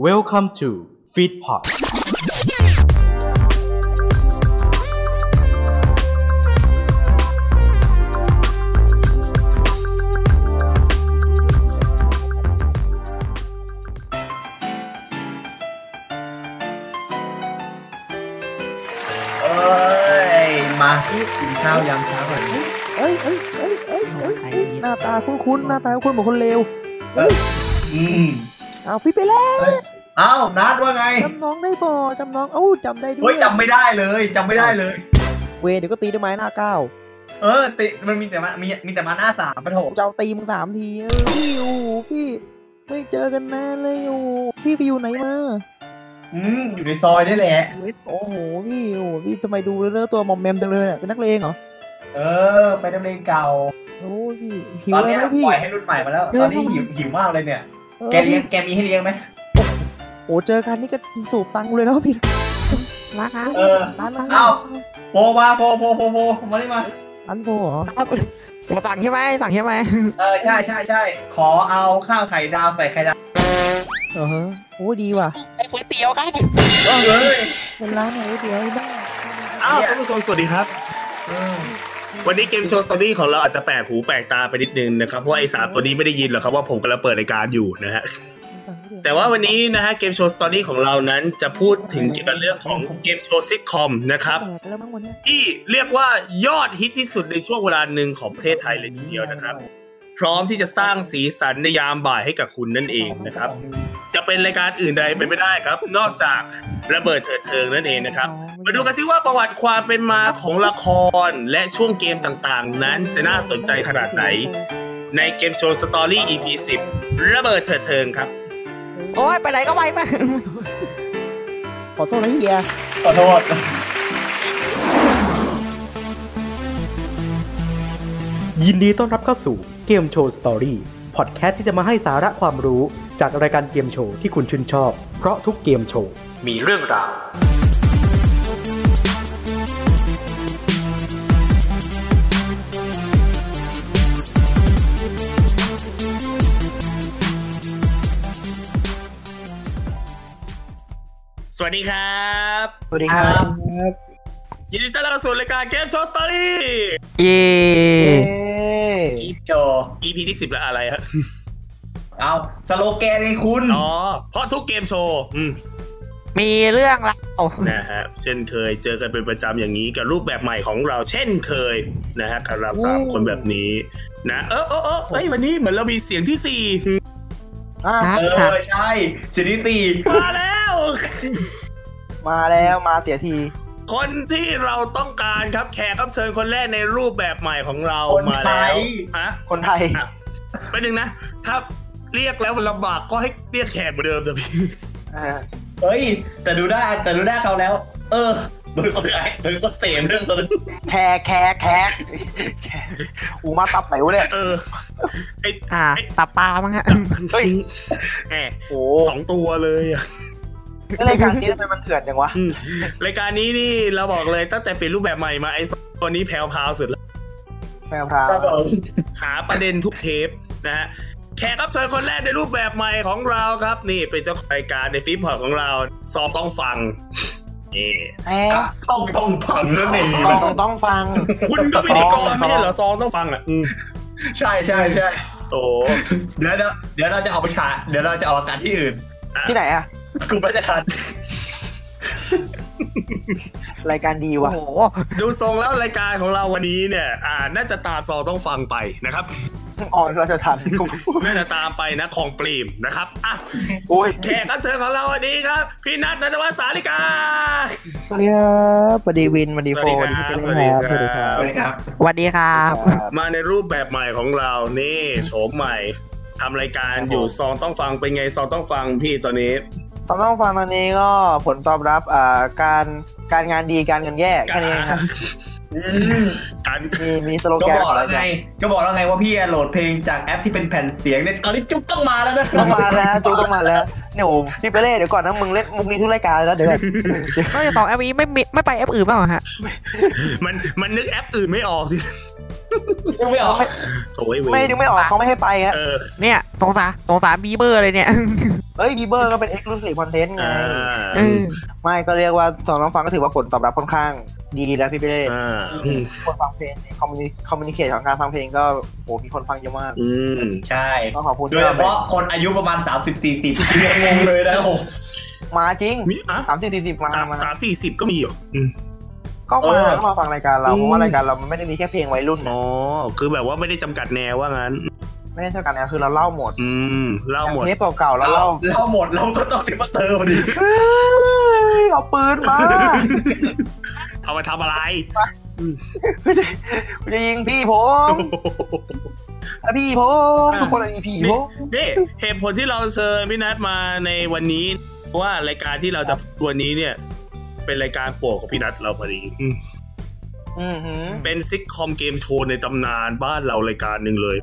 Welcome to Feedpot เอ้ย มากินข้าวยามเช้าก่อน เอ้ยเอ้ยเอ้ยเอ้ยเอ้ยเอ้ยหน้าตาคุ้นๆ หน้าตาคุ้นๆเหมือนคนเลว อืม อ้าวพี่ไปแล้ว เอ้านัดว่าไง จำน้องได้บ่จำน้องเอ้าจำได้ด้ เฮ้ วย ยจำไม่ได้เลยจำไม่ได้เลย เวรเดี๋ยวก็ตีด้วยไม้หน้าเก้าว เออติมันมีแต่มามีมีแต่มาหน้าสามปะโถ ผมจะเอาตีมึงสามทีเออพี่โอ้โหพี่ ไม่เจอกันนานเลยโอ้โหพี่ไปอยู่ไหนมา อืมอยู่ในซอยนี่แหละ โอ้โหพี่โอ้โหพี่ทำไมดูเลอะๆตัวมอมแมมจังเลยเนี่ยเป็นนักเลงเหรอ เออ ไปนักเลงเก่า โอ้ยพี่หิว ตอน เลย เนี้ย ไหมพี่ ปล่อยให้รุ่นใหม่มาแล้ว เดิ ตอน น นี้ เข้ามา หิวหิวมากเลยเนี่ย ออ แกเลี้ยง พี่ แกมีให้เลี้ยงไหม โอ้เจอกันนี่ก็สูบตังค์เลยแล้วพี่ มาครับ เออ ร้านร้าน เอ้า โปรมาโปรโปรโปรโปรมาดิมา ร้านโฟเหรอ มาสั่งใช่ไหมสั่งใช่ไหม เออใช่ใช่ใช่ขอเอาข้าวไข่ดาวใส่ไข่ดาว เออฮะโอ้ยดีว่ะ ไอ้ก๋วยเตี๋ยวครับ เอ้ย เป็นร้านไหนเดี๋ยวไอ้บ้า อ้าวท่านผู้ชมสวัสดีครับ เออ วันนี้เกมโชว์สตอรี่ของเราอาจจะแปลกหูแปลกตาไปนิดนึงนะครับเพราะว่าไอ้สามตัวนี้ไม่ได้ยินหรอกครับว่าผมกำลังเปิดรายการอยู่นะฮะแต่ว่าวันนี้นะฮะเกมโชว์สตอรี่ของเรานั้นจะพูดถึงเกี่ยวกับเรื่องของเกมโชว์ซิทคอมนะครับ แตกแล้วมั้งวันเนี้ย ที่เรียกว่ายอดฮิตที่สุดในช่วงเวลาหนึ่งของประเทศไทยเลยทีเดียวนะครับ พร้อมที่จะสร้างสีสันในยามบ่ายให้กับคุณนั่นเองนะครับ จะเป็นรายการอื่นใดไปไม่ได้ครับ นอกจากระเบิดเถิดเทิงนั่นเองนะครับ มาดูกันซิว่าประวัติความเป็นมาของละครและช่วงเกมต่างๆ นั้นจะน่าสนใจขนาดไหน ในเกมโชว์สตอรี่ EP 10 ระเบิดเถิดเทิงครับ โอ้ยไปไหนก็ไปไป ขอโทษนะเฮีย ขอโทษ ยินดีต้อนรับเข้าสู่เกมโชว์สตอรี่พอดแคสต์ที่จะมาให้สาระความรู้จากรายการเกมโชว์ที่คุณชื่นชอบ เพราะทุกเกมโชว์ มีเรื่องราว สวัสดีครับ สวัสดีครับ ยินดีต้อนรับเข้าสู่รายการเกมโชว์สตอรี่ เย่ โจ EP ที่10แล้วอะไรฮะ เอาสโลแกนไงคุณ อ๋อ เพราะทุกเกมโชว์อืม มีเรื่องราว นะฮะเช่นเคยเจอกันเป็นประจำอย่างนี้กับรูปแบบใหม่ของเราเช่นเคยนะฮะกับเราสามคนแบบนี้นะเออเออเออเอ้ยวันนี้เหมือนเรามีเสียงที่ สี่ อ่ะ ครับ เอ ครับ อ ใช่สิริตี มาแล้ว มาแล้วมาเสียที คนที่เราต้องการครับแขกรับเชิญคนแรกในรูปแบบใหม่ของเรา คน มา ไท แล้ ยว ฮะ คนไทย ไปหนึ่งนะ ถ้าเรียกแล้วมันลำบากก็ให้เรียกแขกเหมือนเดิมเถอะพี่ อ่า เอ้ย แต่ดูหน้าแต่ดูหน้าเขาแล้ว เออมึงคนไทยมึงก็เสมเรื่องตัวนี้ แคร์แคร์แคร์แคร์ อูมาตับไหนวะเนี่ย เออไอ อ่าตับปลามั้งฮะ เฮ้ย แหม โอ้ สองตัวเลยอะ แล้วรายการนี้ทำไมมันเถื่อนจังวะ อืมรายการนี้นี่เราบอกเลยตั้งแต่เปลี่ยนรูปแบบใหม่มาไอ้สองตัวนี้แผ่วพราวสุดแล้ว แมวพราว ครับผม หาประเด็นทุกเทปนะฮะแขกรับเชิญคนแรกในรูปแบบใหม่ของเราครับ นี่เป็นเจ้าของรายการในฟิปพอร์ตของเราสอบต้องฟังนี่ แอะ ต้องต้องผังนั่นเอง ต้องต้องต้องฟัง คุณก็พิธีกรไม่ใช่เหรอซองต้องฟังอ่ะอืม ใช่ใช่ใช่ โอ้ เดี๋ยวเดี๋ยวเดี๋ยวเราจะเอาไปฉายเดี๋ยวเราจะเอาอากาศที่อื่น ที่ไหนอะ กลุ่มราชการ รายการดี โอ้ วะ โห ดูทรงแล้วรายการของเราวันนี้เนี่ย อ่า น่าจะตามซองต้องฟังไปนะครับ อ่อนราชทัน น่าจะตามไปนะของปรีมนะครับอ่ะ โอ้ย แขกรับเชิญของเราวันนี้ครับ พี่นัทนัทวัฒน์สาริกา สวัสดีครับสวัสดีวินสวัสดีโฟสวัสดีพี่ สวัส เป้ ดี ค ครั รับ บสวัสดีครับ สวัสดีครับ สวัสดีครับ มาในรูปแบบใหม่ของเรา นี่โฉมใหม่ทำรายการอยู่ซองต้องฟังเป็นไงซองต้องฟังพี่ตอนนี้ สำหรับฟังตอนนี้ก็ผลตอบรับอ่าการการงานดีการเงินแย่แค่นี้เองครับ อืม การ มีมีสโล ก็ แกน บอกแล้วไง ก็บอกแล้วไงว่าพี่โหลดเพลงจากแอปที่เป็นแผ่นเสียงเนี่ยตอนนี้จุ๊บต้องมาแล้วนะ ต้องมาแล้วจูต้องมาแล้วเนี่ยโอ้โหพี่เปเล่เดี๋ยวก่อนนะมึงเล่นมุกนี้ทุกรายการเลยนะเดี๋ยวก่อน นอกจากสองแอปนี้ไม่มีไม่ไปแอปอื่นบ้างเหรอฮะ มันมันนึกแอปอื่นไม่ออกสิ นึกไม่ออก โอ้ยเว้ ไม่ ย ดึงไม่ออกเขาไม่ให้ไปฮะ เออ เนี่ยสงสารสงสารบีเบอร์เลยเนี่ย เฮ้ยบีเบอร์ก็เป็น exclusive content ไง อ่า เออ ไม่ก็เรียกว่าสองน้องฟังก็ถือว่าผลตอบรับค่อนข้างดีแล้วพี่เป้ อ่า คนฟังเพลงคอมมิคอมมินิเคชของการฟังเพลงก็โหมีคนฟังเยอะมาก อืม ใช่ ก็ขอบคุณ โดยเฉ ที่แบบ พาะคนอายุประมาณ 3 0 4 0ยังงงเลยนะผม มาจริง มีอ่ะ สามสิบสี่สิบมา สาม มา สามสี่สิบก็มีเหรออืม ก็ เอ มา อ ก็มาฟังรายการเรา อืม เพราะว่ารายการเรามันไม่ได้มีแค่เพลงวัยรุ่นนะ อ๋อ คือแบบว่าไม่ได้จำกัดแนวว่างั้น ไม่ได้เท่ากันนะคือเราเล่าหมด อืม เล่า อย่าง หมด เทปเก่าๆเราเล่า เล่าหมดเราก็ต้องติดมาเติมดิ เฮ้ยเอาปืนมา เอามาทำอะไร ไม่ได้ยิงพี่ผมอ่ะพี่ผมทุกคนอ่ะอีพี่ผม นี่เหตุผลที่เราเชิญพี่นัทมาในวันนี้เพราะว่ารายการที่เราจะพูดวันนี้เนี่ย เป็นรายการโปรดของพี่นัทเราพอดีอืม อือหือ เป็นซิกคอมเกมโชว์ในตำนานบ้านเรารายการหนึ่งเลย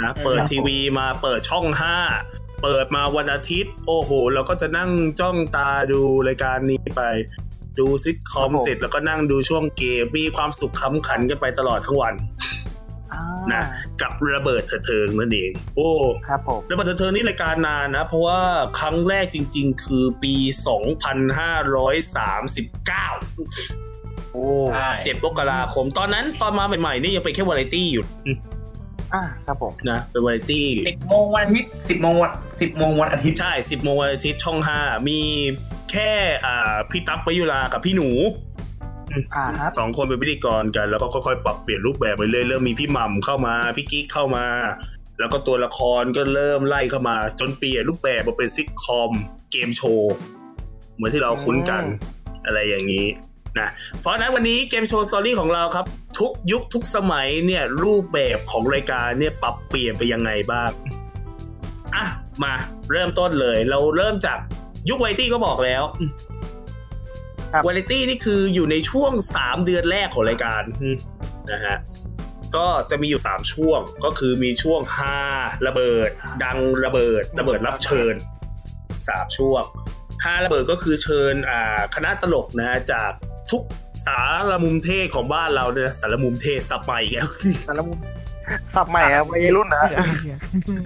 นะเปิดทีวีมาเปิดช่องห้าเปิดมาวันอาทิตย์ โอ้โห เราก็จะนั่งจ้องตาดูรายการนี้ไป ดูซิทคอมเสร็จแล้วก็นั่งดูช่วงเกมมีความสุขขำขันกันไปตลอดทั้งวัน อ่า น่ะ กับระเบิดเถิดเทิงนั่นเองโอ้ ครับผม แล้วบันเทิงนี่รายการนานนะ เพราะว่าครั้งแรกจริงๆ คือปี 2539 โอ้ ใช่ 7มกราคม ตอนนั้นตอนมาใหม่ๆนี่ยังเป็นแค่วาไรตี้อยู่ อ่าครับผม นะ เป็นวาไรตี้ สิบโมงวันอาทิตย์สิบโมงวันสิบโมงวันอาทิตย์ ใช่ 10โมงวันอาทิตย์ช่อง 5 มีแค่อ่าพี่ตั๊กปยุรากับพี่หนู อ่าครับ สองคนเป็นพิธีกรกัน แล้วก็ค่อยๆ ปรับเปลี่ยนรูปแบบไปเรื่อยเริ่มมีพี่หม่ำเข้ามา พี่กิ๊กเข้ามา แล้วก็ตัวละครก็เริ่มไล่เข้ามา จนเปลี่ยนรูปแบบมาเป็นซิกคอมเกมโชว์ เหมือนที่เราคุ้นกันอะไรอย่างนี้นะเพราะฉะนั้นวันนี้เกมโชว์สตอรี่ของเราครับ ทุกยุคทุกสมัยเนี่ยรูปแบบของรายการเนี่ยปรับเปลี่ยนไปยังไงบ้างอ่ะมาเริ่มต้นเลย เราเริ่มจากยุควาไรตี้ก็บอกแล้ว ครับ วาไรตี้นี่คืออยู่ในช่วง 3 เดือนแรกของรายการนะฮะ ก็จะมีอยู่ 3 ช่วงก็คือมีช่วงฮาระเบิด ดังระเบิด ระเบิดรับเชิญ 3 ช่วงฮาระเบิดก็คือเชิญอ่าคณะตลกนะฮะจากทุกสารมุมเทศของบ้านเราเนี่ยนะสารมุมเทศสับไปอีกแล้ว แต่ละมุมสับใหม่ครับวัยรุ่นนะ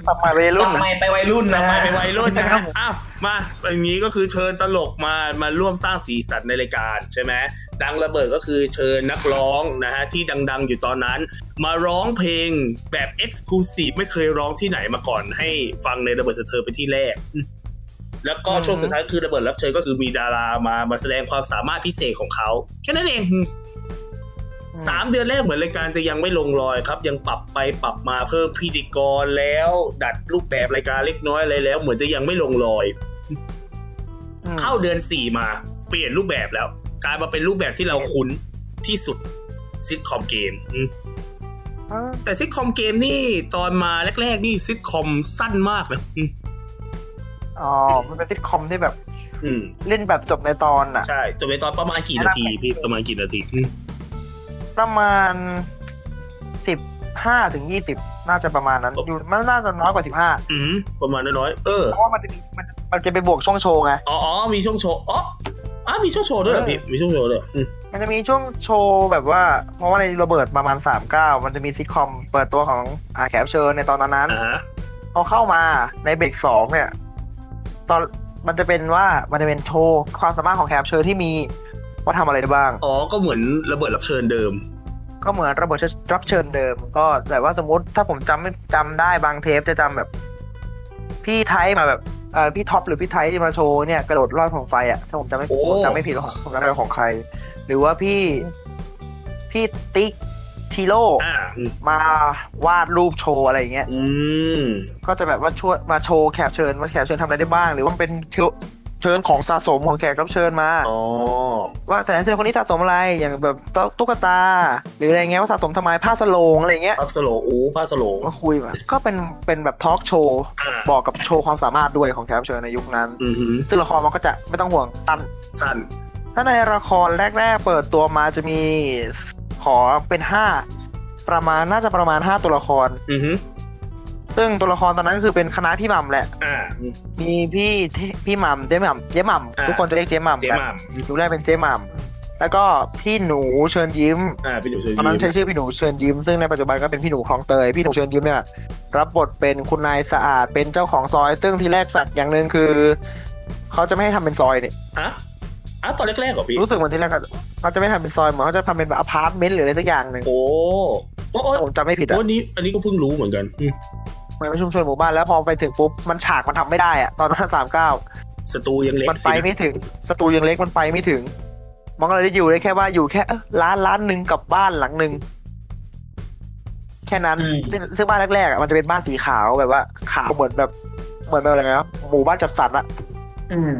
สับใหม่วัยรุ่น ทำ นะ ไมไปวัยรุ่นนะ ทำไมเป็นวัยรุ่นนะค ครั รับบ ผม อ้าวมาอย่างนี้ก็คือเชิญตลกมามาร่วมสร้างสีสันในรายการใช่ไหมดังระเบิดก็คือเชิญนักร้องนะฮะที่ดังๆอยู่ตอนนั้น มาร้องเพลงแบบ Exclusive ไม่เคยร้องที่ไหนมาก่อนให้ฟังในระเบิดเถิดเธอไปนที่แรก แล้วก็ช่วงสุดท้ายคือระเบิดรับเชิญก็คือมีดารามามาแสดงความสามารถพิเศษของเขาแค่นั้นเอง สามเดือนแรกเหมือนรายการจะยังไม่ลงรอยครับ ยังปรับไปปรับมาเพิ่มพิธีกรแล้ว ดัดรูปแบบรายการเล็กน้อยอะไรแล้ว เหมือนจะยังไม่ลงรอย อืม เข้าเดือนสี่มา เปลี่ยนรูปแบบแล้ว กลายมาเป็นรูปแบบที่เราคุ้นที่สุดซิทคอมเกมอืม อ่า แต่ซิทคอมเกมนี่ตอนมาแรก ๆ นี่ซิทคอมสั้นมากนะอืม อ๋อมันเป็นซิทคอมที่แบบ อืม เล่นแบบจบในตอนอ่ะ ใช่จนไปตอนประมาณกี่นาทีพี่ประมาณกี่นาทีอืม ประมาณสิบห้าถึงยี่สิบน่าจะประมาณนั้นอยู่มันน่าจะน้อยกว่าสิบห้า อืมประมาณน้อยๆเออ เพราะว่ามันจะมีมันมันจะไปบวกช่วงโชว์ไง อ๋ออ๋อมีช่วงโชว์อ๋ออ๋อมีช่วงโชว์ด้วยเหรอพี่มีช่วงโชว์ด้วยเหรออืม มันจะมีช่วงโชว์แบบว่า เพราะว่าในระเบิดประมาณสามเก้ามันจะมีซิทคอมเปิดตัวของอาแขกเชิญในตอนนั้นๆ อ่าฮะ พอเข้ามาในเบรกสองเนี่ย ตอนมันจะเป็นว่ามันจะเป็นโชว์ความสามารถของแคปเชอร์ที่มีว่าทำอะไรได้บ้าง อ๋อ ก็เหมือนระเบิดรับเชิญเดิม ก็เหมือนระบบรับเชิญเดิม ก็แบบว่าสมมติถ้าผมจำไม่จำได้บางเทปจะจำแบบ พี่ไทยมาแบบเอ่อพี่ท็อปหรือพี่ไทยที่มาโชว์เนี่ยกระโดดลอดของไฟอะถ้าผมจำไม่ โอ้ ผมจำไม่ผิดของผมจำไม่ผิดของใคร หรือว่าพี่พี่ติ๊กทีโร่ อ่าม าวาดรูปโชว์อะไรอย่างเงี้ย อืม ก็จะแบบว่าช่วยมาโชว์แขกเชิญว่าแขกเชิญทำอะไรได้บ้าง หรือว่ามันเป็นเชิญเชิญของสะสมของแขกรับเชิญมา อ๋อ ว่าแขกเชิญคนนี้สะสมอะไรอย่างแบบตุ๊กตา หรืออะไรเงี้ยว่าสะสมทำไมผ้าสโลงอะไรเงี้ย ภาพสโลโอ้ภาพสโล มาคุยแบบก็เป็นเป็นแบบทอล์กโชว์ อ่า บอกกับโชว์ความสามารถด้วยของแขกรับเชิญในยุคนั้น อือหือ ซึ่งละครมันก็จะไม่ต้องห่วงสั้น สั้น ถ้าในละครแรก ๆ เปิดตัวมาจะมีขอเป็นห้าประมาณน่าจะประมาณห้าตัวละคร อือหือ ซึ่งตัวละครตอนนั้นก็คือเป็นคณะพี่หมัมแหละ อ่า มีพี่เทพี่หม่ำเจ๊หม่ำเจ๊หม่ อ่า ำทุกคนจะเรียกเจ๊หม่ำ เจ๊ กั ห น ม่ ยุคแรกเป็นเจ๊หม่ แล้วก็พี่หนูเชิญยิ้ม อ่าไปอยู่เฉยๆ ตอนนั้นใช้ชื่อพี่หนูเชิญยิ้มซึ่งในปัจจุบันก็เป็นพี่หนูคลองเตยพี่หนูเชิญยิ้มเนี่ยรับบทเป็นคุณนายสะอาดเป็นเจ้าของซอย ซึ่งทีแรกสักอย่างหนึ่งคือเขาจะไม่ให้ทำเป็นซอยเนี่ย ฮะอ่ะตอนแรกๆเหรอพี่ รู้สึกเหมือนทีแรกอะเขาจะไม่ทำเป็นซอยเหมือนเขาจะทำเป็นแบบอพาร์ตเมนต์หรืออะไรสักอย่างหนึ่ง โอ้โอ้โอ้ ผมจำไม่ผิดอะ โอ้นี้ อันนี้ก็เพิ่งรู้เหมือนกันอืม มันเป็นชุมชนหมู่บ้านแล้วพอไปถึงปุ๊บมันฉากมันทำไม่ได้อะตอนนั้นสามเก้า สตูยังเล็ก มัน สิ ไปไม่ถึงสตูยังเล็กมันไปไม่ถึง มันก็เลยได้อยู่ได้แค่ว่าอยู่แค่เอ้อร้านร้านหนึ่งกับบ้านหลังหนึ่งแค่นั้น อืม ซึ่งซึ่งบ้านแรกๆอ่ะมันจะเป็นบ้านสีขาวแบบว่า ขาวเหมือนแบบ เหมือนแบบอะไรนะหมู่บ้านจัดสรรอะ อืม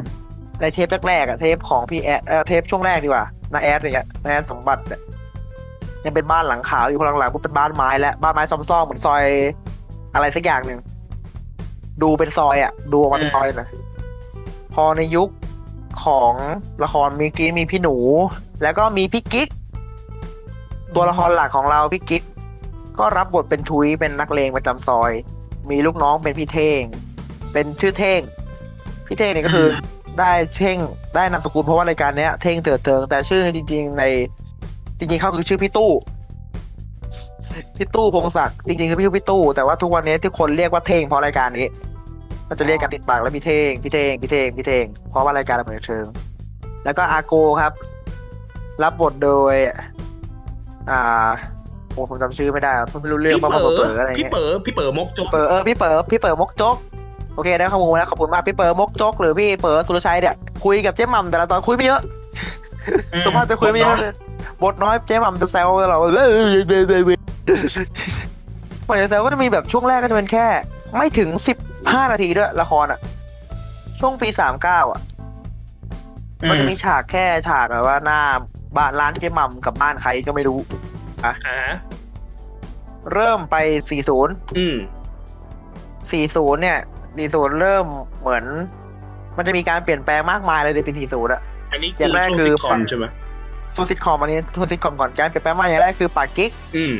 ในเทปแรกๆอะเทปของพี่แอดเออเทปช่วงแรกดีกว่านาแอดอย่างเงี้ยนาแอดสมบัติเนี่ยยังเป็นบ้านหลังขาวอยู่พอหลังๆปุ๊บเป็นบ้านไม้แล้วบ้านไม้ซ้อมๆเหมือนซอย อะไรสักอย่างหนึ่งดูเป็นซอยอ่ะ ดูออกมาเป็นซอยนะพอในยุคของละครเมื่อกี้มีพี่หนู แล้วก็มีพี่กิ๊กตัวละครหลักของเราพี่กิ๊กก็รับบทเป็นทุยเป็นนักเลงประจำซอย มีลูกน้องเป็นพี่เท่ง เป็นชื่อเท่ง พี่เท่งเนี่ยก็คืออได้เช่งได้นามสกุลเพราะว่ารายการเนี้ยเท่งเถิดเทิง แต่ชื่อจริง ๆ ใน จริงๆเขาคือชื่อพี่ตู้ พี่ตู้พงศักดิ์จริงๆคือพี่พี่ตู้แต่ว่าทุกวันนี้ที่คนเรียกว่าเท่งเพราะรายการนี้ มันจะเรียกกันติดปากแล้วพี่เท่งพี่เท่งพี่เท่งพี่เท่งเพราะว่ารายการเราเปิดเชิง แล้วก็อาโกครับ รับบทโดย อ่าโอ้ผมจำชื่อไม่ได้อะผมไม่รู้เรื่อง พี่ บ้า เป๋ งเป๋ อ ออะไรอย่าง พี่ เงี้ย เป๋อพี่เป๋อมกจก เปิดเออพี่เปิดพี่เปิดมกจก โอเคได้ข้อมูลมาแล้วขอบคุณมากพี่เปิดมกจก หรือพี่เปิดสุรชัยเนี่ยคุยกับเจ๊หมัมแต่ละตอนคุยไม่เยอะสมมติจะคุยไม่เยอะเลยบทน้อยเจ๊หมัมจะแซวเราเว้ยเว้ยเว้ยเว้ยพอจะแซวก็จะมีแบบช่วงแรกก็จะเป็นแค่ ไม่ถึงสิบห้านาทีด้วยละครอ่ะ ช่วงปีสามเก้าอ่ะ ก็จะมีฉากแค่ฉากแบบว่าหน้าบ้านร้านเจ๊หมัมกับบ้านใครก็ไม่รู้ อ่า เริ่มไปสี่ศูนย์ อืม 40 เนี่ย 40 เริ่มเหมือน มันจะมีการเปลี่ยนแปลงมากมายเลยในปี 40 อะ อันนี้ อ คือย่าง แรก ช่วง คือ ซิทคอมใช่ไหม ทูซิทคอมอันนี้ทูซิทคอมก่อนการเปลี่ยนแปลงมากอย่างแรกคือปากกิ๊ก อืม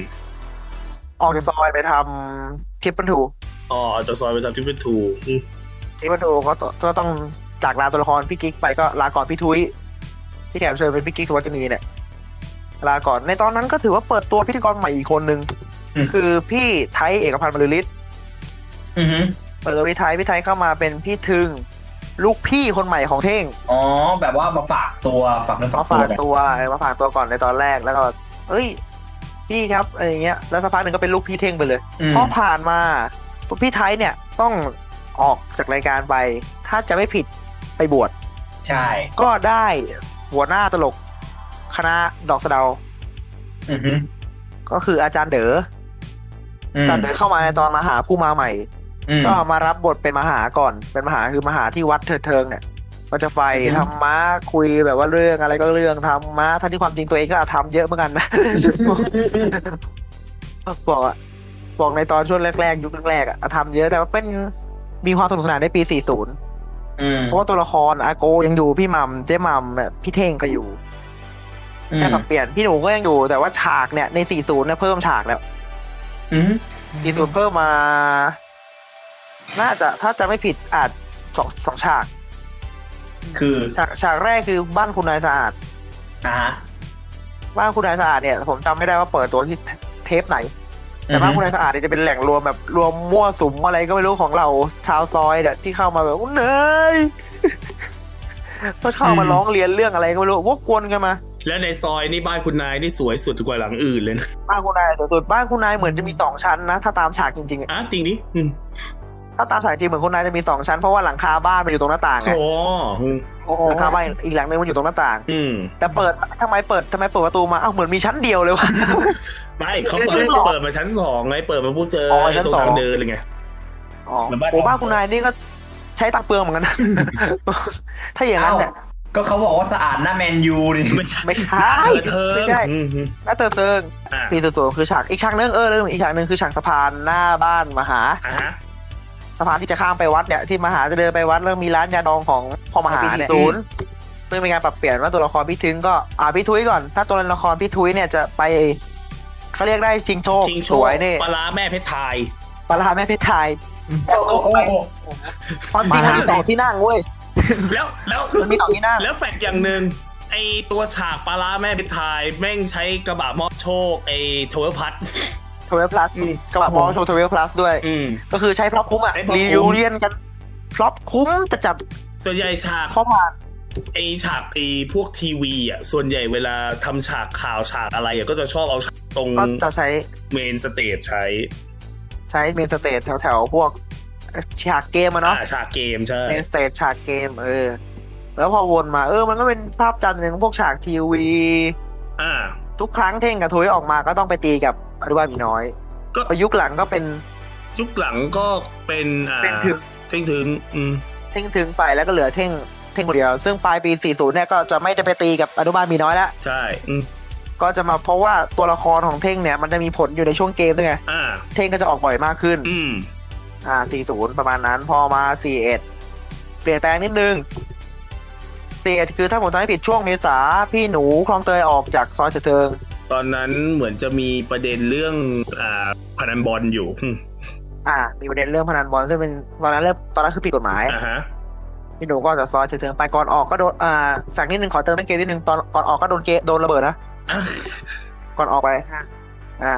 ออกจากซอยไปทำทริปเปิลทู อ๋อออกจากซอยไปทำทิปเปิลทูอืม ทริปเปิลทูก็ต้องก็ต้องจากลาตัวละครพี่กิ๊กไปก็ลาก่อนพี่ทุยที่แขกรับเชิญเป็นพี่กิ๊กสุวัจนีเนี่ย ลาก่อนในตอนนั้นก็ถือว่าเปิดตัวพิธีกรใหม่อีกคนนึง อืม คือพี่ไทยเอกพันธ์บรรลือฤทธิ์ อืม เปิดตัวพี่ไทยพี่ไทยเข้ามาเป็นพี่ทึงลูกพี่คนใหม่ของเท่ง อ๋อ แบบว่ามาฝากตัวฝากเนื้อ มา ฝา ฝาก ก ตัว ตัวเออมาฝากตัวก่อนในตอนแรกแล้วก็ เอ้ย พี่ครับอะไรเงี้ย แล้วสักพักหนึ่งก็เป็นลูกพี่เท่งไปเลย อืม พอผ่านมาปุ๊บพี่ไทยเนี่ยต้องออกจากรายการไป ถ้าจะไม่ผิดไปบวช ใช่ ก็ได้หัวหน้าตลก คณะดอกสะเดา อือฮึ ก็คืออาจารย์เด๋อ อื อาม จารย์เด๋อเข้ามาในตอนมหาผู้มาใหม่ อืม ก็มารับบทเป็นมหาก่อน เป็นมหาคือมหาที่วัดเถิดเทิงเนี่ย ก็จะไฟ อือฮึ ธรรมะคุยแบบว่าเรื่องอะไรก็เรื่องธรรมะทั้งที่ความจริงตัวเองก็อาจทำเยอะเหมือนกันนะ บอกอะบอกในตอนช่วงแรกๆ ยุคแรกๆอะอาจทำเยอะแต่ว่าเป็นมีความสนุกสนานในปี 40 อืม เพราะว่าตัวละครอาโกยังอยู่พี่หมัมเจ๊หมัมแบบพี่เท่งก็อยู่แค่ปรับเปลี่ยนพี่หนูก็ยังอยู่แต่ว่าฉากเนี่ยใน 40เนี่ยเพิ่มฉากแล้ว อืม มีส่วนเพิ่มมา น่าจะถ้าจะไม่ผิดอาจสองสองฉาก คือ ฉาก ฉากแรกคือบ้านคุณนายสะอาด อ่าฮะ บ้านคุณนายสะอาดเนี่ย ผมจำไม่ได้ว่าเปิดตัวที่เทปไหน แต่บ้านคุณนายสะอาดเนี่ยจะเป็นแหล่งรวมแบบรวมมั่วสุมอะไรก็ไม่รู้ของเราชาวซอยเนี่ยที่เข้ามาแบบเนย ก็เข้ามาร้องเรียนเรื่องอะไรก็ไม่รู้วกวนกันมา และในซอยนี่บ้านคุณนายนี่สวยสุดกว่าหลังอื่นเลยนะ บ้านคุณนายสุดๆบ้านคุณนายเหมือนจะมีสองชั้นนะถ้าตามฉากจริงๆอะ อ่ะจริงดิอืม ถ้าตามฉากจริงเหมือนคุณนายจะมีสองชั้นเพราะว่าหลังคาบ้านมันอยู่ตรงหน้าต่างไง โอ้อืม หลังคาบ้านอีกหลังนึงมันอยู่ตรงหน้าต่าง อืม แต่เปิดทำไมเปิดทำไมเปิดประตูมาเอ้าเหมือนมีชั้นเดียวเลยวะ ไม่เขาเปิดเปิดมาชั้นสองไงเปิดมาปุ๊บเจอ อ๋อ ไอ้ ชั้น ตรง สอง ทางเดินเลยไง อ๋อ เหมือนบ้าน โอ้บ้านคุณนายนี่ก็ใช้ตังเปลืองเหมือนกันนะ ถ้าอย่างนั้นเนี่ย เอ้าก็เขาบอกว่าสะอาดหน้าแมนยูนี่ ไม่ใช่ ไม่ใช่ เธอเธอ ไม่ใช่ อืมอืม หน้าเติร์เติง อ่ะ ปีสุดๆคือฉากอีกฉากหนึงเออเรื่องอีกฉากหนึงคือฉากสะพานหน้าบ้านมหา อ่ะฮะ สะพานที่จะข้ามไปวัดเนี่ยที่มหาจะเดินไปวัดแล้วมีร้านยาดองของพ่อมหาเนี่ยศูนย์ซึ่งเป็นการปรับเปลี่ยนว่าตัวละครพี่ทึงก็อ่าพี่ทุยก่อน ถ้าตัวละครพี่ทุยเนี่ยจะไปเขาเรียกได้ชิงโชค ชิงโช ส ว์ วยนี่ ปลาร้าแม่เพชรไทย ปลาร้าแม่เพชรไทย โอ้โอ้โอ้โอ้ ความจริงมันมีสองที่นั่งเว้ย แล้วแล้ว มันมีสองที่นั่ง แล้วแฟกต์อย่างหนึ่ง ไอตัวฉากปลาร้าแม่พิทาย แม่งใช้กระบะมอบโชค ไอทเวลพัท ทเวลพลัส อืม กระบะมอโชว์ทเวลพลัสด้วย อืม ก็คือใช้พร็อพคุ้มอ่ะ ใช้พร็อพคุ้มรีวิวเรียนกันพร็อพคุ้มจะจับ ส่วนใหญ่ฉาก ข้อผ่าน ไอฉากไอพวกทีวีอ่ะ ส่วนใหญ่เวลาทำฉากข่าวฉากอะไรอ่ะก็จะชอบเอาฉากตรง ก็จะใช้ เมนสเตจใช้ ใช้เมนสเตจแถวๆ พวกฉากเกมอะเนาะ อ่าฉากเกมใช่ เมนสเตจฉากเกม เออ แล้วพอวนมาเออ มันก็เป็นภาพจำหนึ่งพวกฉากทีวี อ่า ทุกครั้งเท่งกับทุยออกมาก็ต้องไปตีกับอนุบาลหมีน้อย ก็ พอยุคหลังก็เป็น ยุคหลังก็เป็นอ่า เป็นถึง เท่งถึงอืม เท่งถึงไปแล้วก็เหลือเท่งเท่งคนเดียว ซึ่งปลายปี 40 เนี่ยก็จะไม่ได้ไปตีกับอนุบาลหมีน้อยแล้ว ใช่อืม ก็จะมาเพราะว่าตัวละครของเท่งเนี่ยมันจะมีผลอยู่ในช่วงเกมด้วยไง อ่า เท่งก็จะออกบ่อยมากขึ้น อืม อ่า 40 ประมาณนั้น พอมา 41 เปลี่ยนแปลงนิดนึง 41 คือถ้าผมจำไม่ผิดช่วงเมษาพี่หนูคลองเตยออกจากซอยเถิดเทิง ตอนนั้นเหมือนจะมีประเด็นเรื่องอ่าพนันบอลอยู่อืม อ่า มีประเด็นเรื่องพนันบอลซึ่งเป็นตอนนั้นเริ่มตอนนั้นคือผิดกฎหมาย อ่าฮะ พี่หนูก็ออกจากซอยเถิดเทิงไปก่อนออกก็โดน อ่าแฝกนิดนึงขอเติมเรื่องเกมนิดนึงตอนก่อนออกก็โดนเกโดนระเบิดนะ อ่ะ ก่อนออกไป อ่า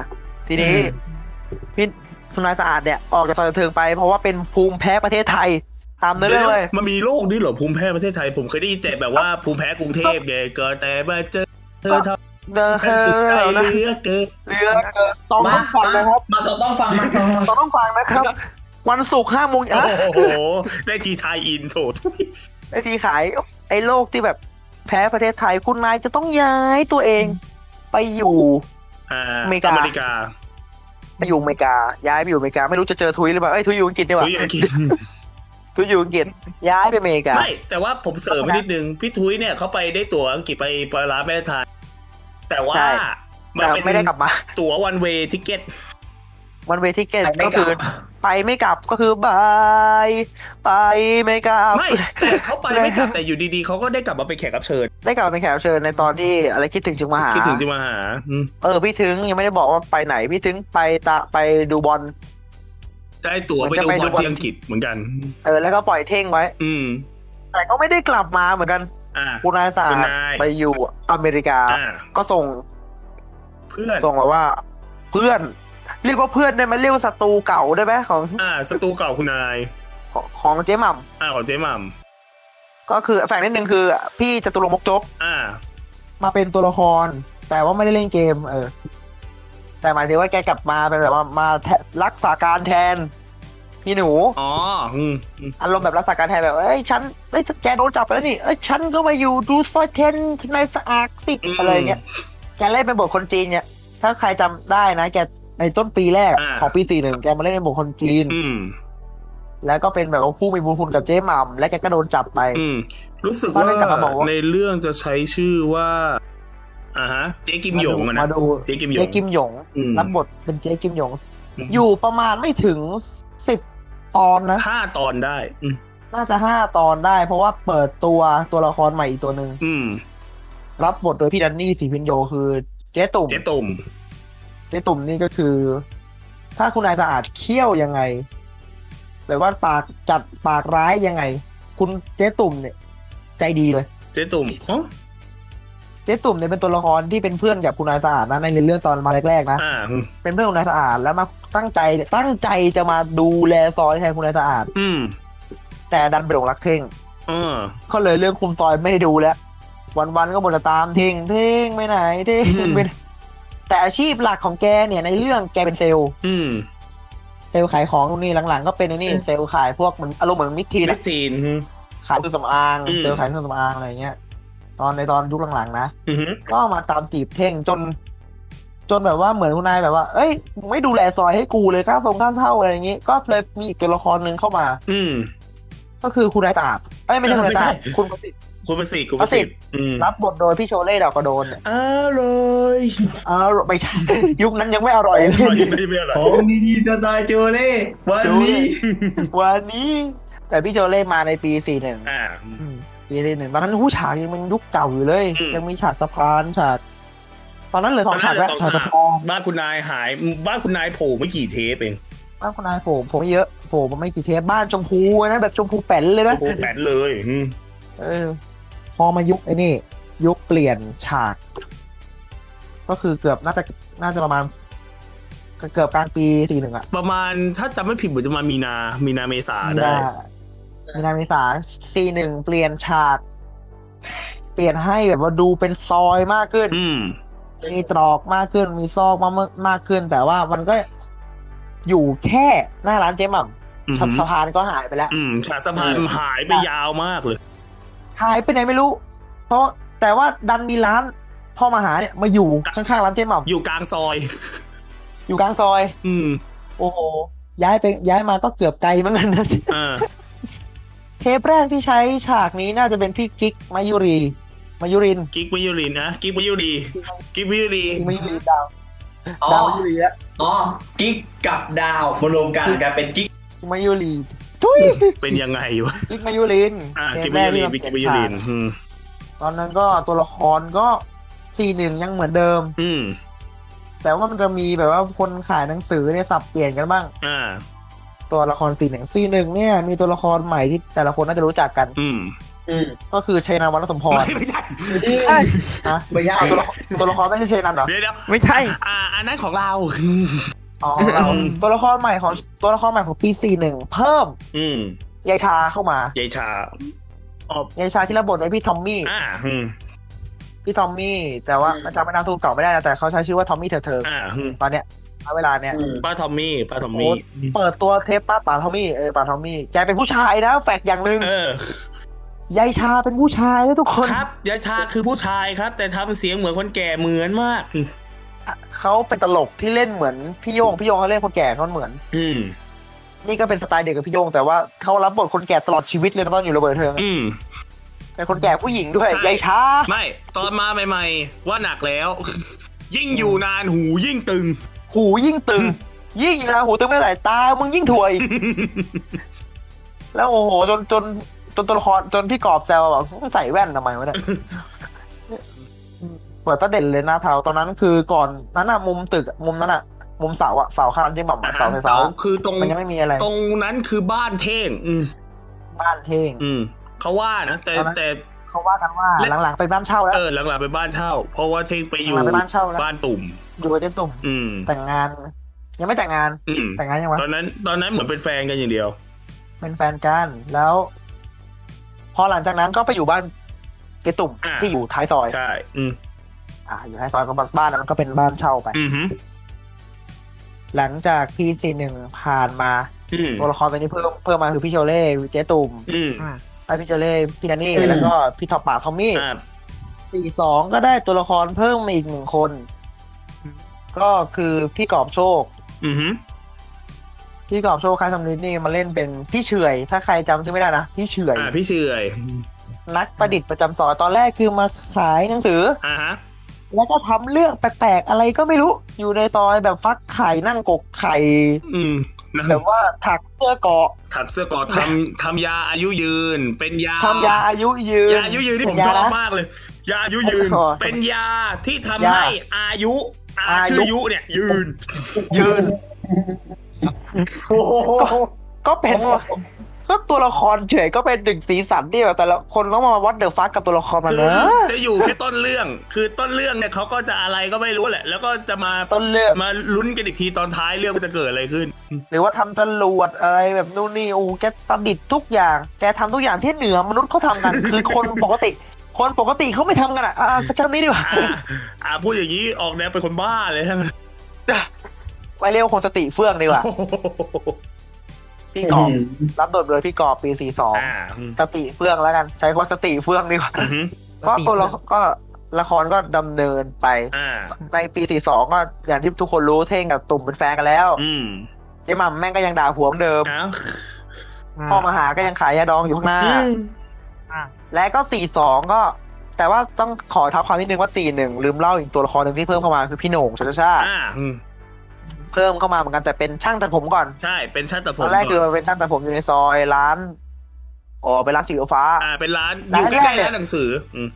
ทีนี้ อืม พี่สุนายสะอาดเนี่ย ออกจากซอยเถิดเทิงไปเพราะว่าเป็นภูมิแพ้ประเทศไทย ตามเนื้อเรื่องเลย มันมีโรคด้วยเหรอภูมิแพ้ประเทศไทย ผมเคยได้ยินแต่แบบว่าภูมิแพ้กรุงเทพไงก็แต่มาเจอเธอเท่า เดอเฮ นั้นสุดใจ อนะ เหลือเกิน เรือเกินต้อง มา ต้องฟังนะครับ มามาต้องฟังมาต้องฟัง ต้องต้องฟังนะครับ วันศุกร์ห้าโมง โอ้ อ่ะ โห ได้ทีไทยอินโถทุย ไอทีขาย ไอโลกที่แบบแพ้ประเทศไทยคุณนายจะต้องย้ายตัวเอง ไปอยู่ อา อเมริกา อเมริกา ไปอยู่อเมริกา ย้ายไปอยู่อเมริกา ไม่รู้จะเจอทุยหรือเปล่าเอ้ยทุยอยู่อังกฤษดีกว่า ทุยอังกฤษ ทุยอยู่อังกฤษย้ายไปอเมริกา ไม่ แต่ว่าผมเสริมนิดนึง พี่ทุยเนี่ยเขาไปได้ตั๋วอังกฤษไปปลาร้าแม่ทานแต่ว่า ใช่ มัน แต่ เป็น ไม่ได้กลับมา ตั๋ววันเวทิเก็ต วันเวทีเกต ไปไม่ ก็คือ กลับ ไปไม่กลับก็คือบายไปไม่กลับ ไม่ แต่เขาไปไม่กลับแต่อยู่ดีๆ เขาก็ได้กลับมาไปนแขกรับเชิญ ได้กลับเป็นแขกรับเชิญในตอนที่อะไรคิดถึงจึงมาหา คิดถึงจะมาหาอืม เออพี่ถึงยังไม่ได้บอกว่าไปไหน พี่ถึงไปตะไปดูบอล ได้ตั๋ว เหมื ไป อดูนจะบอล ไปดูบอล ที่อังกฤษเหมือนกัน เออแล้วก็ปล่อยเท่งไว้ อืม แต่ก็ไม่ได้กลับมาเหมือนกัน อ่า คุณนายสา คุ ด ณนาย ไปอยู่อเมริกา อ่า ก็ส่ง เพื่อน ส่งแบบว่า เพื่อน เรียกว่าเพื่อนได้ไหมเรียกว่าศัตรูเก่าได้ไหมของ อ่าสตูเก่าคุณนาย ของของเจ๊หม่ อ่าของเจ๊หม่ ำก็คือแฝงนิดนึงคือ พี่จตุรงค์มกจก ำอ่า มาเป็นตัวละคร แต่ว่าไม่ได้เล่นเกม เออ แต่หมายถึงว่าแกกลับมาเป็นแบบว่ามาแทะรักษาการแทน พี่หนู อ๋ออืมอืม อารมณ์แบบรักษาการแทนแบบ เอ้ย ฉันเอ้ยแกโดนจับไปแล้วนี่ เอ้ย ฉันก็มาอยู่ดูซอยเทนในายสะอาดสิ อะไรอย่างเงี้ย แกเล่นเป็นบทคนจีนเนี่ย ถ้าใครจำได้นะ แกในต้นปีแรกของปีสี่หนึ่งแกมาเล่นเป็นบทคนจีน อืม แล้วก็เป็นแบบว่าผู้มีบุญคุณกับเจ๊หม่ำและแกก็โดนจับไป อืม รู้สึก ก็ ว่า เลยกลับมาบอกว่า ในเรื่องจะใช้ชื่อว่า อ่าฮะ เจ๊กิมหยงอะนะ มาดู เจ๊กิมหยง เจ๊กิมหยง อืม รับบทเป็นเจ๊กิมหยง อยู่ประมาณไม่ถึงสิบตอนนะ ห้าตอนได้ อืม น่าจะห้าตอนได้ เพราะว่าเปิดตัวตัวละครใหม่อีกตัวหนึ่ง อืม รับบทโดยพี่ดันนี่สีพินโยคือเจ๊ตุ่ม เจ๊ตุ่ม ในตุ่มนี่ก็คือ ถ้าคุณนายสะอาดเคี่ยวยังไงแบบว่าปากจัดปากร้ายยังไง คุณเจ๊ตุ่มเนี่ย ใจดีเลย เจ๊ตุ่มอ๋อ เจ๊ตุ่มเนี่ยเป็นตัวละครที่เป็นเพื่อนกับคุณนายสะอาดนะในเรื่องตอนมาแรกๆนะ อ่า เป็นเพื่อนคุณนายสะอาดแล้วมาตั้งใจตั้งใจจะมาดูแลซอยแทนคุณนายสะอาด อืม แต่ดันไปหลงรักเท่ง เออ ก็เลยเรื่องคุมซอยไม่ได้ดูแล้ว วันๆก็หมดแต่ตามเท่งเท่งไม่ไหนเท่ง อืม ไปไหนแต่อาชีพหลักของแกเนี่ยในเรื่องแกเป็นเซลล์ อืม เซลล์ขายของตรงนี้หลังๆ ก็เป็นไอ้นี่เซลล์ขายพวกมันอารมณ์เหมือนมิกที วั นะ คซีน ขายเครื่องสำอาง อืม เซลล์ขายเครื่องสำอางอะไรเงี้ย ตอนในตอนยุคหลังๆนะ อือหือ ก็มาตามจีบเท่งจน จนแบบว่าเหมือนคุณนายแบบว่า เอ้ยมึงไม่ดูแลซอยให้กูเลยค่าทรงค่าเช่าอะไรอย่างงี้ ก็เลยมีอีกตัวละครหนึ่งเข้ามา อืม ก็คือคุณนายสะอาดเอ้ยไม่ใช่คุณนายสะอาด ไม่ใช่ คุณประสิทธิ์ คุณประสิทธิ์คุณประสิทธิ์อืม รับบทโดยพี่โชเล่ดอกกระโดนเนี่ย อร่อย เออไม่ใช่ ยุคนั้นยังไม่อร่อยเล อร่อย ย ไม่ไม่อร่อย ของดีๆจะตายเจอเลยวันนี้ วันนี้ แต่พี่โชเล่มาในปีสี่หนึ่ง อ่า ปีที่หนึ่งตอนนั้นหูฉากยังเป็นยุคเก่าอยู่เลย อืม ยังมีฉากสะพานฉาก ตอนนั้นเหลือสองฉากแล้ว ตนนั้น ฉาก เหลื สะ อ พาน บ้านคุณนายหาย บ้านคุณนายโผล่ไม่กี่เทปเอง บ้านคุณนายโผมผมไม่เยอะโผมมันไม่กี่เทปบ้านชมพูนะแบบชมพูแป้นเลยนะ โอ้โหแปดเลยอืม เออ พอมายุคไอ้นี่ ยุคเปลี่ยนฉาก ก็คือเกือบน่าจะน่าจะประมาณเกือบกลางปีสี่หนึ่งอะ ประมาณถ้าจำไม่ผิดเหมือนจะมามีนามีนาเมษา มี ได้ นามีนาเมษาสี่หนึ่งเปลี่ยนฉาก เปลี่ยนให้แบบว่าดูเป็นซอยมากขึ้น อืม มีตรอกมากขึ้น มีซอกมากมากขึ้น แต่ว่ามันก็อยู่แค่หน้าร้านเจ๊หอือม่ำ หือ สะพานก็หายไปแล้ว อืมฉากสะพาน เออ หายไปยาวมากเลย หายไปไหนไม่รู้ เพราะแต่ว่าดันมีร้านพ่อมาหาเนี่ยมาอยู่ข้างๆร้านเจ๊หม่ อยู่กลางซอย ำอยู่กลางซอย อืม โอ้โห ย้ายไปย้ายมาก็เกือบไกลเหมือนกันนะ เออ เทปแรกที่ใช้ฉากนี้น่าจะเป็นพี่กิ๊กมายุรีมายุริน กิ๊กมายุรินนะกิ๊กมายุรีกิ๊กมายุรี กิ๊กมายุรีดาว อ๋อ ดาวมายุรีอะ อ๋อกิ๊กกับดาวมารวมกันกลายเป็นกิ๊ก กิ๊กมายุรีทุย เป็นยังไงวะ กิ๊กมายุริน อ่ะ เท กิ๊ ป ก แร มาก ยุรี ที่มาเป เป็นกิ๊กมา ลี่ย ยุ น ริ ฉาก นอืม ตอนนั้นก็ตัวละครก็สีหนึ่งยังเหมือนเดิม อืม แต่ว่ามันจะมีแบบว่าคนขายหนังสือเนี่ยสับเปลี่ยนกันบ้าง อ่า ตัวละครสีหนึ่งสีหนึ่งเนี่ยมีตัวละครใหม่ที่แต่ละคนน่าจะรู้จักกัน อืม ก็คือชัยนันท์วัฒนสมพร ไม่ไม่ใช่ นะ ไม่ใช่ เอาตัวละครตัวละครไม่ใช่ชัยนันท์เหรอ เดี๋ยวเดี๋ยว ไม่ใช่ อ่า อันนั้นของเรา อ๋อเราตัวละครใหม่ของตัวละครใหม่ของปีสี่หนึ่งเพิ่ม อืม ยายชาเข้ามาย ายชาออบ ยายชาที่รับบทโดยพี่ทอมมี่ อ่าอืม พี่ทอมมี่ แต่ว่ามันจำไม่นามสกุลเก่าไม่ได้นะแต่เขาใช้ชื่อว่าทอมมี่เถอะเธอ อ่าอืม ตอนเนี้ยณเวลาเนี้ย ป้าทอมมี่ป้าทอม โอ้ มี่ เปิดตัวเทปป้าป่าทอมมี่เออป่าทอมมี่แกเป็นผู้ชายนะแฟกต์อย่างหนึ่ง เออย ายชาเป็นผู้ชายนะทุกคน ครับยายชาคือผู้ชายครับ แต่ทำเสียงเหมือนคนแก่เหมือนมาก เขาเป็นตลกที่เล่นเหมือนพี่โยงพี่โยงเขาเล่นคนแก่เขาเหมือน อืม นี่ก็เป็นสไตล์เด็กกับพี่โยงแต่ว่าเขารับบทคนแก่ตลอดชีวิตเลยนะตอนอยู่ระเบิดเทิง อืม เป็นคนแก่ผู้หญิงด้วย ใช่ ยายชา ไม่ตอนมาใหม่ๆ ว่าหนักแล้ว ยิ่งอยู่นานหูยิ่งตึง หูยิ่งตึ ง ยิ่งอยู่นะหูตึงไม่ไหลตา มึงยิ่งถวย แล้วโอ้โหจนจนจนตัวละครจนพี่กอบแซวแบบมึงใส่แว่นทำไมวะเนี่ย เปิดซะเด่นเลยหน้าเทาตอนนั้นคือก่อนนั้นอะมุมตึกอะมุมนั้นอะมุมเสาอะเสาข้างจริงแบบ อาหา เสาร ไฟ เสา ฟ้า คือตรง มันยังไม่มีอะไร ตรงนั้นคือบ้านเท่ง อืม บ้านเท่ง อืม เขาว่านะ แต่ ตอนนั้น แต่ เขาว่ากันว่า และ หลังๆเป็นบ้านเช่าแล้ว เออหลังๆไปบ้านเช่า เพราะว่าเท่งไปอยู่ หลังๆไปบ้านเช่าแล้ว บ้านตุ่ม อยู่กับเจ้าตุ่ม อืม แต่งงาน ยังไม่แต่งงาน อืม แต่งงานยังวะ ตอนนั้นตอนนั้นเหมือนเป็นแฟนกันอย่างเดียว เป็นแฟนกันแล้ว พอหลังจากนั้นก็ไปอยู่บ้านเจตุ่ม อ่า ที่อยู่ท้ายซอย ใช่ อืม อ่า อยู่ท้ายซอยก็บ้านนั้นก็เป็นบ้านเช่าไป อืมฮึ หลังจากพีซีหนึ่งผ่านมา อืม ตัวละครตัวนี้เพิ่มเพิ่มมาคือพี่โชเล่เจตุ่ม อืม ไอพี่โชเล่พี่นันนี่ อืม แล้วก็พี่ทอปปากทอมมี่ อ่า สี่สองก็ได้ตัวละครเพิ่มมาอีกหนึ่งคน อืม ก็คือพี่กอบโชค อืมฮึ พี่กอบโชคคล้ายสำนิดนี่มาเล่นเป็นพี่เฉอยถ้าใครจำชื่อไม่ได้นะพี่เฉอย อ่าพี่เฉอย นักประดิษฐ์ประจำซอยตอนแรกคือมาขายหนังสือ อ่าฮะ แล้วก็ทำเรื่องแปลกๆอะไรก็ไม่รู้ อยู่ในซอยแบบฟักไข่นั่งกกไข่ อืมนะ แบบว่าถักเสื้อเกราะ ถักเสื้อก่อทำทำยาอายุยืน เป็นยา ทำยาอายุยืน ยาอายุยืนที่ผม เป็ ช ยา อบ นะ มากเลย ยาอายุยืน โอ้โห เป็นยาที่ทำ ยา ให้อายุอา อายุ ชื่ออายุเนี่ย ยืน ยืน โอ้โห ก็เป็นก็ตัวละครเฉยก็เป็นดึงสีสันที่แบบแต่ละคนต้องมาวัดเดอะฟักกับตัวละครมัน คื เนอะ จะอยู่แค่ต้นเรื่อง คือต้นเรื่องเนี่ยเขาก็จะอะไรก็ไม่รู้แหละ แล้วก็จะมา ต้นเรื่อง มาลุ้นกันอีกทีตอนท้ายเรื่องมันจะเกิดอะไรขึ้น หรือว่าทำตำรวจอะไรแบบนู่นนี่โอ้แกประดิษฐ์ทุกอย่างแกทำทุกอย่างที่เหนือมนุษย์เขาทำกัน คือคนปกติ คนปกติเขาไม่ทำกันอ่ะอ่ะก็ช่างนี้ดีกว่า อ่าอ่าพูดอย่างนี้ออกแนวเป็นคนบ้าเลยใช่ไหม ไปเรียกว่าคนสติเฟื่องดีกว่า โอ้โห พี่กอบรับบทโดยพี่กอบปีสี่สอง อ่าอืม สติเฟื่องแล้วกัน ใช้คำว่าสติเฟื่องดี กว่า อือหือ ก็ตัวละครก็ละครก็ดำเนินไป อ่า ในปีสี่สองก็อย่างที่ทุกคนรู้เท่งกับตุ่มเป็นแฟนกันแล้ว อืม เจ๊หม่ำแม่งก็ยังด่าผัวเหมือนเดิม นะ พ่อมาหาก็ยังขายยาดองอยู่ข้างหน้า อ่า และก็สี่สองก็ แต่ว่าต้องขอเท้าความนิดนึงว่าสี่หนึ่งลืมเล่าอีกตัวละครหนึ่งที่เพิ่มเข้ามาคือพี่โหน่งชาชา อ่าอืม เพิ่มเข้ามาเหมือนกันแต่เป็นช่างตัดผมก่อน ใช่ เป็นชาติผม ตอนแรกคือมันเป็นช่างตัดผมอยู่ในซอยร้านอ๋อเป็นร้านสีฟ้า อ่า เป็นร้านอ ร้าน ยู่ใก แร ล้ ก ๆ เนี่ย ร้านหนังสือ อืม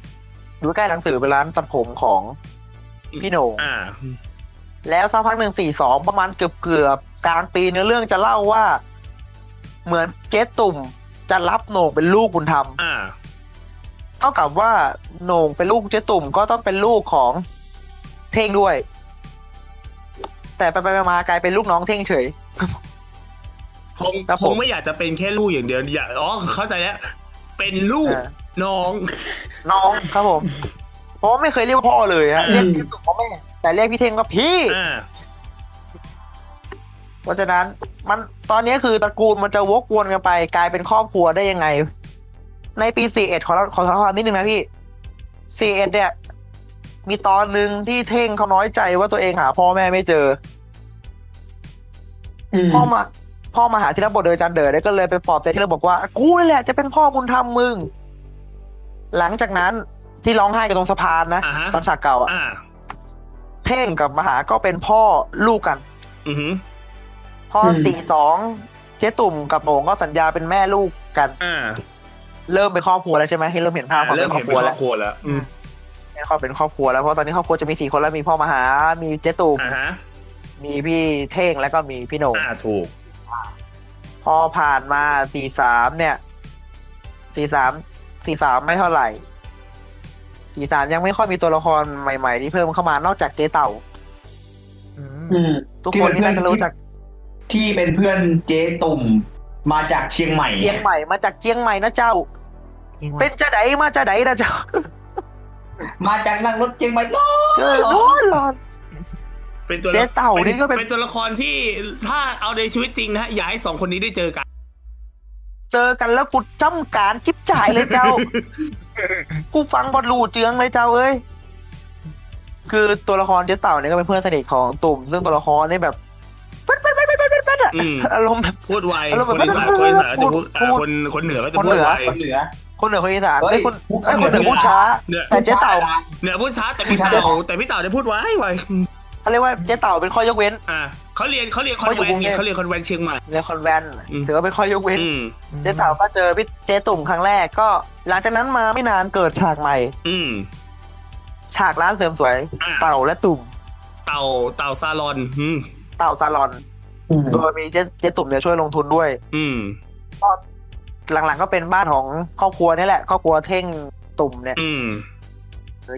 อยู่ใกล้ๆหนังสือเป็นร้านตัดผมของพี่โหน่ง อ่า แล้วสักพักหนึ่งสี่สองประมาณเกือบเกือบๆกลางปีเนื้อเรื่องจะเล่าว่า เหมือนเจ๊ตุ่มจะรับโหน่งเป็นลูกบุญธรรม อ่า ท่ากับว่าโหน่งเป็นลูกเจ๊ตุ่มก็ต้องเป็นลูกของเท่งด้วย แต่ไปไปมากลายเป็นลูกน้องเท่งเฉย คง ครับ ค ผม งไม่อยากจะเป็นแค่ลูกอย่างเดียวอยากอ๋อเข้าใจแล้วเป็นลูก อ่า น้อง น้องครับผมเพราะว่าไม่เคยเรียกว่าพ่อเลยฮะ อืม เรียกเจ๊ตุ่มว่าแม่ แต่เรียกพี่เท่งว่าพี่ อ่า เพราะฉะนั้นมันตอนนี้คือตระกูลมันจะวกวนกันไป กลายเป็นครอบครัวได้ยังไง ในปี 41 ขอเราขอความนิดนึงนะพี่ 41 เนี่ย มีตอนหนึ่งที่เท่งเขาน้อยใจว่าตัวเองหาพ่อแม่ไม่เจออพ่อมา พ่อมาหาที่รับบทโดยจันเดอร์ได้ก็เลยไปปลอบใจที่เราบอกว่า กูนี่แหละจะเป็นพ่อบุญธรรมมึง หลังจากนั้นที่ร้องไห้กันตรงสะพานนะ อ่าฮะ ตอนฉากเก่าอะ อ่า เท่งกับมหาก็เป็นพ่อลูกกัน อือหือ พอสี่สองเจ๊ตุ่มกับโหน่งก็สัญญาเป็นแม่ลูกกัน อ่า เริ่มเป็นครอบครัวแล้วใช่ไหมให้เริ่มเห็นภาพของ เริ่มเป็นคร เห็ อน บค เป็น รัครวแล้ อบวครัวแล้วอืม เห็นครอบเป็นครอบครัวแล้วเพราะตอนนี้ครอบครัวจะมีสี่คนแล้วมีพ่อมหา มีเจ๊ตุ่ม อ่าฮะ มีพี่เท่งแล้วก็มีพี่โหน่ง อ่าถูก พอผ่านมาสี่สามเนี่ยสี่สามสี่สามไม่เท่าไหร่สี่สามยังไม่ค่อยมีตัวละครใหม่ ๆ ที่เพิ่มเข้ามานอกจากเจ๊เต่า อืม อืม ทุกคนนี่น่าจะรู้จัก ที่เป็นเพื่อนเจ๊ตุ่มมาจากเชียงใหม่ เจียงใหม่มาจากเจียงใหม่นะเจ้า เป็นจะไดมาจะไดนะเจ้า มาจากนั่งรถเชียงใหม่โน้ เจอร้อนร้อน เป็นตัว เจ๊เต่านี่ก็เป็น เป็นตัวละครที่ถ้าเอาในชีวิตจริงนะฮะอยากให้สองคนนี้ได้เจอกัน เจอกันแล้วกูจ้ำการจิบจ่ายเลย เจ้า กูฟังบอลลูเจืองเลยเจ้าเอ้ย คือตัวละครเจ๊เต่าเนี่ยก็เป็นเพื่อนสนิทของตุ่ม ซึ่งตัวละครเนี่ยแบบเป็ดเป็ดเป็ดเป็ดเป็ดเป็ดอะ อืม อารมณ์แบบ พูดไว อารมณ์ คนอีสาน แบบ คนอีสานจะพูดอ่า พูด คนคนเหนือก็จะ คน พู เหนื ด อ ไว คนเหนือ คนเหนือคนอีสาน เฮ้ย ไอ้ยคนไอ้ย พู คน ดเหเหนื นื อ อพูดช้า เหนือ แต่เจ๊เต่า เหนือพูดช้าแต่พี่เต่าแต่พี่เต่าได้พูดไวไว เขาเรียกว่าเจ๊เต่าเป็นข้อยกเว้น อ่าเขาเรียนเขาเรียนคอ เขา น อยู่ แวน กรุงเท ไง พ เขาเรียนคอนแวนเชียงใหม่ ในคอนแวน อืม ถือว่าเป็นข้อยกเว้น อืม เจ๊เต่าก็เจอพี่เจ๊ตุ่มครั้งแรกก็ หลังจากนั้นมาไม่นานเกิดฉากใหม่ อืม ฉากร้านเสริมสวย อ่า เต่าและตุ่ม เต่าเต่าซาลอน อืม เต่าซาลอน โดยมีเจ๊เจ๊ตุ่มเนี่ยช่วยลงทุนด้วย อืม ก็หลังๆก็เป็นบ้านของครอบครัวนี่แหละ ครอบครัวเท่งตุ่มเนี่ย อืม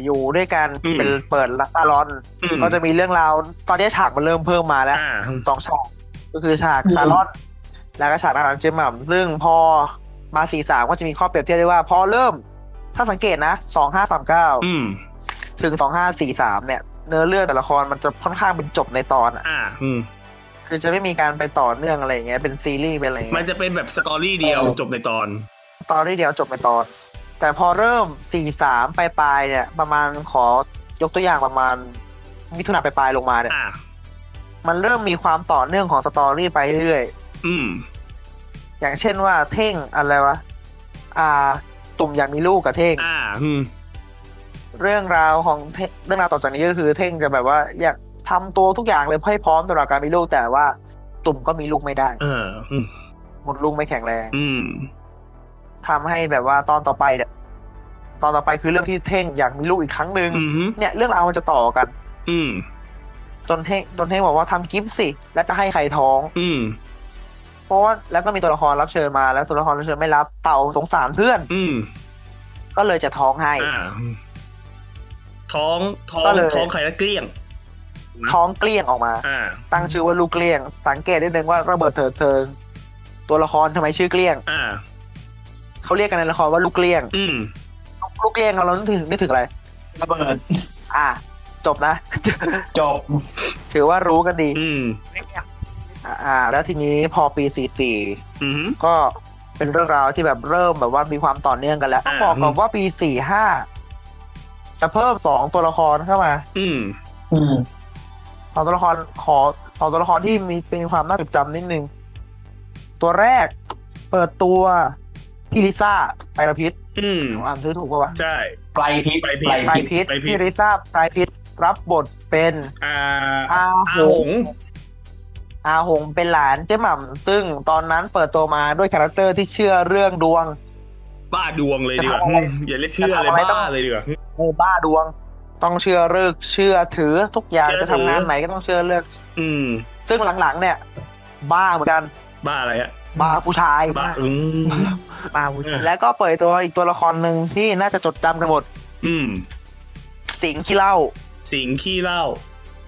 อยู่ด้วยกัน อืม เป็นเปิดร้านซาลอน อืม ก็จะมีเรื่องราว ตอนนี้ฉากมันเริ่มเพิ่มมาแล้ว อ่า สองฉากก็คือฉากซาลอน แล้วก็ฉากร้านอาหารเจมหม่ำซึ่งพอมาสี่สามก็จะมีข้อเปรียบเทียบได้ว่า พอเริ่ม ถ้าสังเกตนะสองห้าสามเก้า อืม ถึงสองห้าสี่สามเนี่ย เนื้อเรื่องแต่ละครมันจะค่อนข้างเป็นจบในตอนอ่ะ อ่าอืม คือจะไม่มีการไปต่อเนื่องอะไรอย่างเงี้ยเป็นซีรีส์เป็นอะไรอย่าง มั เงี้ น ย จะเป็นแบบสตอรี่เดียวจบในตอน ตอนที่เดียวจบในตอน แต่พอเริ่ม 4-3 ปลายปลายๆเนี่ย ประมาณขอยกตัวอย่างประมาณ มิถุนาปลายปลายๆลงมาเนี่ย อ่า มันเริ่มมีความต่อเนื่องของสตอรี่ไปเรื่อย อืม ๆ อย่างเช่นว่าเท่งอะไรวะ อ่า ตุ่มอยากมีลูกกับเท่ง อ่า อืม เรื่องราวของเท่งเรื่องราวต่อจากนี้ก็คือเท่งจะแบบว่า อยากทำตัวทุกอย่างเลยเพื่อให้พร้อมสำหรับการมีลูกแต่ว่า ตุ่มก็มีลูกไม่ได้ เออ อืม หมดลูกไม่แข็งแรง อืม ทำให้แบบว่าตอนต่อไปเนี่ย ตอนต่อไปคือเรื่องที่เท่งอยากมีลูกอีกครั้งหนึ่ง อืม เนี่ยเรื่องราวมันจะต่อกัน อืม จนเท่งจนเท่งบอกว่าทำกิฟต์สิ แล้วจะให้ใครท้อง อืม เพราะว่าแล้วก็มีตัวละครรับเชิญมา แล้วตัวละครรับเชิญไม่รับเต่าสงสารเพื่อน อืม ก็เลยจะท้องให้ อ่า ท้อง ท้อง ก็เลย ท้องไข่ละเกลี้ยง ท้องเกลี้ยงออกมา อ่า ตั้งชื่อว่าลูกเกลี้ยง สังเกตได้หนึ่งว่าระเบิดเถิดเทิงตัวละครทำไมชื่อเกลี้ยง อ่า เขาเรียกกันในละครว่าลูกเกลี้ยง อืม ลูกลูกเกลี้ยงเรานึกถึงนึกถึงอะไร ระเบิด อ่ะจบนะ จบ ถือว่ารู้กันดี อืม อ่ะอ่า แล้วทีนี้พอปี 44 อืม ก็เป็นเรื่องราวที่แบบเริ่มแบบว่ามีความต่อเนื่องกันแล้ว ต้องบอกก่อนว่าปีสี่ห้าจะเพิ่มสองตัวละครเข้ามา อืม อืม สองตัวละครขอสองตัวละครที่มีเป็นความน่าจดจำนิดนึง ตัวแรกเปิดตัวพี่ลิซ่าไพรพิษ อืม อ่านซื้อถูกปะวะ ใช่ ไกลพริษ ไกลพริษ ไกล ไพร พริษ พิษ ไพรพิษ พี่ลิซ่าไพรพิษรับบทเป็น อ่า อา อา ห ห ง ง อาหงเป็นหลานเจ๊หม่ำซึ่งตอนนั้นเปิดตัวมาด้วยคาแรคเตอร์ที่เชื่อเรื่องดวง บ้าดวงเลยดีกว่า จะทำอะไร อืมอย่าเรียกเชื่อ จะ อะไร ทำอะไรต้อง บ้าเลยดีกว่า โอ้บ้าดวง ต้องเชื่อเลิกษ์เชื่อถือทุกอย่าง เชื่อ จะทำงาน ถือ ไหนก็ต้องเชื่อเลิกษ์ อืม ซึ่งหลังๆ เนี่ย บ้าเหมือนกัน บ้าอะไรฮะ บาร์ผู้ชาย บะอืม ปลาวุ้ย แล้วก็เปิดตัวอีกตัวละครหนึ่งที่น่าจะจดจำกันหมด อืม สิงห์ขี้เหล่า สิงขี้เหล้า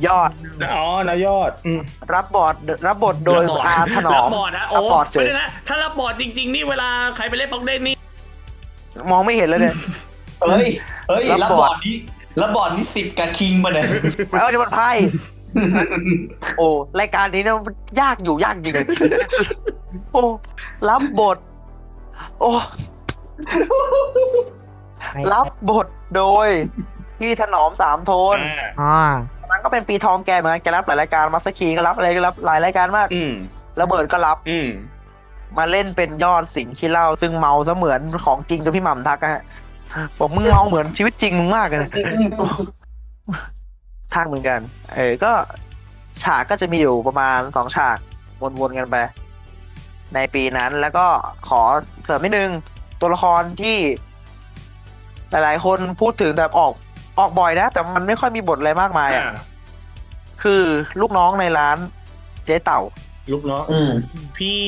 ย อด อ๋อนายอดอืม รับบทรับบทโดย รับบอ อาถนอ รั ม บบอดนะโอ้ รับบทเจ ไม่ อ ได้นะถ้ารับบอดจริง ๆ นี่เวลาใครไปเล่นบ็อกเด้นนี่ มองไม่เห็นเลยเนี่ย เฮ้ย เฮ้ย รั รั บบ บบ อ อ ร์ ร์ ด ดนี้รับบอร์ดนี้สิบกับคิงมา เนี่ย ไม่เอาเดี๋ยวมันไพ่โอ้รายการนี้เนี่ยมันยากอยู่ยากจริงโอ้รับบท โอ้รับบทโดยพี่ถนอมสามโทน อ่า อ่า ตอนนั้นก็เป็นปีทองแกเหมือนกันแกรับหลายรายการมาสคีก็รับอะไรก็รับหลายรายการมาก อืม ระเบิดก็รับ อืม มาเล่นเป็นยอดสิงขี้เหล่าซึ่งเมาเสมือนของจริงจนพี่หม่ำทักอะฮะบอกมึงเมาเหมือนชีวิตจริงมึงมากเลยนะ ทักเหมือนกัน เออก็ฉากก็จะมีอยู่ประมาณสองฉากวนๆกันไป ในปีนั้นแล้วก็ขอเสริมนิดนึง ตัวละครที่ หลายๆ คนพูดถึงแต่ออกออกบ่อยนะ แต่มันไม่ค่อยมีบทอะไรมากมายอะคือลูกน้องในร้านเจ๊เต่า ลูกน้อง อืม พี่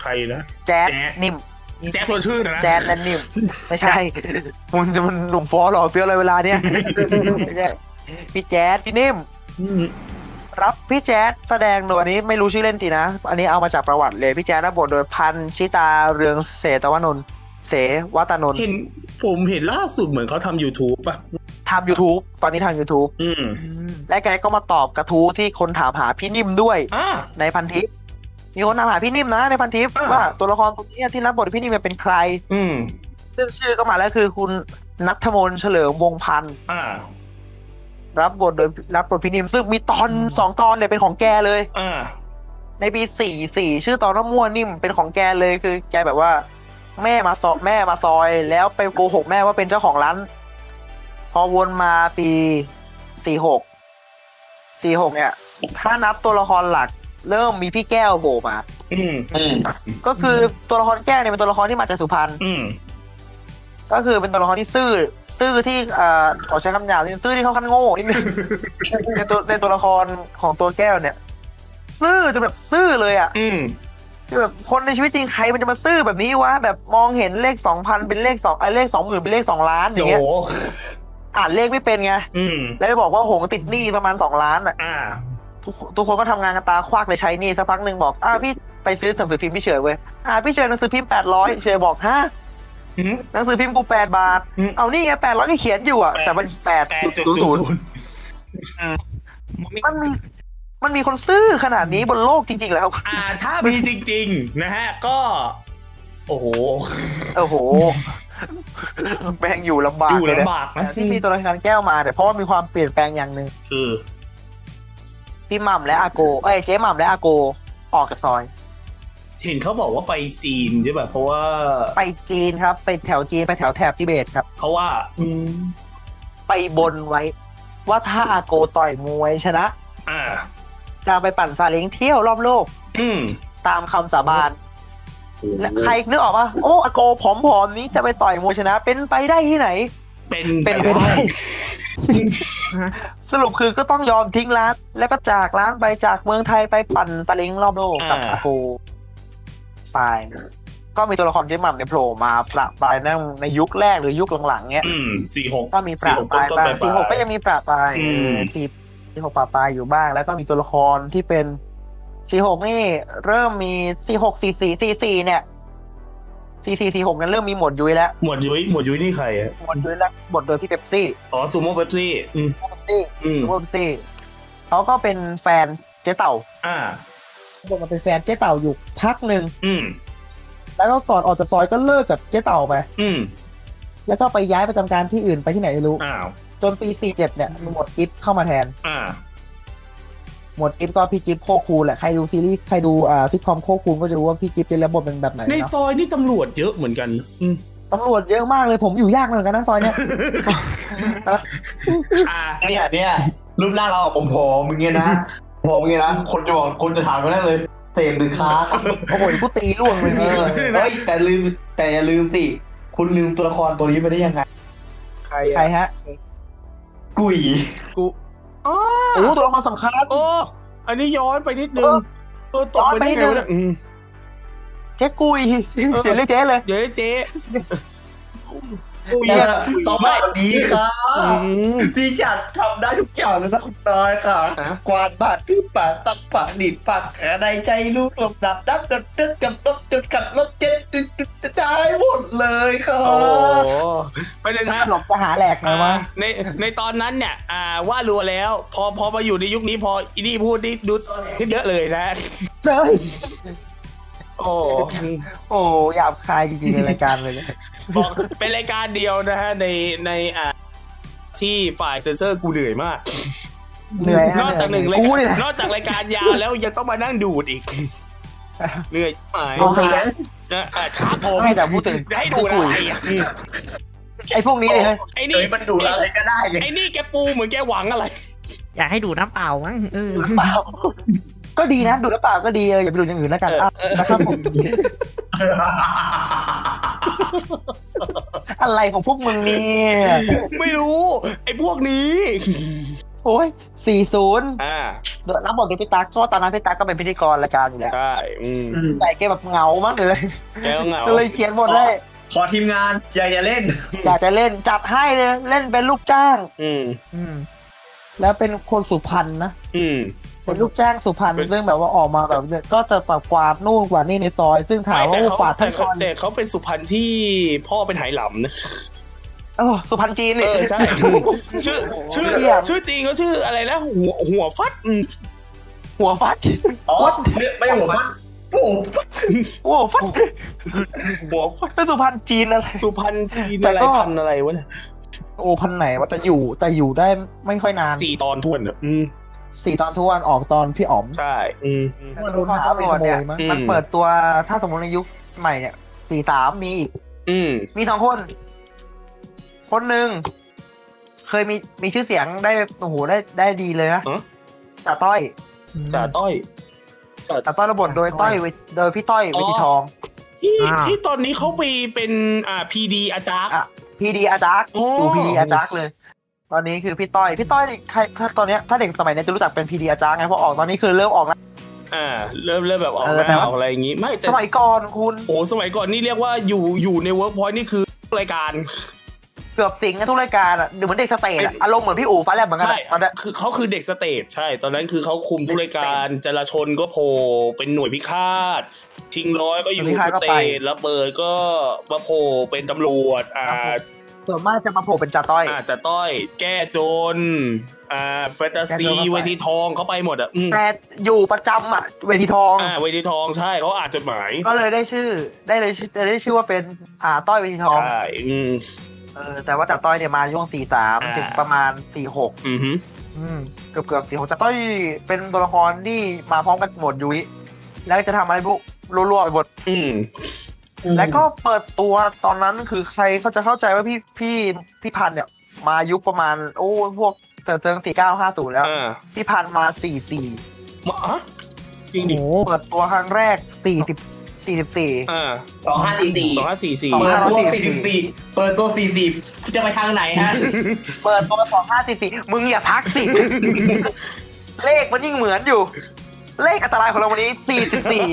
ใครนะ แจ๊ด แจ๊ด นิ่ม แจ๊สชวนชื่นนะ แจ๊ดและนิ่ม ไม่ใช่ มึงจะมันหนุ่มฟอหรอเฟี้ยวอะไรเวลาเนี้ยไม่ใช่พี่แจ๊ดพี่นิ่ม รับพี่แจ๊ดแสดงโดยอันนี้ไม่รู้ชื่อเล่นจริงนะ อันนี้เอามาจากประวัติเลย พี่แจ๊ดรับบทโดยพันชิตาเรืองเสตวนนท์เสวัตนนท์ เห็นผมเห็นล่าสุดเหมือนเขาทำ YouTube ป่ะ ทำ YouTube ตอนนี้ทำ YouTube อืม อืม และแกก็มาตอบกระทู้ที่คนถามหาพี่นิ่มด้วย อ่า ในพันทิปมีคนถามหาพี่นิ่มนะในพันทิป อ่า ว่าตัวละครตัวเนี้ยที่รับบทพี่นิ่มเนี่ยเป็นใคร อืม ซึ่งชื่อก็มาแล้วคือคุณนัทมนต์เฉลิมวงศ์พันธ์ อ่า รับบทโดยรับบทพี่นิมซึ่งมีตอน อืม สองตอนเนี่ยเป็นของแกเลย อ่า ในปีสี่สี่ชื่อตอนว่ามั่วนิ่มเป็นของแกเลยคือแกแบบว่า แม่มาซอแม่มาซอย แล้วไปโกหกแม่ว่าเป็นเจ้าของร้าน พอวนมาปีสี่หกสี่หกเนี่ย ถ้านับตัวละครหลัก เริ่มมีพี่แก้วโผล่มา อืม อืม ก็คือตัวละครแก้วเนี่ยเป็นตัวละครที่มาจากสุพรรณ อืม ก็คือเป็นตัวละครที่ซื่อซื่อที่เอ่อขอใช้คำหยาบนิดนึงซื่อที่เขาขั้นโง่นิดนึ ง ในตัวในตัวละครของตัวแก้วเนี่ย ซื่อจนแบบซื่อเลยอะ่ะ อืม คือแบบคนในชีวิตจริงใครมันจะมาซื่อแบบนี้วะแบบมองเห็นเลขสองพันเป็นเลขสองไอ้เลขสองหมื่นเป็นเลขสองล้านอ โอ้ ย่าง โห เงี้ยอ่านเลขไม่เป็นไง อืม แล้วไปบอกว่าโหงติดหนี้ประมาณสองล้านอ่ะ อ่า ทุกทุกคนก็ทำงานกันตาควักเลยใช้หนี้สักพักหนึ่งบอกอ้าวพี่ไปซื้อหนังสือพิมพ์พี่เฉยเว้ยอ่าพี่เฉยหนังสือพิมพ์แปดร้อยเฉยบอกฮะ อืม หนังสือพิมพ์กูแปดบาท อืม เอานี่ไงแปดร้อยก็เขียนอยู่อ่ะ แปด แต่มันแปด แปด จุด จุด ศูนย์ ศู ศู น นย์ ย์ มันมีมันมีคนซื่อขนาดนี้บนโลกจริง ๆ แล้ว อ่า ถ้ามีจริง ๆ นะฮะ ก็ โอ้โห โอ้โห แม่งอยู่ลำบา อก ยู่ เลยนะ ลำบาก แต่ นะ ที่มีตัวละครแก้วมาเนี่ยเพราะว่ามีความเปลี่ยนแปลงอย่างหนึ่ง คือ พี่หม่ำและอาโก เอ้ยเจ๊หม่ำและอาโก ออกจากซอย เห็นเขาบอกว่าไปจีนใช่ป่ะ เพราะว่า ไปจีนครับ ไปแถวจีนไปแถวแถบทิเบตครับ เพราะว่า อืม ไปบนไว้ ว่าถ้าอาโกต่อยมวยชนะ อ่า จะไปปั่นซาเล้งเที่ยวรอบโลก อืม ตามคำสาบานและใครนึกออกปะโอ้อาโกผอมๆนี้จะไปต่อยมวยชนะ เป็นไปได้ที่ไหน เป็น เป็นไปได้ สรุปคือก็ต้องยอมทิ้งร้าน แล้วก็จากร้านไปจากเมืองไทยไปปั่นสลิงรอบโลกกับอาโกไป ก็มีตัวละครเจ๊หม่ำเนี่ยโผล่มาประปรายในในยุคแรกหรือยุคหลังๆเนี้ย อืมสี่หก ก็มีประปรายบ้าง สี่ สี่ ห ห ก ก ต้นๆปลายๆ ก็ยังมีประปราย อืม สี่สี่หกประปรายอยู่บ้าง แล้วก็มีตัวละครที่เป็นสี่หกนี่เริ่มมีสี่หกสี่สี่สี่สี่เนี่ยสี่สี่สี่หกนั้นเริ่มมีหมวดยุ้ยแล้ว หมวดยุ้ยหมวดยุ้ยนี่ใครอะ หมวดยุ้ยแล้วบทโดยพี่เป๊ปซี่ อ๋อซูโม่เป๊ปซี่ อืม พี่เป๊ปซี่ อืม ซูเปอร์ซี่เขาก็เป็นแฟนเจ๊เต่า อ่า บอกมาเป็นแฟนเจ๊เต่าอยู่พักหนึ่ง อืม แล้วก็ก่อนออกจากซอยก็เลิกกับเจ๊เต่าไป อืม แล้วก็ไปย้ายประจำการที่อื่นไปที่ไหนไม่รู้ อ้าว จนปี 47 เนี่ยหมวดกิฟเข้ามาแทน อ่า หมวดกิฟก็พี่กิฟโคคูลแหละ ใครดูซีรีส์ ใครดูอ่าซิทคอมโคคูลก็จะรู้ว่าพี่กิฟเล่นรับบทเป็นแบบไหน ใน เนาะ ซอยนี่ตำรวจเยอะเหมือนกัน อืม ตำรวจเยอะมากเลยผมอยู่ยากเหมือนกันนะซอยเนี้ย อ่า เนี่ยเนี่ยรูปร่างเราอะผมผอมมึงเงี้ยนะผอมมึงเงี้ยนะ คนจะบอกคนจะถามกันได้เลย เสพหรือค้า โอ้โหกูตีล่วง เลย เอ นี่ อเฮ้ยแต่ลืมแต่อย่าลืมสิ คุณลืมตัวละครตัวนี้ไปได้ยังไง ใคร ใครฮะ กุย กูอ๋อ โอ้โหตัวละครสำคัญ โอ้อันนี้ย้อนไปนิดนึง เออ เออตกไปได้ไงวะเนี่ยอืม เจ๊กุยเดี๋ยวเรียกเจ๊เลย เดี๋ยวเจ๊ อุ้ย แต่ต่อมาวันนี้ค่ะที่ฉันทำได้ทุกอย่างเลยนะคุณน้อยค่ะ ฮะ กวาดบาดที่ป่าตักป่าหนีบปากแขนในใจลูกลมดับดับดับดับกับรถจนกับรถเจ็ดจุดจุดได้หมดเลยค่ะ โอ้โหไปเลยนะ หลบจะหาแหลกหน่อยวะ อ่าในในตอนนั้นเนี่ย อ่าว่ารัวแล้ว พอพอมาอยู่ในยุคนี้พออีนี่พูดนี่ดูขึ้นเยอะเลยนะ เจ้ย โอ้โอ้หยาบคายจริงๆในรายการเลยเนี่ย บอกเป็นรายการเดียวนะฮะในในอ่าที่ฝ่ายเซนเซอร์กูเหนื่อยมาก เหนื่อยฮะ นอกจากหนึ่ง เห รายนื่อยกู การ เนี่ย นอกจากรายการยาวแล้วยังต้องมานั่งดูดอีก เหนื่อยหมาย เอาหา นะอ่ะครับผม ไม่แต่พูดถึง จะให้ดูอะไรอ่ะ ไอ้พวกนี้เนี่ย ไอ้ เอ้ นี่ ยมันดูดอะไรก็ได้ไง ไอ้นี่แกปูเหมือนแกหวังอะไร อยากให้ดูน้ำเปล่ามั้งเออ ดูดเปล่า ก็ดีนะ ดูดแล้วเปล่าก็ดีเอออย่าไปดูดอย่างอื่นแล้วกัน เออ อ่ะนะครับผม อะไรของพวกมึงเนี่ย ไม่รู้ ไอ้พวกนี้ โอ้ย 40 อ่า รับบทโดยพี่ตั๊กก็ตอนนั้นพี่ตั๊กก็เป็นพิธีกรรายการอยู่แล้ว ใช่อืม แต่แกแบบเหงามากเลย แกก็เหงา ก็เลยเขียนบทได้ ขอทีมงานอย่าอย่าเล่น อยากจะเล่นจัดให้เลยเล่นเป็นลูกจ้าง อืม อืม แล้วเป็นคนสุพรรณนะ อืม เป็นลูกจ้างสุพรรณ เป็น ซึ่งแบบว่าออกมาแบบเนี่ยก็จะปากกวาดนู่นกวาดนี่ในซอย ซึ่งถามว่า แต่เข กวาดทั้งซ แต่ อย แต่เขาเป็นสุพรรณที่พ่อเป็นไหหลำนะ เออสุพรรณจีน เอ นี่ อใช่ ชื่อชื่อ เยี่ยม ชื่อจริงเขาชื่ออะไรนะหัวหัวฟัดอืม หัวฟัด อ๋อ What? ไม่หัวมันโอ้โห โอ้ฟัด หัวฟัด เป็นสุพรรณจีนอะไร สุพรรณจีน แต่ อะไร ก็ พันอะไรวะเนี่ย โอ้พันไหนวะแต่อยู่แต่อยู่ได้ไม่ค่อยนาน สี่ตอนทวนเหรออืม สี่ตอนทุกวันออกตอนพี่อ๋อม ใช่อืม มันโดนหาไปขโมยมั้ง อืม มันเปิดตัวถ้าสมมติในยุคใหม่เนี่ยสี่สามมีอีก อืม มีสองคน คนหนึ่งเคยมีมีชื่อเสียงได้โอ้โหได้ได้ดีเลยนะจ่าต้อย จ่าต้อยจ่า แต่ต้อยระบทโดยต้อยเวโดยพี่ต้อยเวทีทอง ที่ อ่า ที่ตอนนี้เขาไปเป็นอ่าพีดีอาจารย์ อ่ะ พีดีอาจัก โอ้ ดูพีดีอาจักเลย ตอนนี้คือพี่ต้อย พี่ต้อยนี่ใครถ้าตอนเนี้ยถ้าเด็กสมัยเนี้ยจะรู้จักเป็นพีดีอาจักไงเพราะออกตอนนี้คือเริ่มออกแล้ว อ่า เริ่มเริ่มแบบออก เออ มา แต่ว่า ออกอะไรอย่างงี้ ไม่แต่ สมัยก่อนคุณ โอ้สมัยก่อนนี่เรียกว่าอยู่อยู่ในเวิร์กพอยต์นี่คือรายการ เกือบสิงกันทุกรายการอ่ะดูเหมือนเด็กสเตจอะอารมณ์เหมือนพี่อู๋ฟ้าแลบเหมือนกัน ใช่ อะตอนเนี้ย คือเขาคือเด็กสเตจใช่ ตอนนั้นคือเขาคุมทุกรายการจราชนก็โผล่เป็นหน่วยพิฆาตชิงร้อยก็อยู่ หน่วยพิฆาต ส ก็ เต ไป จระเบิดก็มาโผล่เป็นตำรวจ อ่า ส่วนมากจะมาโผล่เป็นจ่าต้อย อาจจะต้อยแก้จน อ่าแฟนตาซี แก้จนก็ไป เวทีทองเขาไปหมดอ่ะอืม แต่อยู่ประจำอ่ะเวทีทอง อ่าเวทีทองใช่เขาอ่านจดหมาย ก็เลยได้ชื่อ ได้เลยชื่อได้ชื่อว่าเป็นอ่าต้อยเวทีทอง ใช่อืม เออแต่ว่าจ่าต้อยเนี่ยมาช่วงสี่สาม อ่า ถึงประมาณสี่หก อือหือ เกือบเกือบสี่หกจะต้อยเป็นตัวละครที่มาพร้อมกันหมดยุ้ยแล้วก็จะทำอะไรพวกรั่วๆไปหมด อืม แล้วก็เปิดตัวตอนนั้นคือใครเขาจะเข้าใจว่าพี่พี่พี่พันธุ์เนี่ย มายุคประมาณ โอ้พวกเติร์เติงสี่เก้าห้าศูนย์แล้ว อ่า พี่พันธุ์มาสี่สี่ มาอ่ะจริงดิ โอ้ เปิดตัวครั้งแรกสี่สิบสี่สิบสี่ อ่า สองห้าสี่สี่ สองห้าสี่สี่ สอง เปิ ห้า ดตัวสี่สิบสี่เปิดตัวสี่สิบจะไปทางไหนฮะ เปิดตัวสองห้าสี่สี่มึงอย่าทัก สิ เลขมันยิ่งเหมือนอยู่ เลขอันตรายของเราวันนี้สี่สิบสี่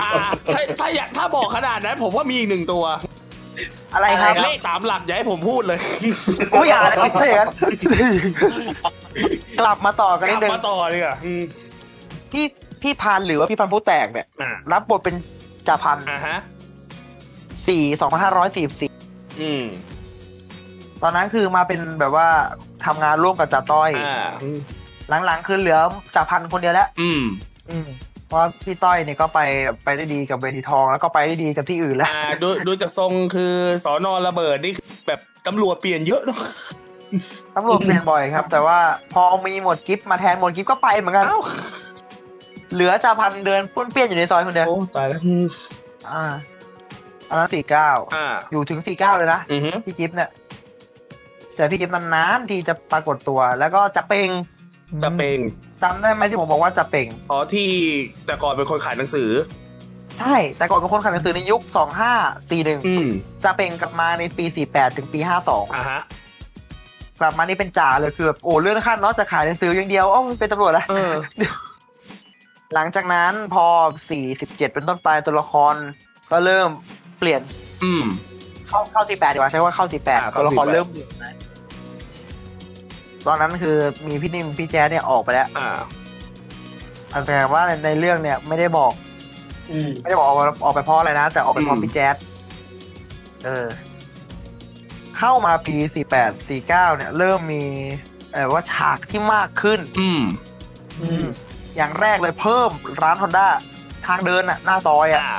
อ่าถ้าถ้าอยากถ้าบอกขนาดนั้นผมว่ามีอีกหนึ่งตัว อะไรครับ เลขสามหลักอย่าให้ผมพูดเลย โอ้ยอย่าเลยครับถ้าอย่าง นั้น กลับมาต่อกันนิดนึง มาต่อเลยอ่ะอืม พี่พี่พันหรือว่าพี่พันผู้แตกเนี่ย อ่า รับบทเป็นจ่าพัน อ่าฮะ สี่สองพันห้าร้อยสี่สี่ อืม ตอนนั้นคือมาเป็นแบบว่าทำงานร่วมกับจ่าต้อย อ่า หลังๆคือเหลือจ่าพันคนเดียวแล้ว อืม อืม เพราะพี่ต้อยเนี่ยก็ไปไปได้ดีกับเวทีทอง แล้วก็ไปได้ดีกับที่อื่นแล้ว อ่าดูดูจากทรงคือสอนอระเบิดนี่คือแบบตำรวจเปลี่ยนเยอะเนาะ ตำรวจเปลี่ยนบ่อยครับ แต่ว่าพอมีหมวดกิฟมาแทนหมวดกิฟก็ไปเหมือนกัน เอ้า เหลือจ่าพันเดินป้วนเปี้ยนอยู่ในซอยคนเดียว โอ้ตายแล้ว อ่าอันนั้นสี่เก้า อ่า อยู่ถึงสี่เก้าเลยนะ อือฮึ พี่กิฟต์เนี่ยแต่พี่กิฟต์นานๆที่จะปรากฏตัว แล้วก็จะเป่ง จะเป็น จำได้ไหมที่ผมบอกว่าจะเป่ง อ๋อที่แต่ก่อนเป็นคนขายหนังสือ ใช่ แต่ก่อนเป็นคนขายหนังสือในยุค 2541 อืม จะเป่งกลับมาในปี 48 ถึงปี อ่าฮะ 52 กลับมานี่เป็นจ่าเลยคือแบบโอ้เลื่อนขั้นเนาะจะขายหนังสืออย่างเดียวเอ้ามันเป็นตำรวจแล้ว เออ หลังจากนั้นพอ 47 เป็นต้นไปตัวละคร ก็เริ่มเปลี่ยน อืม เข้าเข้า 48 ดีกว่าใช้ว่าเข้า อ่า 48 เข้า ตัวละคร 48 เริ่มเปลี่ยนนะตอนนั้นคือมีพี่นิ่มพี่แจ๊ดเนี่ยออกไปแล้ว อ่า อันแปลว่าในเรื่องเนี่ยไม่ได้บอก อืม ไม่ได้บอกออกมาออกไปเพราะอะไรนะ แต่ออกไปเพราะ อืม พี่แจ๊ดเออ เข้ามาปีสี่แปดสี่เก้าเนี่ย เริ่มมีเออว่าฉากที่มากขึ้น อืม อืม อย่างแรกเลยเพิ่มร้านฮอนด้าทางเดินอะหน้าซอยอะ อ่า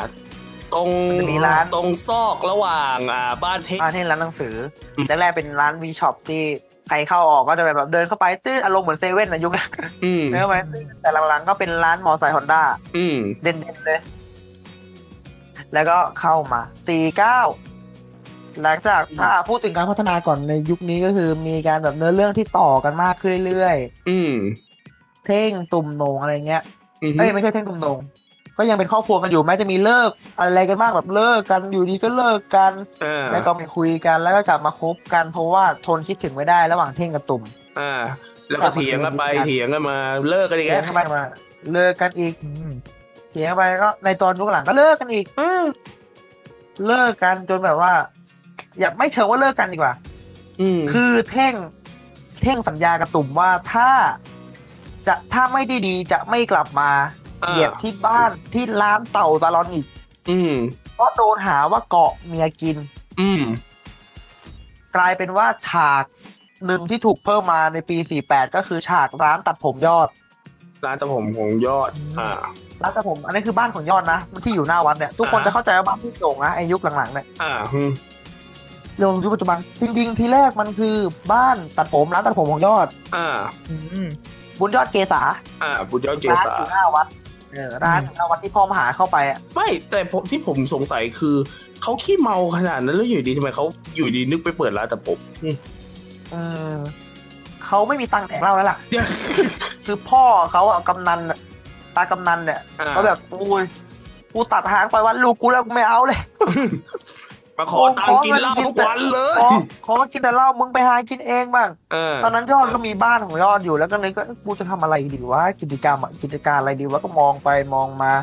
ตรง มันจะมีร้าน ตรงซอกระหว่างอ่าบ้านเทค ร้านที่ร้านหนังสืออ ม แต่แรกเป็นร้านวีช็อปที่ใครเข้าออกก็จะแบบเดินเข้าไปตื้ออารมณ์เหมือนเซเว่นนะยุคนั้น อืม เดินเข้าไปตื้อแต่หลังๆก็เป็นร้านมอไซค์ฮอนด้า อืม เด่นๆเลย แล้วก็เข้ามาสี่เก้าหลังจากถ้าพูดถึงการพัฒนาก่อนในยุคนี้ก็คือมีการแบบเนื้อเรื่องที่ต่อกันมากขึ้นเรื่อย อืม ๆเท่งตุ่มโหนงอะไรเงี้ย อืม เอ้ยไม่ใช่เท่งตุ่มโหนงก็ยังเป็นครอบครัวกันอยู่แม้จะมีเลิกอะไรกันบ้างแบบเลิกกันอยู่ดีก็เลิกกัน อ่า แล้วก็ไปคุยกันแล้วก็กลับมาคบกันเพราะว่าทนคิดถึงไม่ได้ระหว่างเท่งกับตุ่ม อ่า แล้วก็เถียงกันไป กลับมา เถียงกันมาเลิกกันอีก เถีย แล้วงกันไปมาเลิกกันอีกเถียงกันไปก็ในตอนยุคหลังก็เลิกกันอีก อ่า เลิกกันจนแบบว่า อย่าไม่เชิงว่าเลิกกันดีกว่า อืม คือเท่งเท่งสัญญากับตุ่มว่าถ้าจะถ้าไม่ได้ดีจะไม่กลับมา า เหยียบที่บ้านที่ร้านเต่าซาลอนอีก อืม เพราะโดนหาว่าเกาะเมียกิน อืม กลายเป็นว่าฉากหนึ่งที่ถูกเพิ่มมาในปี 48 ก็คือฉากร้านตัดผมยอด ร้านตัดผมของยอด อ่า ร้านตัดผมอันนี้คือบ้านของยอดนะที่อยู่หน้าวัดเนี่ยทุกคน อ่า จะเข้าใจว่าบ้านที่โด่งนะไอ้ยุคหลังๆเนี่ย อ่าอืม เรื่องยุคปัจจุบันจริงๆทีแรกมันคือบ้านตัดผมร้านตัดผมของยอด อ่า บุญยอดเกษา อ่า บุญยอดเก ร้าน ษา อยู่หน้าวัดเออร้านอยู่หน้าวัดที่พ่อมาหาเข้าไปอะ ไม่แต่ผมที่ผมสงสัยคือเขาขี้เมาขนาดนั้นแล้วอยู่ดีทำไมเขาอยู่ดีนึกไปเปิดร้านตัดผม เออเขาไม่มีตังค์แดกเหล้าแล้วล่ะ เดี๋ยว คือพ่อเขาอะกำนันอะตากำนันเนี่ย อ่า ก็แบบอุ้ยกูตัดหางไปวันลูกกูแล้วกูไม่เอาเลย มาขอตังค์กินเหล้าทุกวันเลย ขอขอกินแต่เหล้ามึงไปหากินเองบ้าง เออ ตอนนั้นยอดก็มีบ้านของยอดอยู่แล้วก็นึกว่าเอ้ยกูจะทำอะไรดีวะกิจกรรมอะกิจการอะไรดีวะก็มองไปมองมา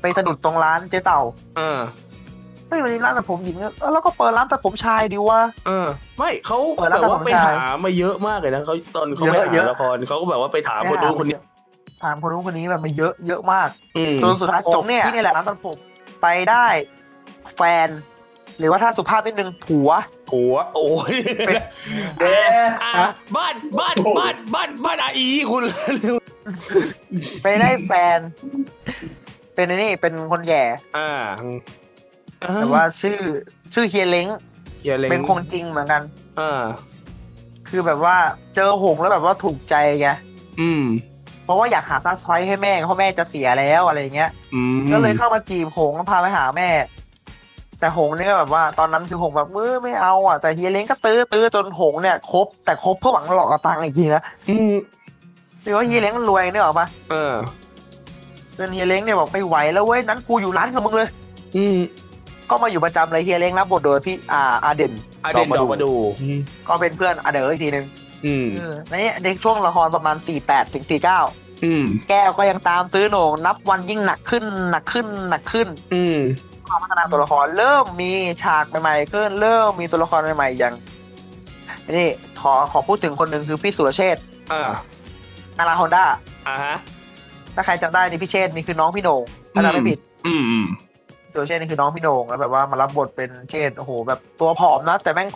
ไปสะดุดตรงร้านเจ๊เต่า เออ เฮ้ยวันนี้ร้านตัดผมหญิงอะเอ้ยแล้วก็เปิดร้านตัดผมชายดีวะ เออ ไม่เขา เปิดร้า แต่ นตัดผม ว่าไป ชาย หามาเยอะมากเลยนะเขาตอนเขาไป เยอะเย หา อะ ละครเขาก็แบบว่าไปถามคนนู้นคนนี้ ถามคนนู้นคนนี้แบบมาเยอะเยอะมาก อืม จนสุดท้ายจบเนี่ยที่นี่แหละร้านตัดผมไปได้ แฟน หรือว่าถ้าสุภาพนิดนึงผัว ผัวโอ้ย เอ๊ะ อ่ะ ฮะ บ้านบ้านบ้านบ้านบ้านอาอีคุณ ไปได้แฟน เป็นไอ้นี่เป็นคนแย่ อ่า แต่ว่าชื่อชื่อเฮียเล้ง อย่าเล็ง เป็นคนจริงเหมือนกัน อ่า คือแบบว่าเจอหงส์แล้วแบบว่าถูกใจไง อืม เพ เพราะว่าอยากหาซ่าซอยให้แม่เพราะแม่จะเสียแล้วอะไรอย่างเงี้ย อืม ก็เลยเข้ามาจีบหงส์พาไปหาแม่ แต่หงส์เนี่ยก็แบบว่าตอนนั้นคือหงส์แบบมือไม่เอาอ่ะแต่เฮียเล้งก็ตื้อตื้อจนหงส์เนี่ยคบแต่คบเพื่อหวังหลอกเอาตังค์อีกทีนะ อืม หรือว่าเฮียเล้งมันรวยเนี่ยหรอกปะ เออ จนเฮียเล้งเนี่ยบอกไม่ไหวแล้วเว้ยนั้นกูอยู่ร้านกับมึงเลย อืม ก็มาอยู่ประจำเลยเฮียเล้งรับบทโดยพี่อาอาเด่น อาเดนดอกมาดู ก็เป็นเพื่อนอาเดออีกทีนึง อืม เออในเนี่ยในช่วงละครประมาณ48ถึง49 อืม แก้วก็ยังตามตื้อโหนงนับวันยิ่งหนักขึ้นหนักขึ้นหนักขึ้น อืม ความพัฒนาตัวละคร เริ่มมีฉากใหม่ๆขึ้นเริ่มมีตัวละครใหม่ๆอย่างนี่ขอขอพูดถึงคนหนึ่งคือพี่สุรเชษฐ์ อ่า นาราฮอนด้า อ่าฮะ ถ้าใครจำได้นี่พี่เชษฐ์นี่คือน้องพี่โหนงถ้าจำไม่ผิด อืม อืม สุรเชษฐ์นี่คือน้องพี่โหนงแล้วแบบว่ามารับบทเป็นเชษฐ์โอ้โห แบบตัวผอมนะแต่แม่ง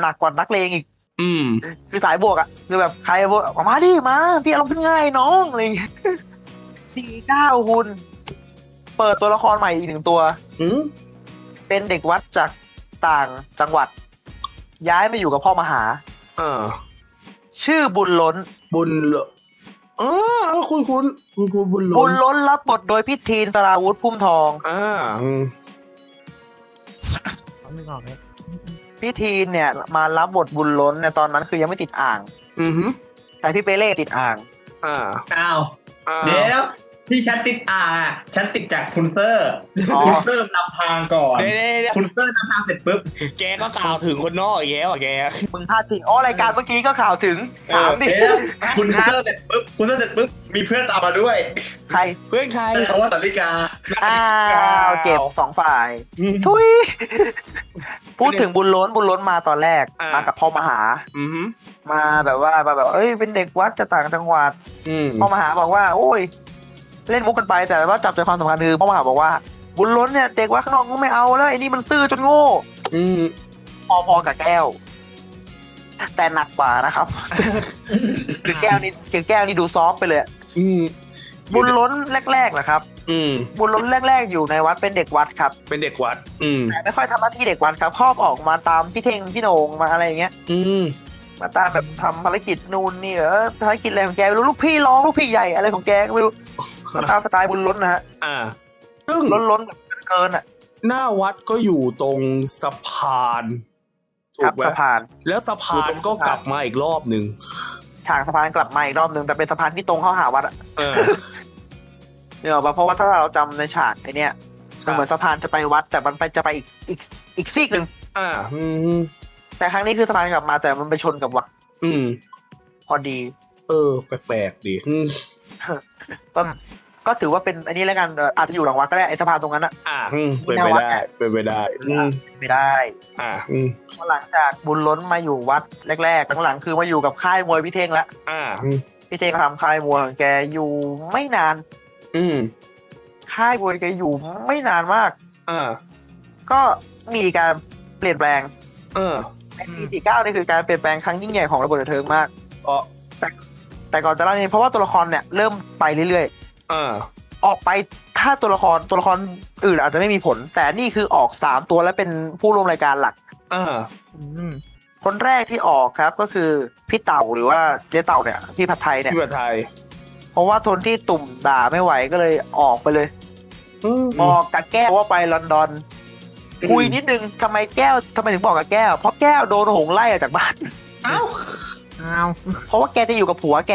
หนักกว่านักเลงอีก อืม คือสายบวกอะคือแบบใครบวกมาดิมาพี่อารมณ์ขึ้นง่ายน้องอะไรอย่างเงี้ย สี่เก้าคุณเปิดตัวละครใหม่อีกหนึ่งตัว อืม เป็นเด็กวัดจากต่างจังหวัด ย้ายมาอยู่กับพ่อมหา อ่า ชื่อบุญล้น บุญเหรออ๋อคุณคุณคุณคุณบุญหลง บุญล้นรับบทโดยพิธีนสราวุธพุ่มทอง อ่าอืม นึกออกไหม พิธีนเนี่ย มารับบทบุญล้นในยตอนนั้นคือยังไม่ติดอ่าง อืม แต่พี่เปเล่ติดอ่าง อ่า อ้าว อ่า เดี๋ยว ที่ฉันติดอาฉันติดจากคุณเซอร์ อ๋อ คุณเซอร์นำทางก่อน เด้เด้ คุณเซอร์นำทางเสร็จปุ๊บ แกก็กล่าวถึงคนนอกอีกแล้วอ่ะแก มึงพลาดจริงอ๋อรายการเมื่อกี้ก็ข่าวถึงถามดิ เอ๊ะคุณเซอร์เสร็จปุ๊บ คุณเซอร์เสร็จปุ๊บ มีเพื่อนตามมาด้วย ใคร เพื่อนใคร นั่นเขาว่าสันติกา อ้าวเจ็บสองฝ่าย ทุย พูดถึงบุญล้นบุญล้นมาตอนแรก อ่าม มากับพ่อมหา อืม มาแบบว่ามาแบบเอ้ยเป็นเด็กวัดจะต่างจังหวัด อืม พ่อมหาบอกว่า โอ้ย เล่นมุกกันไปแต่ว่าจับใจความสำคัญคือพ่อมหาบอกว่า บุญล้นเนี่ยเด็กวัดข้างนอกก็ไม่เอาแล้วไอ้นี่มันซื่อจนโง่ อืม พอพอกับแก้ว แต่หนักกว่านะครับ คือแก้วนี่คือแก้วนี่ดูซอฟต์ไปเลย อืม บุญล้นแรกๆนะครับ อืม บุญล้นแรก ๆ อยู่ในวัดเป็นเด็กวัดครับ เป็นเด็กวัด อืม แต่ไม่ค่อยทำหน้าที่เด็กวัดครับชอบออกมาตามพี่เทงพี่โหนงมาอะไรอย่างเงี้ย อืม มาตามแบบทำภารกิจนู่นนี่เออภารกิจอะไรของแกไม่รู้ลูกพี่ร้องลูกพี่ใหญ่อะไรของแกก็ไม่รู้มาตามสไตล์บุญล้นนะฮะ อ่าซึ่ง ล้นล้นแบบเกินอ่ะ หน้าวัดก็อยู่ตรงสะพานถู ครับ กไหม สะพาน แล้วสะพานก็กลับมาอีกรอบหนึ่ง ฉากสะพานกลับมาอีกรอบนึงแต่เป็นสะพานที่ตรงเข้าหาวัดอะ เออ เนี่ยเพราะว่าถ้าเราจำในฉากไอเนี้ย ใช่ มันเหมือนสะพานจะไปวัด แต่มันไปจะไปอีกอีกอีกซีกหนึ่ง อ่าอืม แต่ครั้งนี้คือสะพานกลับมาแต่มันไปชนกับวัด อืม พอดี เออ แปลกๆดีอืม ก็ก็ถือว่าเป็นอันนี้แล้วกันเอ่ออาจจะอยู่หลังวัดก็ได้ไอสะพานตรงนั้นอะ อ่าอืมเป็นไปได้เป็นไปได้อืม ไม่ได้ อ่าอืม พอหลังจากบุญล้นมาอยู่วัดแรกๆหลังๆคือมาอยู่กับค่ายมวยพี่เทงละ อ่าอืม พี่เทงทำค่ายมวยของแกอยู่ไม่นาน อืม ค่ายมวยแกอยู่ไม่นานมาก อ่า ก็มีการเปลี่ยนแปลง เออ ในปีสี่เก้านี่คือการเปลี่ยนแปลงครั้งยิ่งใหญ่ของระบบบันเทิงมาก อ๋อ แต่แต่ก่อนจะเล่านี่เพราะว่าตัวละครเนี่ยเริ่มไปเรื่อย อ่า ๆ ออกไปถ้าตัวละครตัวละครอื่นอาจจะไม่มีผล แต่นี่คือออกสามตัวและเป็นผู้ร่วมรายการหลัก อ่า คนแรกที่ออกครับก็คือพี่เต่าหรือว่าเจ๊เต่าเนี่ยพี่ผัดไทยเนี่ย พี่ประไทย เพราะว่าทนที่ตุ่มด่าไม่ไหวก็เลยออกไปเลย อืม บอกกับแก้วว่าไปลอนดอน อืม คุยนิดนึงทำไมแก้วทำไมถึงบอกกับแก้ว เพราะแก้วโดนหงส์ไล่ออกจากบ้าน อ้าว อ้าว เพราะว่าแกจะอยู่กับผัวแก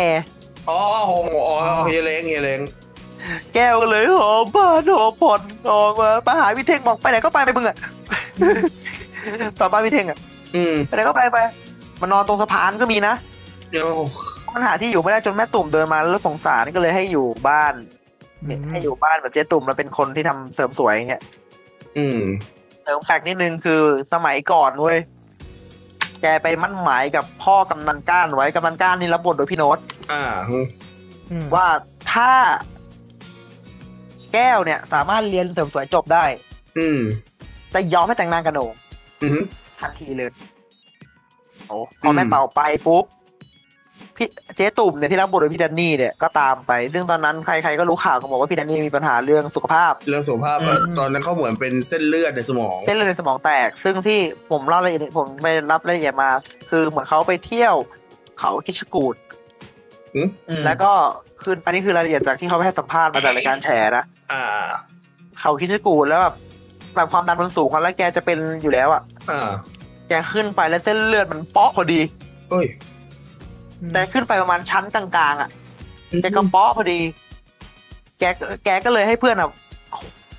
อ๋อหงอ๋อเฮยเล้งเฮยเล้ง แก้วก็เลยหอบ้านหอผ่อนออกมาไปหาพี่เท่งบอกไปไหนก็ไปไปมึงอะ ต่อบ้านพี่เท่งอะ อืม ไปไหนก็ไปไปมานอนตรงสะพานก็มีนะ เดี๋ยว มันหาที่อยู่ไม่ได้จนแม่ตุ่มเดินมาแล้วสงสารก็เลยให้อยู่บ้าน เนี่ยให้อยู่บ้านแบบเจ๊ตุ่มเราเป็นคนที่ทำเสริมสวยอย่างเงี้ย อืม เสริมแฟกนิดนึงคือสมัยก่อนเว้ยแกไปมั่นหมายกับพ่อกำนันก้านไว้กำนันก้านนี่รับบทโดยพี่โน้ต อ่า อืม ว่าถ้า แก้วเนี่ย สามารถเรียนเสริมสวยจบได้ อืม จะยอมให้แต่งงานกับโหนง อืม ทันทีเลยโอ้พอแม่ อืม เป่าไปปุ๊บพี่เจ๊ตุ่มเนี่ยที่รับบทโดยพี่แดันนี่เนี่ยก็ตามไป ซึ่งตอนนั้นใครๆก็รู้ข่าวกันหมดว่าพี่แดันนี่มีปัญหาเรื่องสุขภาพ เรื่องสุขภาพเอ่อตอนนั้นเขาเหมือนเป็นเส้นเลือดในสมอง เส้นเลือดในสมองแตก ซึ่งที่ผมเล่ารายละเอียดผมไปรับรายละเอียดมา คือเหมือนเขาไปเที่ยว เขาคิชกูด หืม แล้วก็คืออันนี้คือรายละเอียดจากที่เขาไปให้สัมภาษณ์มาจากรายการแฉนะ อ่า เขาคิชกูดแล้วแบบแบบความดันมันสูงแล้วแกจะเป็นอยู่แล้วอ่ะ อ่า แกขึ้นไปแล้วเส้นเลือดมันเปาะพอดี เอ้ย แต่ขึ้นไปประมาณชั้นกลางๆอ่ะแกก็เปาะพอดี แกก็แกก็เลยให้เพื่อนอ่ะ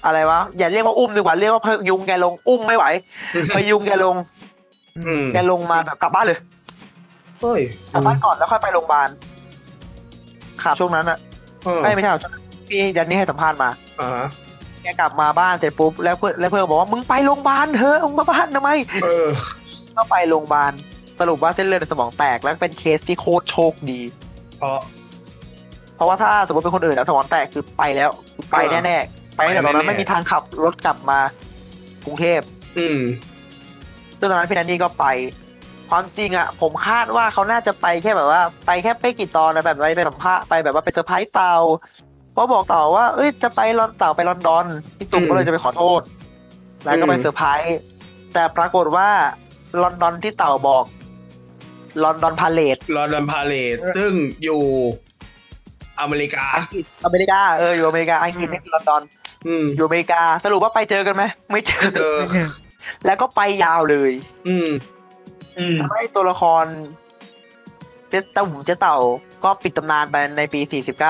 อะไรวะอย่าเรียกว่าอุ้มดีกว่าเรียกว่าพยุงแกลงอุ้มไม่ไหว พยุงแกลง อืม แกลงมาแบบกลับบ้านเลย เอ้ย กลับบ้านก่อนแล้วค่อยไปโรงพยาบาลครับช่วงนั้นอะ อ่า ไม่ไม่ใช่ครับช่วงนั้นพี่แดันนี่ให้สัมภาษณ์มา อ่า แกกลับมาบ้านเสร็จปุ๊บแล้วเพื่อนแล้วเพื่อนก็บอกว่ามึงไปโรงพยาบาลเถอะมึงมาบ้านทำไม เออ ก็ไปโรงพยาบาลสรุปว่าเส้นเลือดในสมองแตกแล้วเป็นเคสที่โคตรโชคดี เพราะ เพราะว่าถ้าสมมติเป็นคนอื่นอะสมองแตกคือไปแล้วไป อ่า แน่ๆไปแต่ตอนนั้น ไปแน่ๆ ไม่มีทางขับรถกลับมากรุงเทพ อืม ซึ่งตอนนั้นพี่แดันนี่ก็ไป ความจริงอะผมคาดว่าเขาน่าจะไปแค่แบบว่า ไปแค่ไม่กี่ตอนนะแบบไปไปสัมภาษณ์ไปแบบว่าไปเซอร์ไพรส์เตาเพราะบอกเต่าว่าเอ้ยจะไปลอนเต่าไปลอนดอนพี่ตุ่มก็เลยจะไปขอโทษ แล้วก็ไปเซอร์ไพรส์แต่ปรากฏว่าลอนดอนที่เต่าบอกลอนดอนพาเลต ลอนดอนพาเลสซึ่งอยู่อเมริกา อังกฤษอเมริกาเอออยู่อเมริกาอังกฤษนี่คือลอนดอน อืม อยู่อเมริกาสรุปว่าไปเจอกันไหมไม่เจ อ เจอ แล้วก็ไปยาวเลย อืม อืม ทำให้ตัวละคร เจ๊เต่าหูเจ๊เต่าก็ปิดตำนานไปในปี 49 49เ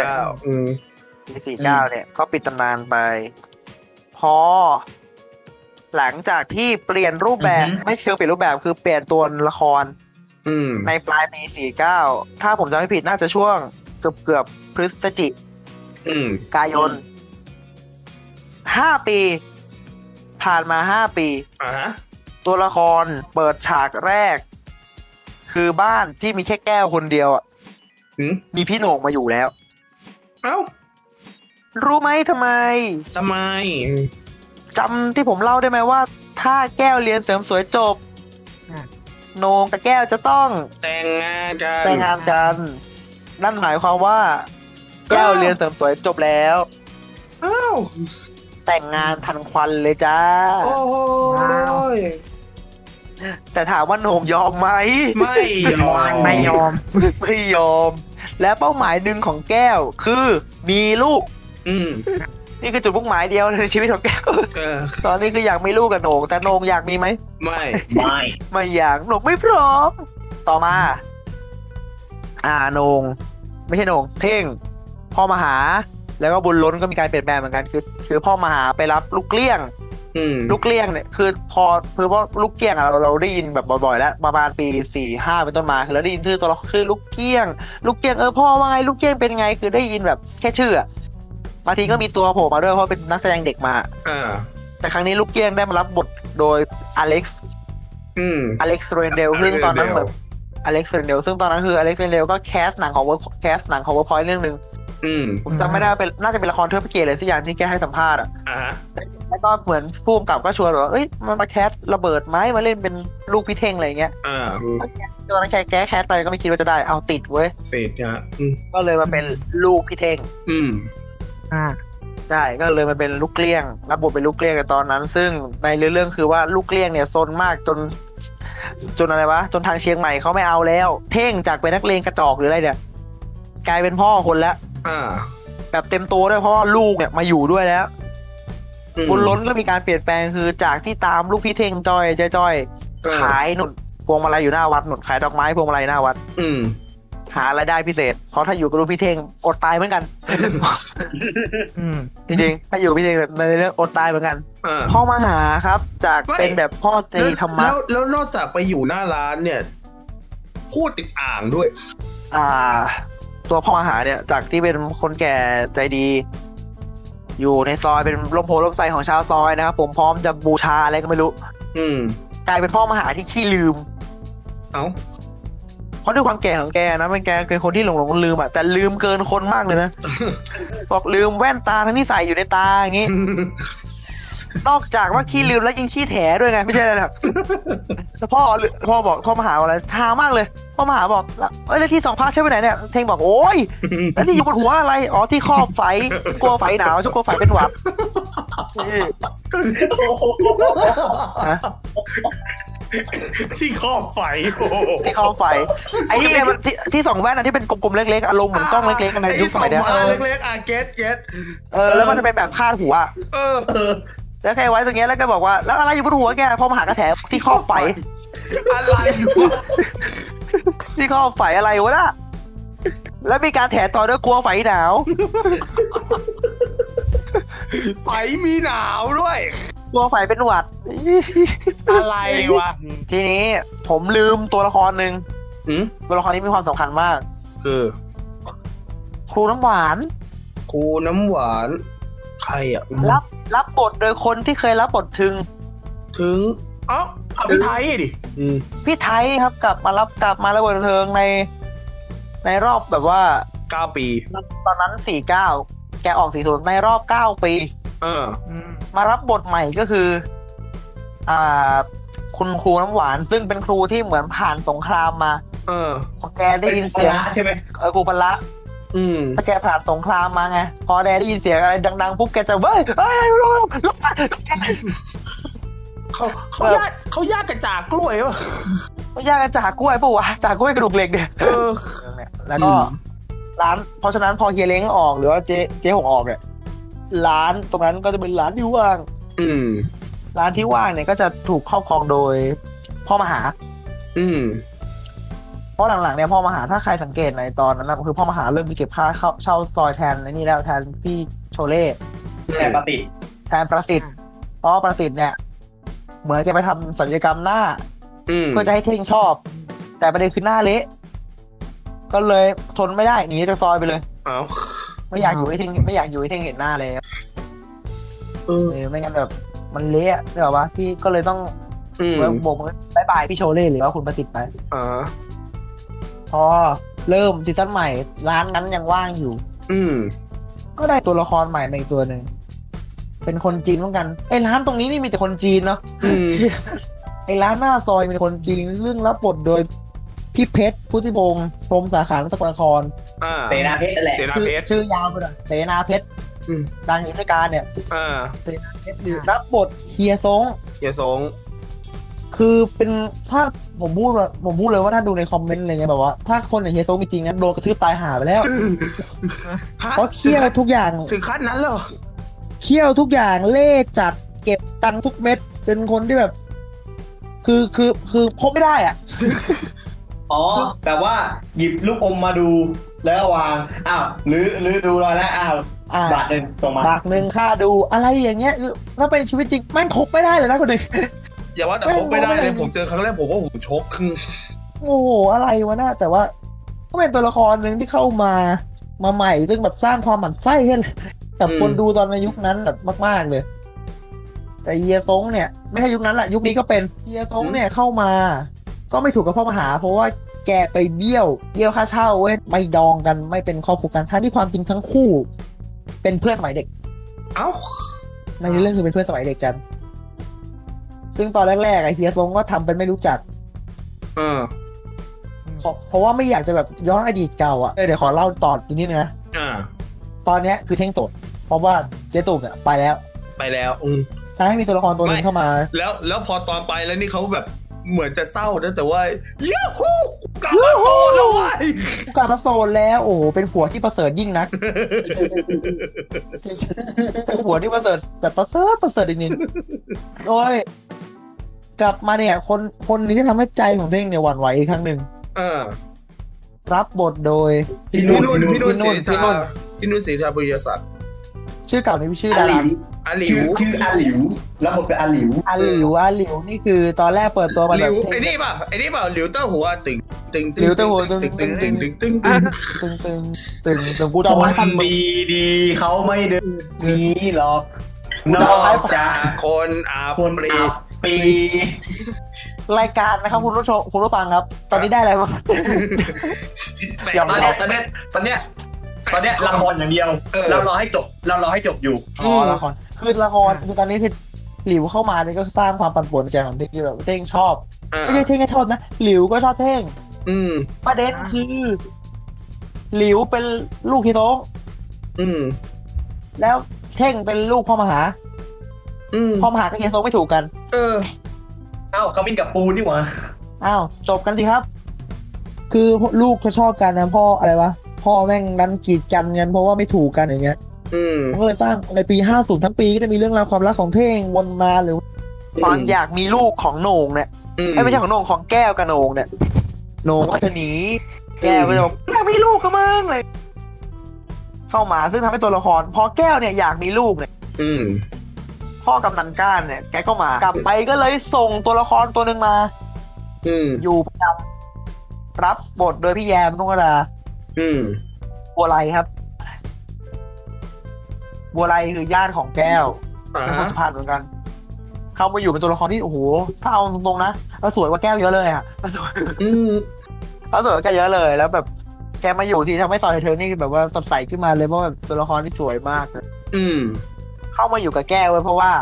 นี่ย อืม ปีสี่เก้าเนี่ย ก็ปิดตำนานไป พอ หลังจากที่เปลี่ยนรูปแบบ อือฮึ ไม่เชิงเปลี่ยนรูปแบบคือเปลี่ยนตัวละคร อืม ในปลายปีสี่เก้าถ้าผมจำไม่ผิดน่าจะช่วงเกือบเกือบๆพฤศจิ อืม กายนห้าปี ผ่านมาห้าปี อ่าฮะ ตัวละครเปิดฉากแรก คือบ้านที่มีแค่แก้วคนเดียวอะ อืม มีพี่โหน่งมาอยู่แล้ว เอ้า รู้ไหมทำไม ทำไม จำที่ผมเล่าได้ไหมว่า ถ้าแก้วเรียนเสริมสวยจบ อ่ะ โหนงกับแก้วจะต้อง แต่งงานกัน แต่งงานกัน นั่นหมายความว่า แก้วเรียนเสริมสวยจบแล้ว อ้าว แต่งงานทันควันเลยจ้า โอ้ย แต่ถามว่าโหนงยอมไหม ไม่ยอม ไม่ยอม ไม่ยอม และเป้าหมายหนึ่งของแก้วคือมีลูก อืม นี่คือจุดมุ่งหมายเดียวใน ชีวิตของแก้ว เออ ตอนนี้คืออยากมีลูกกับโหนงแต่โหนงอยากมีไหม ไม่ ไม่ ไม่อยากโหนงไม่พร้อม ต่อมา อ่าโหนงไม่ใช่โหนงเท่ง พ่อมาหา แล้วก็บุญล้นก็มีการเปลี่ยนแปลงเหมือนกัน คือ คือพ่อมาหาไปรับลูกเลี้ยง อืม ลูกเลี้ยงเนี่ยคือพอคือว่าลูกเกี้ยงอะเราเราได้ยินแบบบ่อยๆแล้วประมาณปีสี่ห้าเป็นต้นมาคือเราได้ยินชื่อตัวละครชื่อลูกเกี้ยง ลูกเกี้ยงเออพ่อว่าไงลูกเกี้ยงเป็นไงคือได้ยินแบบแค่ชื่ออะบางทีก็มีตัวโผล่มาด้วยเพราะเป็นนักแสดงเด็กมา อ่า แต่ครั้งนี้ลูกเกี้ยงได้มารับบทโดยอเล็กซ์ อืม อเล็กซ์เรนเดลซึ่งตอนนั้นแบบอเล็กซ์เรนเดลซึ่งตอนนั้นคืออเล็กซ์เรนเดลก็แคสหนังของเวิร์กแคสหนังของเวิร์กพอยต์เรื่องหนึ่ง อืม ผมจำไม่ได้ว่าเป็นน่าจะเป็นละครเทิดพระเกียรติเลยสักอย่างที่แกให้สัมภาษณ์อะ อ่าฮะ แล้วก็เหมือนผู้กำกับก็ชวนแบบว่าเอ้ย มันมาแคสระเบิดไหมมาเล่นเป็นลูกพี่เท่งอะไรเงี้ย อ่า ตอนนั้นแกแก้แคสไปก็ไม่คิดว่าจะได้ เอาติดเว้ย ติดนะฮะอืม ก็เลยมาเป็นลูกพี่เท่ง อืม อ่า ได้ ก็เลยมาเป็นลูกเกลี้ยง รับบทเป็นลูกเกลี้ยงในตอนนั้น ซึ่งในเรื่องคือว่าลูกเกลี้ยงเนี่ยซนมากจน จนอะไรวะ จนทางเชียงใหม่เขาไม่เอาแล้ว เท่งจากเป็นนักเลงกระจอกหรืออะไรเนี่ย กลายเป็นพ่อคนแล้ว อ่า แบบเต็มตัวด้วยเพราะว่าลูกเนี่ยมาอยู่ด้วยแล้ว อืม บุญล้นก็มีการเปลี่ยนแปลงคือจากที่ตามลูกพี่เท่งจอยจ้อยจ้อย เออ ขายหนุนพวงมาลัยอยู่หน้าวัดหนุนขายดอกไม้พวงมาลัยหน้าวัด อืม หารายได้พิเศษ เพราะถ้าอยู่กับลูกพี่เท่งอดตายเหมือนกัน อืม จริงๆถ้าอยู่กับพี่เท่งในเรื่องอดตายเหมือนกัน อ่า พ่อมาหาครับ จาก ไม่ เป็นแบบพ่อตีธรรมะ แล้วแล้วนอกจากไปอยู่หน้าร้านเนี่ย พูดติดอ่างด้วย อ่า ตัวพ่อมาหาเนี่ย จากที่เป็นคนแก่ใจดี อยู่ในซอยเป็นร่มโพล่มไทรของชาวซอยนะครับผมพร้อมจะบูชาอะไรก็ไม่รู้ อืม กลายเป็นพ่อมาหาที่ขี้ลืม เอ้า เพราะด้วยความแก่ของแกนะเป็นแกเป็นคนที่หลงหลงลืมอ่ะแต่ลืมเกินคนมาก เลยนะ บอกลืมแว่นตาทั้งที่ใส่อยู่ในตาอย่างงี้ นอกจากว่าขี้ลืมแล้วยังขี้แถด้วยไงไม่ใช่อะไรห รอกแล้วพ่อพ่อบอกพ่อมาหาอะไรทามากเลย พ่อมาหาบอกแล้วเอ้ยแล้วที่สองภาคใช่ไปไหนเนี่ยเทงบอกโอ้ยแล้วนี่อยู่บนหัวอะไรอ๋อที่ครอบไฟกลัวไฟหนาวชอบกลัวไฟเป็นหวัดนี่ ที่ข้อบไฟโอ้โห ที่ครอบไฟ ไอ้นี่ไงมันที่ที่สองแว่นอะที่เป็นกลมๆเล็กๆอารมณ์เหมือนกล้องเล็กๆในยุคสมัยเนี้ย ไอ้สองอันเล็กๆอ่ะเก็ตเก็ต เออแล้วมันจะเป็นแบบคาดหัวอะ เออ เออ แล้วแกไว้ตรงเนี้ยแล้วแกบอกว่า แล้วอะไรอยู่บนหัวแกพอมาหากระแถที่ข้อไฟ อะไรวะ ที่ข้อไฟอะไรวะน่ะแล้วมีการแถต่อด้วยกลัวไฟหนาว ไฟมีหนาวด้วย กลัวไฟเป็นหวัด อะไรวะ ทีนี้ผมลืมตัวละครหนึ่ง อืม ตัวละครนี้มีความสำคัญมาก คือ ครูน้ำหวาน ครูน้ำหวาน ใครอ่ะ รับรับบทโดยคนที่เคยรับบทถึง ถึงเอ้าเอาพี่ไทยดิ อืม พี่ไทยครับกลับมารับกลับมาระเบิดเทิงใน ในรอบแบบว่า เก้าปี ตอนนั้นสี่เก้าแกออกสี่ศูนย์ในรอบเก้าปี เออ อืม มารับบทใหม่ก็คือ อ่า คุณครูน้ำหวาน ซึ่งเป็นครูที่เหมือนผ่านสงครามมา เออ พอแกได้ยินเสียง ใช่ไหม เออครูปละ อืม ถ้าแกผ่านสงครามมาไง พอแกได้ยินเสียงอะไรดัง ๆ ปุ๊บแกจะเว้ยเอ้ยลงลงลงมา เขาเขาญาติเขาญาติกระจากกล้วยป่ะ ไม่ยากกันจากกล้วยปะวะจากกล้วยกระดูกเหล็กเนี่ย เออ แล้วอืก็ม ร้าน เพราะฉะนั้นพอเฮียเล้งออกหรือว่าเจ๊เจ๊หงออกเนี่ยร้านตรงนั้นก็จะเป็นร้านที่ว่าง อืม ร้านที่ว่างเนี่ยก็จะถูกครอบครองโดยพ่อมหา อืม พ ราะหลังๆเนี่ยพ่อมหาถ้าใครสังเกตในตอนนั้นนะคือพ่อมหาเริ่มจะเก็บค่าเข้าเช่าซอยแทนในนี่แล้วแทนพี่โชเล่ แผ่ปฏิ แทนประสิทธิ์เพราะว่าประสิทธิ์เนี่ย เหมือนแกไปทำศัลยกรรมหน้า อืม เพื่อจะให้เท่งชอบ แต่ประเด็นคือหน้าเละก็เลยทนไม่ได้หนีจากซอยไปเลย เอา ไม่อยากอยู่ให้เท่งไม่อยากอยู่ให้เท่งเห็นหน้าเลยครับ เออ เออไม่งั้นแบบมันเละเดี๋ยววะพี่ก็เลยต้อง อืม เวิร์กโบกมือบายบายพี่โชเล่หรือว่าคุณประสิทธิ์ไป อ่า พอเริ่มซีซั่นใหม่ร้านนั้นยังว่างอยู่ อืม ก็ได้ตัวละครใหม่มาอีกตัวหนึ่งเป็นคนจีนเหมือนกันไอ้ร้านตรงนี้นี่มีแต่คนจีนเนาะ อืม ไอ้ร้านหน้าซอยมีคนจริงซึ่งรับบทโดยพี่เพชรพุทธิพงศ์พรหมสาขานสกลนคร อ่า เสนาเพชรนั่นแหละ เสนาเพชื่อ ชร ชื่อยาวไปหน่อยเสนาเพชร อืม ดังอยู่ด้วยการเนี่ย อ่า เพชรดือรับบทเฮียซง เฮียสง คือเป็นถ้าผมพูดว่าผมพูดเลยว่าถ้าดูในคอมเมนต์อะไรเงี้ยแบบว่าถ้าคนอย่างเฮียซงมีจริงนะโดนกระทืบตายหาไปแล้ว ฮะ เพราะเคี่ยวทุกอย่าง ถึงขั้นนั้นเหรอ เคี่ยวทุกอย่างเล่จัดเก็บตังค์ทุกเม็ดเป็นคนที่แบบ คือคือคือคบไม่ได้อ่ะ อ๋อ แบบว่าหยิบลูกอมมาดูแล้ววาง อ้าวหรือหรือดูรอยแล้ว อ้าว อ่า บาทหนึ่งส่งมา ปากหนึ่งค่าดูอะไรอย่างเงี้ยคือถ้าเป็นชีวิตจริงแม่งคบไม่ได้เลยนะคนหนึ่ง อย่าว่าแต่ ไม่ คบไม่ได้ ไม่ เล ได้ ยผมเจอครั้งแรกผมว่าผมช็อกคือ โอ้โหอะไรวะน่าแต่ว่า ก็เป็นตัวละครหนึ่งที่เข้ามามาใหม่ซึ่งแบบสร้างความหมั่นไส้ ให้กับคนดูตอนในยุคนั้นแบบมาก ๆเลย แต่เฮียซงเนี่ย ไม่ใช่ยุคนั้นแหละยุคนี้ก็เป็นเฮียซงเนี่ยเข้ามา ก็ไม่ถูกกับพ่อมหา เพราะว่าแกไปเบี้ยวเบี้ยวค่าเช่าเว้ยไม่ดองกันไม่เป็นครอบครัวกันทั้งที่ความจริงทั้งคู่ เป็นเพื่อนสมัยเด็ก เอ้า ในเรื่องคือเป็นเพื่อนสมัยเด็กกัน ซึ่งตอนแรกๆไอเฮียซงก็ทำเป็นไม่รู้จัก เออ เพราะเพราะว่าไม่อยากจะแบบย้อนอดีตเก่าอะเออเดี๋ยวขอเล่าต่ออีกนิดนึงนะ อ่า ตอนเนี้ยคือเท่งโสด เพราะว่าเจ๊ตุ่มเนี่ยไปแล้ว ไปแล้วอืม ถ้าให้มีตัวละครตัวหนึงเข้ามา แล้วแล้วพอตอนไปแล้วนี่เขาแบบเหมือนจะเศร้านะแต่ว่าเย้ฮู้กูกลับมาโซนแล้วเว้ย ผู้การพระโซนแล้ว โอ้โหเป็นผัวที่ประเสริฐยิ่งนัก เป็นผัวที่ประเสริฐแบบประเสริฐประเสริฐอีกนิดโดยกลับมาเนี่ย คนคนนี้ที่ทำให้ใจของเท่งเนี่ยหวั่นไหวอีกครั้งหนึ่ง เออ รับบทโดย พี่นุ่ พี่ น นุ่นพี่นุ่นศรี พี่ ทา นุ่น พี่นุ่นศรีทาบุญยศักดิ์ ชื่อเก่านี่ชื่อ อา ดา หลิ รา ว อาหลิ ชื่อ ว ชื่ออาหลิว แล้วบทเป็นอาหลิว อาหลิวอาหลิวนี่คือตอนแรกเปิดตัวมา ห แบ ลิ บ ว เท่ ไอ้นี่ป่ะไอ้นี่ป่ะหลิวเต้าหัวตึงตึงตึงตึงตึงตึงตึง ตึงตึงตึงตึงกู ค จะเอาไว้พัน น มือ ดีดีๆเขาไม่เดินหนี้หรอก น ดา อ วไล ก ฟ์ จาก คนอา คน ปรี อับปี รายการนะครับคุณผู้ชมคุณผู้ฟังครับ ตอนนี้ได้อะไรมา แฟน ยอม ตอน รั เนี้ย บ ตอนเนี้ยตอนเนี้ยตอนเนี้ยละครอย่างเดียว เออ เรารอให้จบ เรารอให้จบอยู่ อ๋อละครคือละครคือตอนนี้คือหลิวเข้ามาเนี่ยก็สร้างความปั่นป่วนในใจของเท่งที่แบบเท่งชอบ อ่า ไม่ใช่เท่งแค่ชอบนะหลิวก็ชอบเท่ง อืม ประเด็นคือ หลิวเป็นลูกพี่โต๊ง อืม แล้วเท่งเป็นลูกพ่อมหา อืม พ่อมหากับเฮียโซงไม่ถูกกัน เออ เอ้าเขามินกับปูนนี่หว่า อ้าวจบกันสิครับ คือลูกเขาชอบกันนะพ่ออะไรวะพ่อแม่งดันกีดกันกันเพราะว่าไม่ถูกกันอย่างเงี้ย อืม ก็เลยสร้างในปี 50 ทั้งปีก็จะมีเรื่องราวความรักของเท่งวนมาหรือความอยากมีลูกของโหน่งเนี่ย อืม เอ้ยไม่ใช่ของโหน่งของแก้วกับโหน่งเนี่ยโหน่งก็จะหนีแก้วก็จะบอกอยากมีลูกกับมึงเลย เข้ามาซึ่งทำให้ตัวละคร พอแก้วเนี่ยอยากมีลูกเนี่ย อืม พ่อกำนันก้านเนี่ยแกก็มากลับไปก็เลยส่งตัวละครตัวหนึ่งมา อืม อยู่ประจำรับบทโดยพี่แยมนุกรา อืม บัวไลครับ บัวไลคือญาติของแก้ว อ่า เป็นคนสุพรรณเหมือนกัน เขามาอยู่เป็นตัวละครที่โอ้โห ถ้าเอาตรงๆนะแล้วสวยกว่าแก้วเยอะเลยอะ แล้วสวย อืม แล้วสวยกว่าแก้วเยอะเลย แล้วแบบแกมาอยู่ที่ทำให้ซอยเธอนี่คือแบบว่าสดใสขึ้นมาเลยเพราะแบบตัวละครที่สวยมากเลย อืม เข้ามาอยู่กับแก้วเว้ยเพราะว่า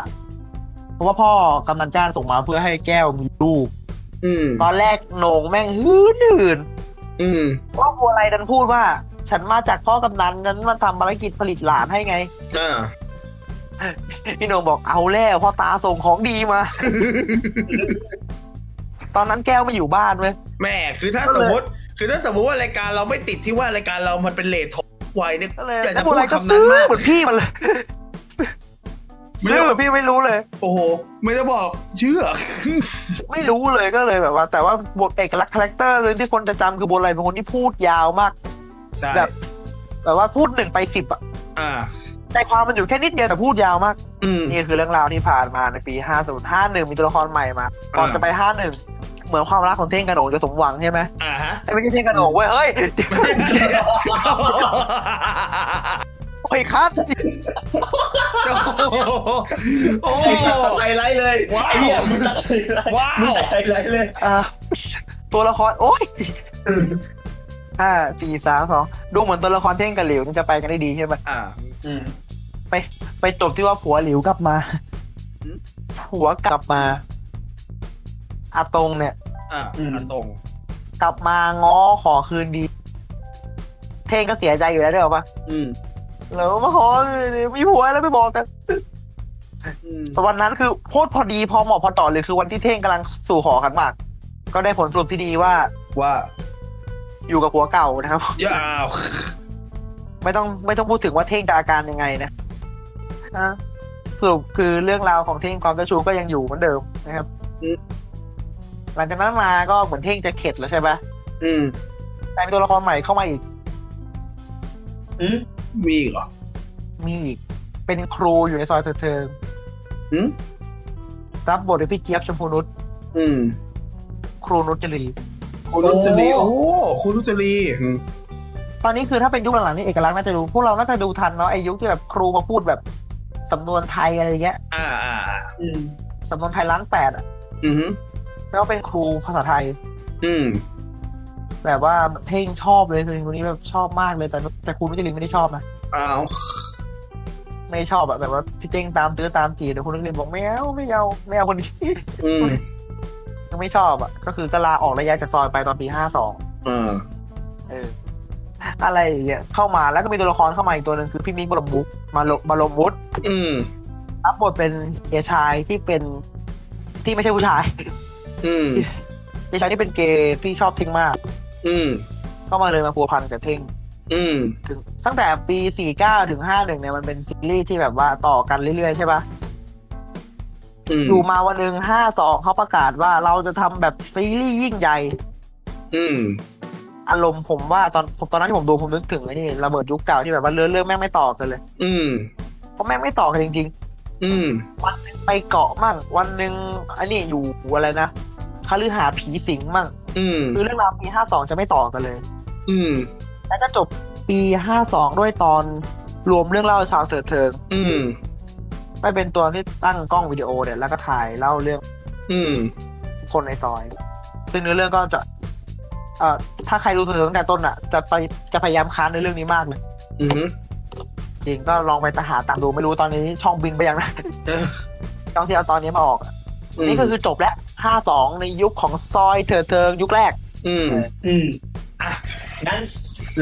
เพราะว่าพ่อกำนันจ้านส่งมาเพื่อให้แก้วมีลูก อืม ตอนแรกโหนงแม่งหื้อหื่น อืม ว่าบัวอะไรดันพูดว่า ฉันมาจากพ่อกำนันนั้นมาทำภารกิจผลิตหลานให้ไง อ่า พี่โหนงบอกเอาแล้วพ่อตาส่งของดี มา ตอนนั้นแก้วไม่อยู่บ้านเว้ย แหม่ คือถ้าสมมติ คือถ้าสมมติว่ารายการเราไม่ติดที่ว่ารายการเรามันเป็นเลททอไวเนี่ย ก็เลย แต่ แล้ จะ ว พู บัว ด ลอยก็ คำนั้นซื้อ มาก เหมือนพี่มันเลย ชื่อพี่ไม่รู้เลย โอ้โห ไม่ได้บอกเชื่อ ไม่รู้เลยก็เลยแบบว่า แต่ว่าบทเอกลักษณ์คาแรคเตอร์เลยที่คนจะจำคือโบทอะไรเป็นคนที่พูดยาวมาก ใช่ แบบ แบบว่าพูดหนึ่งไปสิบอะ อ่า ใจความมันอยู่แค่นิดเดียวแต่พูดยาวมาก อืม นี่คือเรื่องราวที่ผ่านมาในปี 50 51 มีตัวละครใหม่มา ก่อนจะไป 51 เหมือนความรักของเท่งกระโดดจะสมหวังใช่ไหม อ่าฮะ ไอ้ไม่ใช่เท่งกระโดดเว้ย เฮ้ยโอ้ยคัด โอ้โห ไอ้ตัดไฮไลท์เลย ว้าว ไอ้เหี้ยมึงตัดไฮไลท์ ว้าว มึงตัดไฮไลท์เลย อ่าตัวละคร โอ้ยห้าสี่สามสองดูเหมือนตัวละครเท่งกับหลิวนี่จะไปกันได้ดีใช่ไหม อ่า ไปจบที่ว่าผัวหลิวกลับมา หืม ผัวกลับมาอาตงเนี่ย อ่า อืม ตรง กลับมาง้อขอคืนดี เท่งก็เสียใจอยู่แล้วด้วยหรอปะ อืม แล้วมาขอมีผัวแล้วไม่บอกกัน อืม แต่วันนั้นคือโพดพอดีพอเหมาะพอต่อเลยคือวันที่เท่งกำลังสู่ขอขันหมาก ก็ได้ผลสรุปที่ดีว่า ว่า อยู่กับผัวเก่านะครับ ยาว ไม่ต้องไม่ต้องพูดถึงว่าเท่งจะอาการยังไงนะอ่ะสรุปคือเรื่องราวของเท่งความเจ้าชู้ก็ยังอยู่เหมือนเดิมนะครับ หลังจากนั้นมาก็เหมือนเท่งจะเข็ดแล้วใช่ปะ อืม แต่มีตัวละครใหม่เข้ามาอีก อืม มีอีกเหรอ มีอีก เป็นครูอยู่ในซอยเถิดเทิง หืม รับบทโดยพี่เจี๊ยบชมพูนุช อืม ครูนุชจริน คุณรุจรีโอ้ คุณรุจรีอืม ตอนนี้คือถ้าเป็นยุคหลังๆนี่เอกลักษณ์น่าจะรู้ พวกเราน่าจะดูทันเนาะไอ้ยุคที่แบบครูมาพูดแบบสำนวนไทยอะไรเงี้ย อ่าอ่าอ่า อืม สำนวนไทยล้านแปดอะ อืม แล้วเป็นครูภาษาไทย อืม แบบว่าเท่งชอบเลยคือคนนี้แบบชอบมากเลยแต่แต่ครูนุชจรินไม่ได้ชอบนะ อ้าว ไม่ชอบอะแบบว่าที่เท่งตามตื้อตามจีแต่ครูนุชจรินบอกไม่เอาไม่เอาไม่เอาคนนี้ อืม ยังไม่ชอบอ่ะ ก็คือก็ลาออกระยะจากซอยไปตอนปีห้าสอง อ่า เออ อะไรอย่างเงี้ยเข้ามาแล้วก็มีตัวละครเข้ามาอีกตัวหนึ่งคือพี่มิกบรมบุกมาลมาลมวุฒ อืม รับบทเป็นเฮียชายที่เป็นที่ไม่ใช่ผู้ชาย อืม เฮียชายที่เป็นเกย์ที่ชอบเท่งมาก อืม ก็มาเลยมาพัวพันกับเท่ง อืม ถึงตั้งแต่ปีสี่เก้าถึงห้าหนึ่งเนี่ยมันเป็นซีรีส์ที่แบบว่าต่อกันเรื่อยๆใช่ปะ อืม อยู่มาวันหนึ่งห้าสองเขาประกาศว่าเราจะทำแบบซีรีส์ยิ่งใหญ่ อืม อารมณ์ผมว่าตอนผมตอนนั้นที่ผมดูผมนึกถึงไอ้นี่ระเบิดยุคเก่าที่แบบว่าเรื่องเรื่องแม่งไม่ต่อกันเลย อืม เพราะแม่งไม่ต่อกันจริง อืม ๆ ไปเกาะมั่งวันหนึ่งไอันนี้อยู่อะไรนะคฤหาสน์ผีสิงมั่ง อืม คือเรื่องราวปีห้าสองจะไม่ต่อกันเลย อืม แล้วก็จบปีห้าสองด้วยตอนรวมเรื่องเล่าชาวเถิดเทิง อืม ไม่เป็นตัวที่ตั้งกล้องวิดีโอเนี่ยแล้วก็ถ่ายเล่าเรื่อง อืม คนในซอย ซึ่งเนื้อเรื่องก็จะเอ่อถ้าใครดูเถิดเทิงตั้งแต่ต้นอ่ะ จะไปจะพยายามค้านในเรื่องนี้มากเลย อืม จริงก็ลองไปตาหาตามดูไม่รู้ตอนนี้ช่องบินไปยังนะ เออ ช่องที่เอาตอนนี้มาออกอะนี่ก็คือจบแล้วห้าสองในยุคของซอยเถิดเทิงยุคแรก อืม อืม อ่ะ งั้น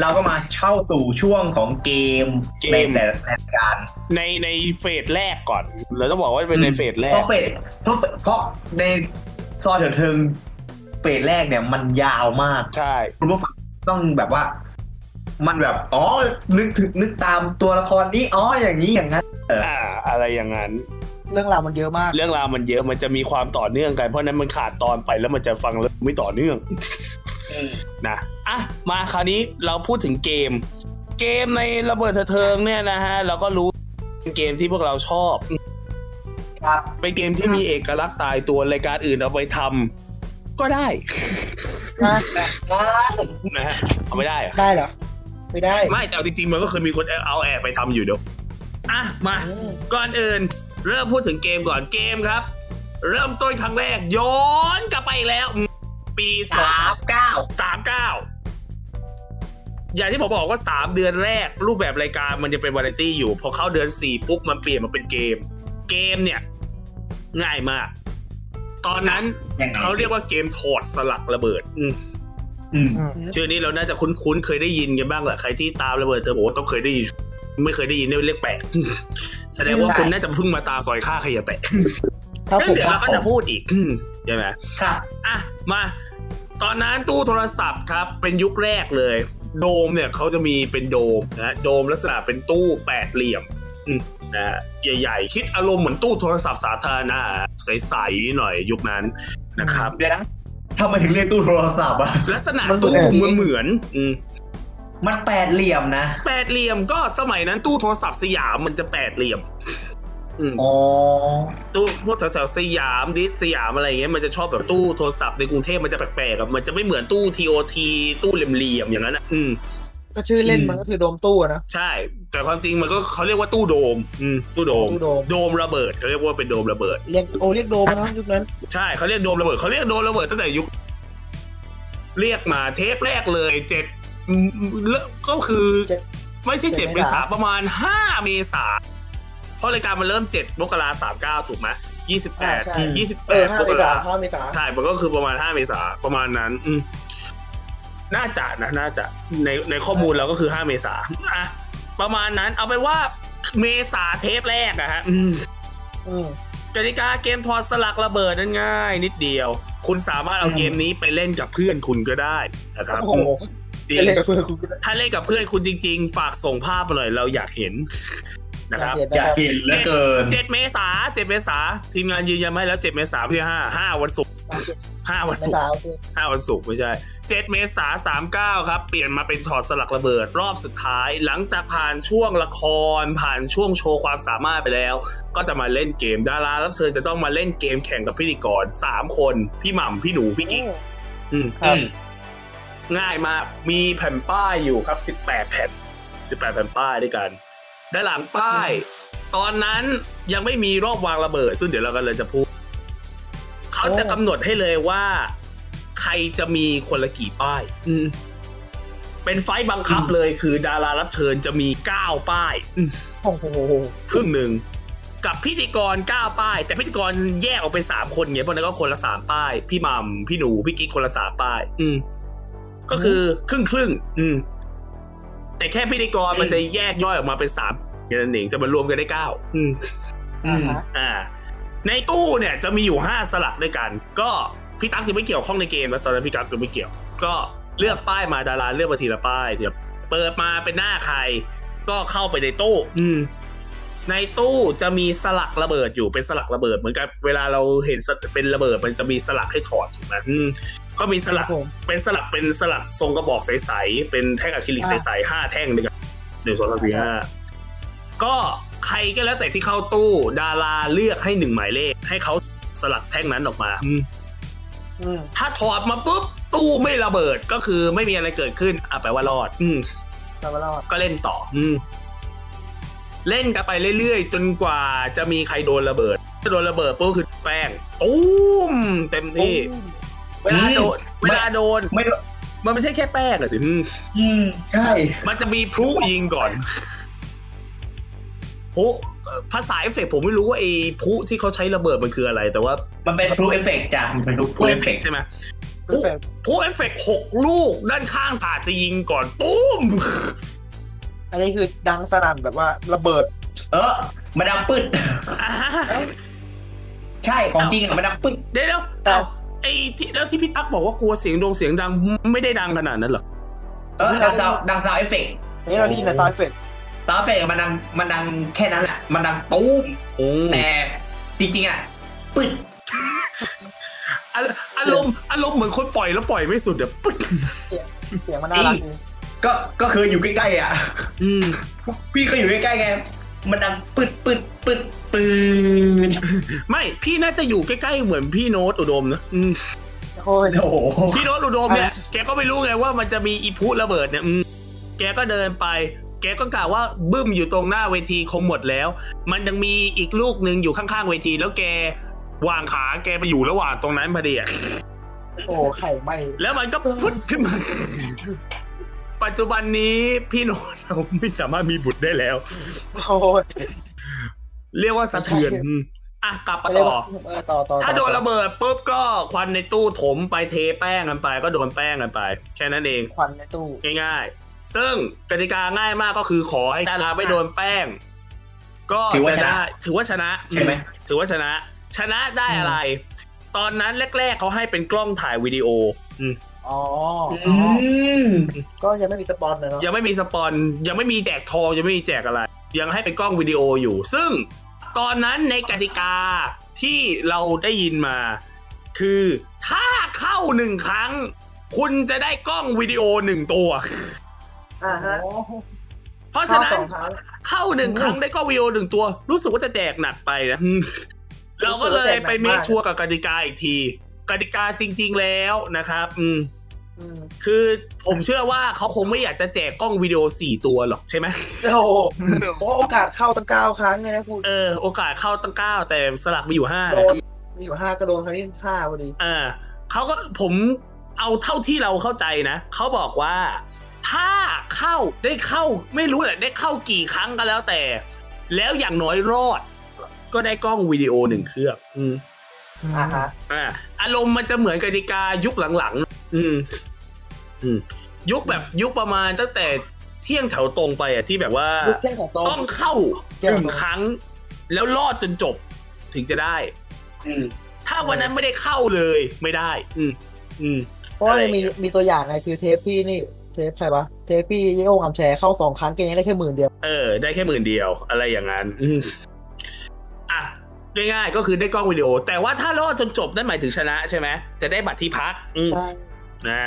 เราก็มาเข้าสู่ช่วงของเกม เกม ในแต่ละรายการ ในในเฟสแรกก่อน เราต้องบอกว่าเป็นใน อืม เฟสแร เพ ก ราะเป็ดเพราะเพราะในซอยเถิดเทิงเป็ดแรกเนี่ยมันยาวมาก ใช่ คุณผู้ฟังต้องแบบว่า มันแบบ อ๋อ นึกถึงนึกตามตัวละครนี้ อ๋อ อย่างนี้อย่างนั้น อ่า อะไรอย่างนั้น เรื่องราวมันเยอะมาก เรื่องราวมันเยอะมันจะมีความต่อเนื่องกัน เพราะฉะนั้นมันขาดตอนไปแล้วมันจะฟังแล้วไม่ต่อเนื่องนะอ่ะมาคราวนี้เราพูดถึงเกม เกมในระเบิดเถิดเทิงเนี่ยนะฮะเราก็รู้เป็นเกมที่พวกเราชอบ ครับ เป็นเกมที่มีเอกลักษณ์ตายตัวรายการอื่นเอาไปทำก็ได้ นะฮะเอาไม่ได้เหรอ ได้เหรอ ไม่ได้ ไม่แต่เอาจริงๆมันก็เคยมีคนเอาแอบไปทำอยู่เดี๋ยวอ่ะ มา อืม ก่อนอื่น เริ่มพูดถึงเกมก่อนเกมครับ เริ่มต้นครั้งแรกย้อนกลับไปอีกแล้วอืมปีสอ สาง มเก้า สามเก้าอย่างที่ผมบอกว่าสามเดือนแรก รูปแบบรายการมันจะเป็นวาไรตี้อยู่ พอเข้าเดือนสี่ปุ๊บมันเปลี่ยนมาเป็นเกม เกมเนี่ย ง่ายมาก ตอนนั้น ยังไง เขาเรียกว่าเกมถอดสลักระเบิด อืม อืม ชื่อนี้เราน่าจะคุ้นๆ เคยได้ยินกันบ้างแหละ ใครที่ตามระเบิดเธอบอกว่าต้องเคยได้ยิน ไม่เคยได้ยินเนี่ยเรียกแปล ก แสดงว่าคุณน่าจะเพิ่งมาตามซอยค่าขยะแตก ครับผม เดี๋ยวเราก็จะพูดอีก อืมใช่ไหม ครับ อ่ะ มา ตอนนั้นตู้โทรศัพท์ครับ เป็นยุคแรกเลย โดมเนี่ยเขาจะมีเป็นโดมนะฮะโดมลักษณะเป็นตู้แปดเหลี่ยม อืมนะฮะใหญ่ๆ คิดอารมณ์เหมือนตู้โทรศัพท์สาธารณะอะใสๆหน่อยยุคนั้นนะครับ เดี๋ยวนะทำไมถึงเรียกตู้โทรศัพท์อ่ะ ลักษณะ มันเหมื ตู้ อน มันเหมือนอืม มันแปดเหลี่ยมนะ แปดเหลี่ยมก็สมัยนั้นตู้โทรศัพท์สยามมันจะแปดเหลี่ยม อืม อ๋อ ตู้พวกแถวๆสยามดิสสยามอะไรเงี้ยมันจะชอบแบบตู้โทรศัพท์ในกรุงเทพมันจะแปลกๆอะมันจะไม่เหมือนตู้ TOT ตู้เหลี่ยมๆอย่างนั้นอะอืม ก็ชื่อเล่นมันก็คือโดมตู้อะนะ ใช่ แต่ความจริงมันก็เขาเรียกว่าตู้โดม อืมตู้โดม ตู้โดม โดมระเบิดเขาเรียกว่าเป็นโดมระเบิด เรียกโอเรียกโดมนะยุคนั้น ใช่เขาเรียกโดมระเบิดเขาเรียกโดมระเบิดตั้งแต่ยุค เรียกมาเทปแรกเลยเจ็ดอืมเลอะก็คือ เจ็ด ไม่ใช่ เจ็ เจ็ด ดเมษา เมษาประมาณห้าเมษาเพราะรายการมันเริ่มเจ็ดมกราสามเก้าถูกไหมยี่สิบแปดยี่สิบแป เออ ด ห้าม เม ก ตา รา ห้าเมตา ใช่ มันก็คือประมาณ 5 เมษาประมาณนั้น อืมน่าจะนะ น่าจะ ใน ในข้อมูลเราก็คือ 5 เมษาอ่ะประมาณนั้น เอาไปนว่า เมษาเทปแรกอะฮะ อืม อืม กติกาเกมถอดสลักระเบิดนั้นง่าย นิดเดียว คุณสามารถเอาเกมนี้ไปเล่นกับเพื่อนคุณก็ได้นะครับ โอ้โห จริง ไปเล่นกับเพื่อนคุณก็ได้ ถ้าเล่นกับเพื่อนคุณจริง ๆ ฝากส่งภาพมาหน่อย เราอยากเห็นนะครับ อยากอยากเห็นเห็นเหลือเกิน เจ็ดเมษาเจ็ดเมษาทีมงานยืนยันมาให้แล้วเจ็ดเมษาเพื่อห้าห้าวันศุกร์ห้าวันศุกร์ เมตาโอเค ห้าวันศุกร์ไม่ใช่ 7 เมษายน39 ครับ เปลี่ยนมาเป็นถอดสลักระเบิดรอบสุดท้าย หลังจากผ่านช่วงละคร ผ่านช่วงโชว์ความสามารถไปแล้ว ก็จะมาเล่นเกมดารารับเชิญจะต้องมาเล่นเกมแข่งกับพิธีกร 3 คน พี่หม่ำพี่หนู พี่กิ๊กอืม ครับ อืมง่ายมาก มีแผ่นป้ายอยู่ครับ 18 แผ่น 18 แผ่นป้ายด้วยกัน ด้านหลังป้าย ตอนนั้นยังไม่มีรอบวางระเบิด ซึ่งเดี๋ยวเรากำลังจะพูด เขาจะกำหนดให้เลยว่า ใครจะมีคนละกี่ป้าย อืม เป็นไฟต์บังคับเลยคือดารารับเชิญจะมีเก้าป้ายอืม โอ้โห ครึ่งหนึ่ง กับพิธีกรเก้าป้าย แต่พิธีกรแยกออกเป็นสามคนไงเพราะนั้นก็คนละสามป้าย พี่หมัมพี่หนู พี่กิ๊กคนละสามป้าย อืม ก็คือครึ่งครึ่งๆอืม แต่แค่พิธีกรมันจะแยกย่อยออกมาเป็นสามอย่างนั้นเองจะมารวมกันได้เก้าอืม อ่าฮะ อ่าในตู้เนี่ยจะมีอยู่ห้าสลักด้วยกัน ก็พี่ตั๊กยังไม่เกี่ยวข้องในเกมนะตอนนั้นพี่ตั๊กยังไม่เกี่ยว ก็เลือกป้ายมาดาราเลือกมาทีละป้ายเดี๋ยวเปิดมาเป็นหน้าใคร ก็เข้าไปในตู้ อืม ในตู้จะมีสลักระเบิดอยู่เป็นสลักระเบิดเหมือนกับเวลาเราเห็นสเป็นระเบิดมันจะมีสลักให้ถอดถูกไหมอืมก็มีสลัก ครับผม เป็นสลักเป็นสลักทรงกระบอกใสๆเป็นแท่งอะคริลิกใสๆห้าแท่งด้วยกันหนึ่งสองสามสี่ห้าก็ใครก็แล้วแต่ที่เข้าตู้ดาราเลือกให้หนึ่งหมายเลข ให้เขาสลักแท่งนั้นออกมาอืม อืม ถ้าถอดมาปุ๊บตู้ไม่ระเบิดก็คือไม่มีอะไรเกิดขึ้นอ่ะแปลว่ารอด อืม ตามมาเล่าอ่ะ ก็เล่นต่อ อืม เล่นกันไปเรื่อยๆ จนกว่าจะมีใครโดนระเบิดถ้าโดนระเบิดปุ๊บคือแป้งตูมเต็มที่ เวลาโดนเวลาโดน ไม่รู้ มันไม่ใช่แค่แป้งอะสิอืม อืม ใช่ มันจะมีพลุยิงก่อนพลุภาษาเอฟเฟกต์ผมไม่รู้ว่าไอ้พลุที่เขาใช้ระเบิดมันคืออะไร แต่ว่า มันเป็นพลูเอฟเฟกต์จ้ะมันเป็นพลูเอฟเฟกต์ ใช่ไหม เพอร์เฟกต์ พลุเอฟเฟกต์หกลูกด้านข้างถาดจะยิงก่อนตุ้ม อันนี้คือดังสนั่นแบบว่าระเบิด เออมาดามปึ๊ด ใช่ ของจริงอะมาดามปึ๊ด เดี๋ยวเดี๋ยว แต่ ไอ้ที่แล้วที่พี่ตั๊กบอกว่ากลัวเสียงดงเสียงดังไม่ได้ดังขนาดนั้นหรอ เออดังซาวดังซาวเอฟเฟกต์ นี่เราได้ยินแต่ซาวด์เอฟเฟกต์ ซาวเอฟเฟกต์มันดังมันดังแค่นั้นแหละ มันดังตู้มแต่จริงๆอะปึ๊ด อาอารมณ์อารมณ์เหมือนคนปล่อยแล้วปล่อยไม่สุดเดี๋ยวปึ๊ก เสียงมันน่ารักดี ก็ก็คืออยู่ใกล้ๆอ่ ะ อืม พี่ก็อยู่ใกล้ๆไงมันดังปึ๊ดปึ๊ดปึ๊ดปืน ไม่พี่น่าจะอยู่ใกล้ๆเหมือนพี่โน้ตอุดมนะอืม โอ้ย โอ้โห พี่โน้ตอุดมเนี่ย อะไร แกก็ไม่รู้ไงว่ามันจะมีอีพุระเบิดเนี่ยอืมแกก็เดินไป แกก็กล่าวว่าบึ้มอยู่ตรงหน้าเวทีคงหมดแล้ว มันยังมีอีกลูกหนึ่งอยู่ข้างๆเวที แล้วแกวางขาแกไปอยู่ระหว่างตรงนั้นพอดีอะ โอ้ไข่ไหม แล้วมันก็พุดขึ้นมา ปัจจุบันนี้พี่โน้ตเราไม่สามารถมีบุตรได้แล้ว โอ้ย เรียกว่าสะเทือนอืมอ่ะกลับมา เรียก ต่อ ว่าเออต่อต่อต่อ ถ้าโดนระเบิดปุ๊บก็ควันในตู้ถมไปเทแป้งกันไป ก็โดนแป้งกันไป แค่นั้นเอง ควันในตู้ ง่ายๆ ซึ่งกติกาง่ายมากก็คือขอให้ดาราไม่โดนแป้ง ก็ ถือว่าชนะ จได้ถือว่าชนะ ใช่ไหม อืถือว่าชนะ ชนะได้อะไร ตอนนั้นแรกๆเขาให้เป็นกล้องถ่ายวิดีโอ อืม อ๋อ อืม ก็ยังไม่มีสปอนเลยเนาะ ยังไม่มีสปอน ยังไม่มีแจกทองยังไม่มีแจกอะไร ยังให้เป็นกล้องวิดีโออยู่ ซึ่งตอนนั้นในกติกาที่เราได้ยินมา คือถ้าเข้าหนึ่งครั้ง คุณจะได้กล้องวิดีโอหนึ่งตัว อ่าฮะ เพราะฉะ เข้า นั้ ส น องครั้ง เข้าหนึ่งครั้งได้กล้องวิดีโอหนึ่งตัว รู้สึกว่าจะแจกหนักไปนะ อืมเราก็เลยไปเมคชัวร์กับกติกาอีกที กติกาจริง ๆแล้วนะครับ อืม อืม คือผมเชื่อว่าเขาคงไม่อยากจะแจกกล้องวิดีโอสี่ตัวหรอกใช่ไหม โอ้โหโอ้โอกาสเข้าตั้งเก้าครั้งไงนะคุณ เออ โอกาสเข้าตั้งเก้าแต่สลักมีอยู่ห้า โดนมีอยู่ห้าก็โดนครั้งที่ห้าพอดี เออเขาก็ผมเอาเท่าที่เราเข้าใจนะ เขาบอกว่า ถ้าเข้าได้เข้าไม่รู้แหละได้เข้ากี่ครั้งก็แล้วแต่ แล้วอย่างน้อยรอด ก็ได้กล้องวิดีโอหนึ่งเครื่องอืม อ่าฮะ อ่าอารมณ์มันจะเหมือนกติกายุคหลังๆ อืม อืม ยุคแบบยุคประมาณตั้งแต่เที่ยงแถวตรงไปอ่ะที่แบบว่า ลูกเท่งของโตะ ต้องเข้า เที่ ห ยงแถวตรง นึ่งครั้ง แล้วรอดจนจบ ถึงจะได้ อืม ถ้าวันนั้นไม่ได้เข้าเลยไม่ได้ อืม อืม เพราะว่ามีมีตัวอย่างไงคือเทปพี่นี่ เทปใครวะเทปพี่ยี่โอ่งอัมแชร์เข้าสองครั้งเกมยังได้แค่หมื่นเดียว เออ ได้แค่หมื่นเดียว อะไรอย่างนั้น อืมอ่ะง่ายๆก็คือได้กล้องวิดีโอ แต่ว่าถ้ารอดจนจบนั่นหมายถึงชนะใช่ไหมจะได้บัตรที่พัก อืม ใช่ อ่า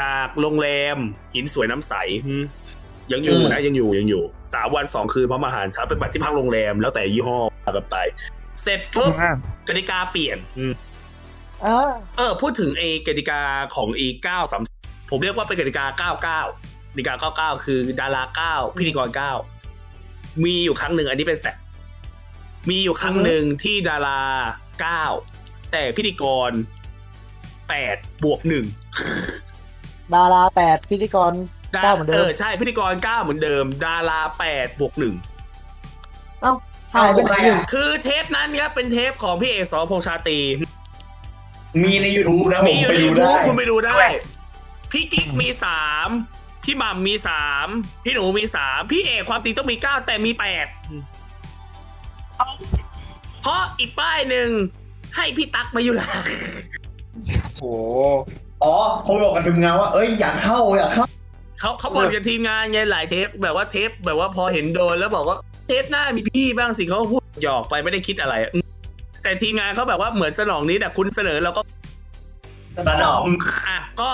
จากโรงแรมหินสวยน้ำใสอืมยังอยู่นะยังอยู่ยังอยู่สามวันสองคืนพร้อมอาหารเช้าเป็นบัตรที่พักโรงแรมแล้วแต่ยี่ห้อแบบไป เสร็จปุ๊บกติกาเปลี่ยนอืม อ่า เออ พูดถึงไอ้กติกาของอีเก้าสามผมเรียกว่าเป็นกติกาเก้าเก้ากติกาเก้าเก้าคือดาราเก้าพิธีกรเก้ามีอยู่ครั้งหนึ่งอันนี้เป็นแฟกต์มีอยู่ครั้งหนึ่งที่ดาราเก้าแต่พิธีกรแปดบวกหนึ่ง ดาราแปดพิธีกรเก้าเหมือนเดิม ใช่พิธีกรเก้าเหมือนเดิม ดาราแปดบวกหนึ่ง หายไปไหนหนึ่ง คือเทปนั้นครับเป็นเทปของพี่เอกสรพงษ์ชาตรี มีในยูทูบนะผ มี ม อยู่ ไป ใน ดู ยูทู ได้ บคุณไปดูได้ พี่กิ๊กมีสามพี่หม่ำมีสามพี่หนูมีสามพี่เอกความจริงต้องมีเก้าแต่มีแปดเพราะอีกป้ายหนึ่งให้พี่ตั๊กมาอยู่หลัโอง้โหอ๋อคนบอกกับทีมงานว่า เอ้ยอยากเข้าอยากเข้า เขาเขาบ่นกับทีมงานไงหลายเทปแบบว่าเทปแบบว่าพอเห็นโดนแล้วบอกว่าเทปหน้ามีพี่บ้างสิเขาพูดหยอกไปไม่ได้คิดอะไรอะอืมแต่ทีมงานเขาแบบว่าเหมือนสนองนี้แต่คุณเสนอเราก็ แต่หนอม อ่ะก็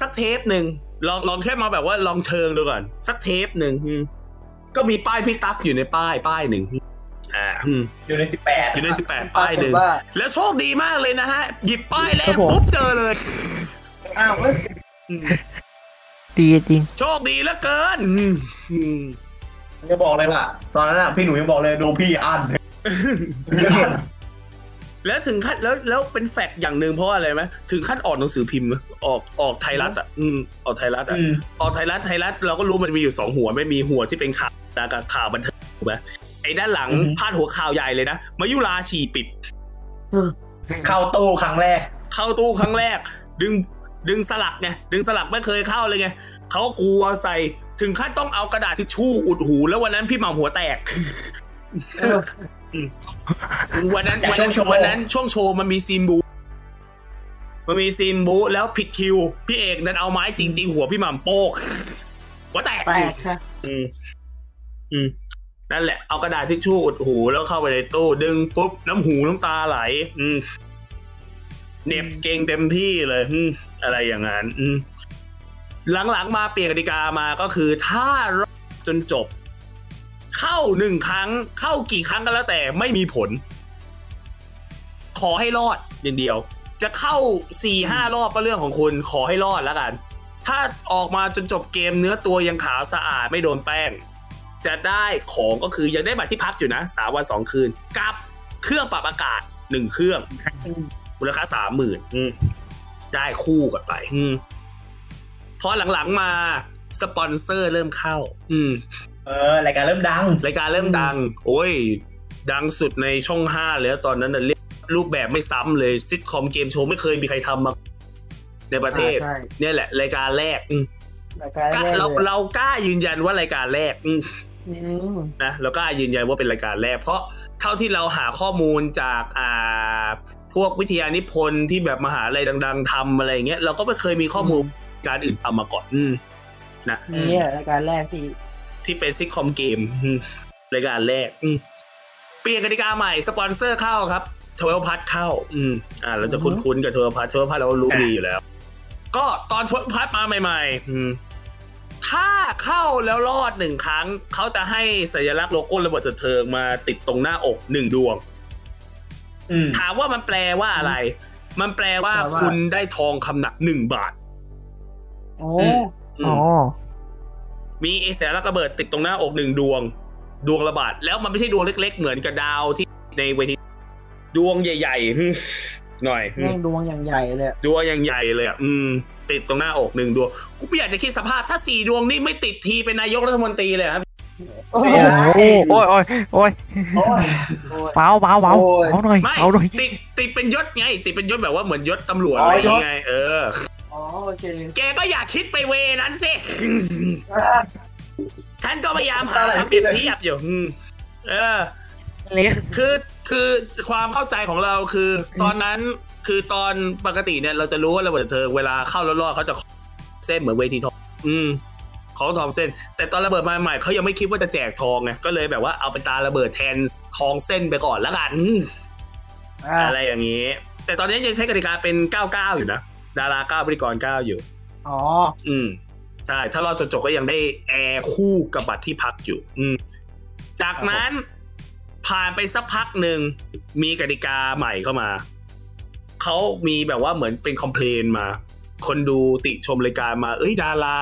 สักเทปหนึ่งลองลองแค่มาแบบว่าลองเชิงดูก่อน สักเทปหนึ่งอืมก็มีป้ายพี่ตั๊กอยู่ในป้ายป้ายหนึ่งอ่าอืม อยู่ในสิบแปด อยู่ในสิบแปด ปรา ป้าย ก ห ฏ นึ่ง ว่า แล้วโชคดีมากเลยนะฮะ หยิบป้ายแร ครั ก บผม ปุ๊บเจอเลย อ้าวเอ้ย ดีจริง โชคดีเหลือเกินอืมอืม จะบอกเลยว่าตอนนั้นอ่ะพี่หนูยังบอกเลยดูพี่อัน พี่อัน แล้วถึงขั้นแล้วแล้วเป็นแฟกต์อย่างหนึ่งเพราะอะไรไหมถึงขั้นออกหนังสือพิมพ์นะออกออกไทยรัฐอ่ะอืมออกไทยรัฐอ่ะ อืม ออกไทยรัฐไทยรัฐเราก็รู้มันมีอยู่สองหัวไม่มีหัวที่เป็นข่าวดากับข่าวบันเทิงถูกไหมไอ้ด้านหลัง อือฮึ พาดหัวข่าวใหญ่เลยนะมายุราฉี่ปิด เข้าตู้ครั้งแรก เข้าตู้ครั้งแรก ดึงดึงสลักไงดึงสลักไม่เคยเข้าเลยไงเขากลัวใส่ถึงขั้นต้องเอากระดาษทิชชู่อุดหู แล้ววันนั้นพี่หม่ำหัวแตก เออ วันนั้น จาก วัน ช่วน งนั้โชว์ วันนั้นช่วงโชว์มันมีซีนบูมันมีซีนบูแล้วผิดคิว พี่เอกนั้นเอาไม้จริงตีหัวพี่หม่ำโป๊กหัวแตก แปลกค่ะ อืม อืม นั่นแหละ เอากระดาษทิชชู่อุดหูแล้วเข้าไปในตู้ ดึงปุ๊บ น้ำหูน้ำตาไหล อืมเหน็บเก่งเต็มที่เลย อืม อะไรอย่างนั้น อืม หลังๆมาเปลี่ยนกติกามาก็คือ ถ้ารอดจนจบ เข้าหนึ่งครั้ง เข้ากี่ครั้งก็แล้วแต่ไม่มีผล ขอให้รอดอย่างเดียว จะเข้าสี่ห้ารอบก็เรื่องของคุณ ขอให้รอดแล้วกัน ถ้าออกมาจนจบเกมเนื้อตัวยังขาวสะอาดไม่โดนแป้ง จะได้ของก็คือยังได้บัตรที่พักอยู่นะสามวันสองคืน กับเครื่องปรับอากาศหนึ่งเครื่องมูลค่าสามหมื่นได้คู่กันไปอืมพอหลังๆมาสปอนเซอร์เริ่มเข้า อืม เออรายการเริ่มดัง รายการเริ่มดัง โอ้ย ดังสุดในช่องห้าแล้วตอนนั้นน่ะเรียกรูปแบบไม่ซ้ำเลยซิทคอมเกมโชว์ไม่เคยมีใครทำมา ในประเทศ อ่าใช่ เนี่ยแหละ รายการแรกอืม รายการ กล้า แรก เรา เลย เรากล้ายืนยันว่ารายการแรกอืม อืม นะเรากล้ายืนยันว่าเป็นรายการแรก เพราะเท่าที่เราหาข้อมูลจากอ่า พวกวิทยานิพนธ์ที่แบบมหาลัยดัง ๆทำอะไรอย่างเงี้ยเราก็ไม่เคยมีข้อมูลการอื่นทำมาก่อน อืม นะ เนี่ยรายการแรกที่ ที่เป็นซิทคอมเกมอืม รายการแรก อืมเปลี่ยนกติกาใหม่สปอนเซอร์เข้าครับทเวลพัทเข้า อืม อ่า เราจะคุ้นๆกับทเวลพัททเวลพัทเรารู้ดีอยู่แล้ว ก็ตอนทเวลพัทมาใหม่ ๆ อืม ถ้าเข้าแล้วรอดหนึ่งครั้ง เขาจะให้สัญลักษณ์โลโก้ระเบิดเถิดเทิงมาติดตรงหน้าอกหนึ่งดวง อืม ถามว่ามันแปลว่าอะไร มันแปลว่า แปลว่า คุณได้ทองคำหนักหนึ่งบาท โอ้ อืม อ๋อ มีไอแสงระเบิดติดตรงหน้าอกหนึ่งดวง ดวงระบาดแล้วมันไม่ใช่ดวงเล็ก ๆ เหมือนกับดาวที่ในเวทีดวงใหญ่ๆ ฮึ่มหน่อยฮึ่ แม่ ม งดวงอย่างใหญ่เลยอะ ดวงยังใหญ่เลยอ่ะอืม ติดตรงหน้าอกหนึ่งดวงกูไม่อยากจะคิดสภาพถ้าสี่ดวงนี่ไม่ติดทีเป็นนายกรัฐมนตรีเลยครับ โอ้ย โอ้ยโอ้ยโอ้ยโอ้ย โอ้ย เมาเมาเมา โอ้ย เมาหน่อย ไม่ เมาหน่อย ติดติดเป็นยศไง ติดเป็นยศแบบว่าเหมือนยศตำรวจ อ๋อ อะไร ยศ ไง เออ อ๋อโอเค แกก็อยากคิดไปเวนั้นสิ อ่ะ ท่านก็พยายามหา ตาไหล คำเปรียบ เลย เทียบอยู่อืมเออ เละ คือคือความเข้าใจของเราคือ ตอนนั้นคือตอนปกติเนี่ยเราจะรู้ว่าระเบิดเธอเวลาเข้าแล้วรอดเขาจะเส้นเหมือนเวทีทองอืม ของทองเส้น แต่ตอนระเบิดมาใหม่เขายังไม่คิดว่าจะแจกทองไงก็เลยแบบว่าเอาไปตาระเบิดแทนทองเส้นไปก่อนละกันอืม อ่ะ อะไรอย่างนี้ แต่ตอนนี้ยังใช้กติกาเป็น 99 อยู่นะดารา9พิธีกร9อยู่ อ๋อ อืมใช่ถ้ารอดจนจบก็ยังได้แอร์คู่กับบัตรที่พักอยู่ อืม จากนั้นผ่านไปสักพักหนึ่งมีกติกาใหม่เข้ามา เขามีแบบว่าเหมือนเป็นคอมเพลนมา คนดูติชมรายการมา เอ้ยดารา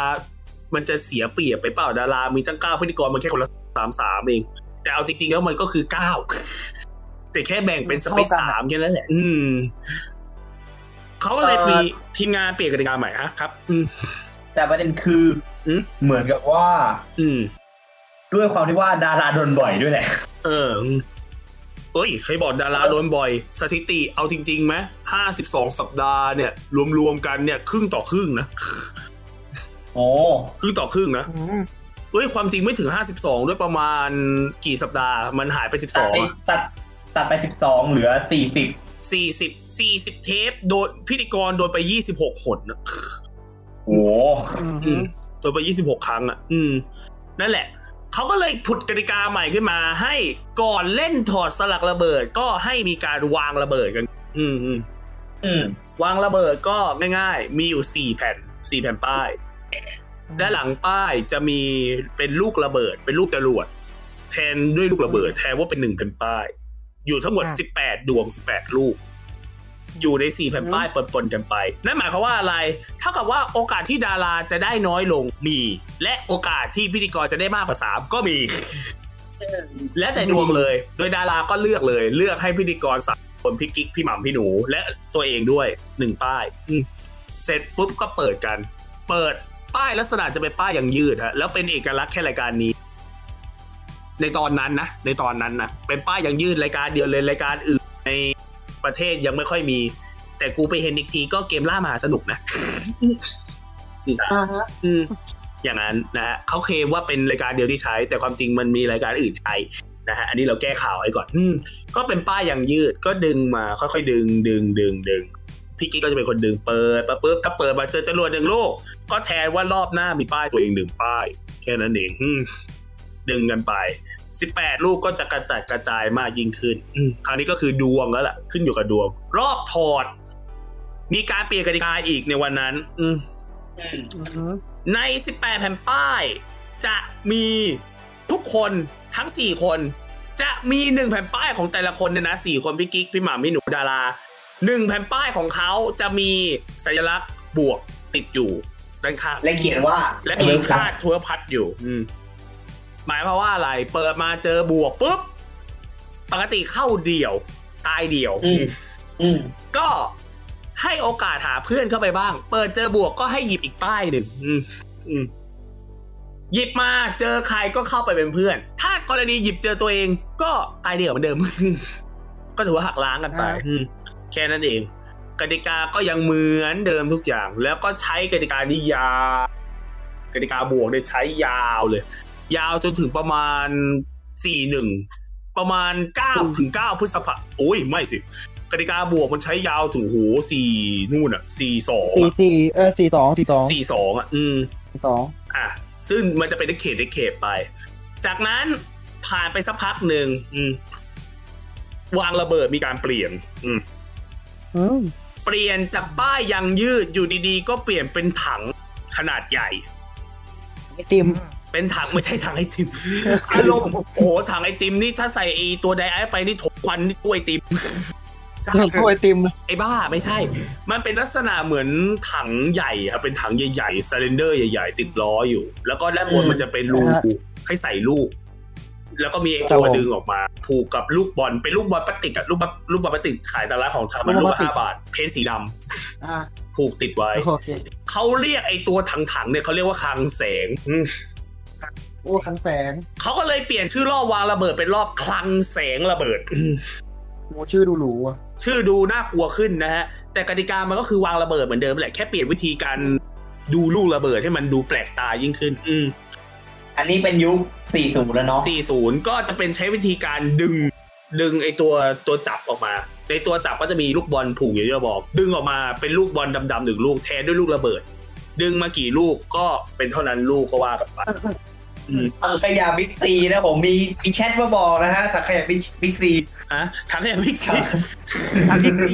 มันจะเสียเปรียบไปเปล่าดารา มีตั้งเก้าพิธีกรมันแค่คนละสามสามเอง แต่เอาจริงๆแล้วมันก็คือเก้าแต่แค่แบ่งเป็นสเปซ เท่ากันอะ สามแค่นั้นแหละ อืมเขาก็เลยมีทีมงานเปลี่ยนกติกาใหม่ฮะครับ อืม แต่ประเด็นคืออ ม เหมือนกับว่า อืม ด้วยความที่ว่าดาราโดนบ่อยด้วยแหละ เออเอ้ยเคยบอกดาราโดนบ่อย สถิติเอาจริงๆไหมห้าสิบสองสัปดาห์เนี่ย รวมๆกันเนี่ย ครึ่งต่อครึ่งนะ โอ้ ครึ่งต่อครึ่งนะ อืม เอ้ย ความจริงไม่ถึงห้าสิบสองด้วยประมาณกี่สัปดาห์ มันหายไปสิบส ตัด อง ไปตัดตัดไปสิบสองเหลือสี่สิบ สี่สิบสี่สิบเทป โดนพิธีกรโดนไปยี่สิบหกหนนะ โอ้ อืม อืมโดนไป 26 ครั้งอ่ะ อืม นั่นแหละ เขาก็เลยผุดกติกาใหม่ขึ้นมา ให้ก่อนเล่นถอดสลักระเบิดก็ให้มีการวางระเบิดกัน อืมอืม อืม วางระเบิดก็ง่าย ๆ มีอยู่ 4 แผ่น 4 แผ่นป้าย ด้านหลังป้ายจะมีเป็นลูกระเบิด เป็นลูกจรวด แทนด้วยลูกระเบิด แทนว่าเป็นหนึ่งแผ่นป้าย อยู่ทั้งหมด 18 ดวง 18 ลูก อยู่ใน 4 แผ่นป้ายปนๆกันไป นั่นหมายความว่าอะไร เท่ากับว่าโอกาสที่ดาราจะได้น้อยลงมี และโอกาสที่พิธีกรจะได้มากกว่าสามก็มี และแต่ดวงเลย โดยดาราก็เลือกเลย เลือกให้พิธีกรสามคนพี่กิ๊กพี่หม่ำพี่หนู และตัวเองด้วยหนึ่งป้ายอืมเสร็จปุ๊บก็เปิดกัน เปิดป้ายลักษณะจะเป็นป้ายอย่างยืดฮะแล้วเป็นเอกลักษณ์แค่รายการนี้ ในตอนนั้นนะในตอนนั้นนะเป็นป้ายอย่างยืดรายการเดียวเลยรายการอื่นในประเทศยังไม่ค่อยมี แต่กูไปเห็นอีกทีก็เกมล่ามหาสนุก นะ สีสัน อ่าฮะ อืมอย่างนั้นนะฮะเขาเคลมว่าเป็นรายการเดียวที่ใช้ แต่ความจริงมันมีรายการอื่นใช้นะฮะอันนี้เราแก้ข่าวไว้ก่อนอืมก็เป็นป้ายอย่างยืดก็ดึงมาค่อยๆดึงดึงดึงดึงพี่กิ๊กก็จะเป็นคนดึงเปิดมาปุ๊บถ้าเปิดมาเจอจรวดหนึ่งลูกก็แทนว่ารอบหน้ามีป้ายตัวเองหนึ่งป้าย แค่นั้นเองอืมดึงกันไป 18 ลูกก็จะกระจัดกระจายมากยิ่งขึ้นอืมคราวนี้ก็คือดวงแล้วล่ะ ขึ้นอยู่กับดวง รอบถอด มีการเปลี่ยนกติกาอีกในวันนั้น อืม อือหือ ใน 18 แผ่นป้าย จะมีทุกคนทั้ง 4 คน จะมีหนึ่งแผ่นป้ายของแต่ละคนเนี่ยนะสี่คนพี่กิ๊กพี่หม่ำพี่หนูดาราหนึ่งแผ่นป้ายของเขาจะมีสัญลักษณ์บวกติดอยู่ด้านข้าง และเขียนว่า และมีคาดทัวร์พัดอยู่ อืม หมายความว่าอะไร เปิดมาเจอบวกปุ๊บ ปกติเข้าเดี่ยว ตายเดี่ยว อืมอืม ก็ให้โอกาสหาเพื่อนเข้าไปบ้าง เปิดเจอบวกก็ให้หยิบอีกป้ายหนึ่งอืมอืมหยิบมาเจอใครก็เข้าไปเป็นเพื่อน ถ้ากรณีหยิบเจอตัวเองก็ตายเดี่ยวเหมือนเดิม ก็ถือว่าหักล้างกันไปอืมแค่นั้นเอง กติกาก็ยังเหมือนเดิมทุกอย่าง แล้วก็ใช้กติกานี้ยาวกติกาบวกเนี่ยใช้ยาวเลย ยาวจนถึงประมาณสี่หนึ่งประมาณเก้าถึงเก้าพฤษภาโอ้ยไม่สิ กติกาบวกมันใช้ยาวถึงโหสี่นู่นอ่ะสี่สอง สี่สี่เออสี่สองสี่สอง สี่สองอ่ะอืม สี่สอง อ่ะ ซึ่งมันจะเป็นเดคเคดเดคเคดไป จากนั้น ผ่านไปสักพักหนึ่งอืมวางระเบิดมีการเปลี่ยน อืม อืม เปลี่ยนจากป้ายยางยืดอยู่ดีๆ ก็เปลี่ยนเป็นถังขนาดใหญ่ ไอติม เป็นถังไม่ใช่ถังไอ ติม อารมณ์โอ้โหถังไอติมนี่ถ้าใส่ไอตัวไดไอซ์ไปนี่ถกควันนี่กล้วยไอติมใช่ กล้วยติม ไอบ้าไม่ใช่ มันเป็นลักษณะเหมือนถังใหญ่ครับเป็นถังใหญ่ๆซ y เลนเดอร์ใหญ่ ๆ ติดล้ออยู่ แล้วก็ด้านบนมันจะเป็นรู ฮะ ให้ใส่ลูก แล้วก็มีไอ้ ครับ ตัว ผม ดึงออกมา ผูกกับลูกบอลเป็นลูกบอลพลาสติกอะลูกบอลลูกบอลพลาสติกขายตามร้านของชำมันลูกละห้าบาทเพนสีดำ อ่า ผูกติดไว้ โอเค เขาเรียกไอ้ตัวถังๆเนี่ยเขาเรียกว่าคลังแสงอืม โอ้คังแสง เขาก็เลยเปลี่ยนชื่อรอบวางระเบิดเป็นรอบคลังแสงระเบิด อืม โอ้ชื่อดูหรูอ่ะ ชื่อดูน่ากลัวขึ้นนะฮะ แต่กติกามันก็คือวางระเบิดเหมือนเดิมแหละแค่เปลี่ยนวิธีการดูลูกระเบิดให้มันดูแปลกตายิ่งขึ้น อืม อันนี้เป็นยุคสี่สูแล้วเนาะ 40 ก็จะเป็นใช้วิธีการดึง ดึงไอ้ตัวตัวจับออกมา ในตัวจับก็จะมีลูกบอลผูกอย่างที่เราบอก ดึงออกมาเป็นลูกบอลดำๆหนึ่งลูกแทนด้วยลูกระเบิด ดึงมากี่ลูกก็เป็นเท่านั้นลูกก็ว่ากันไป ถังขยะบิ๊กซีนะผมมีมีแชทมาบอกนะฮะถังขยะบิ๊กซี อะถังขยะบิ๊ก ครั ซี บ ถังบิ๊กซี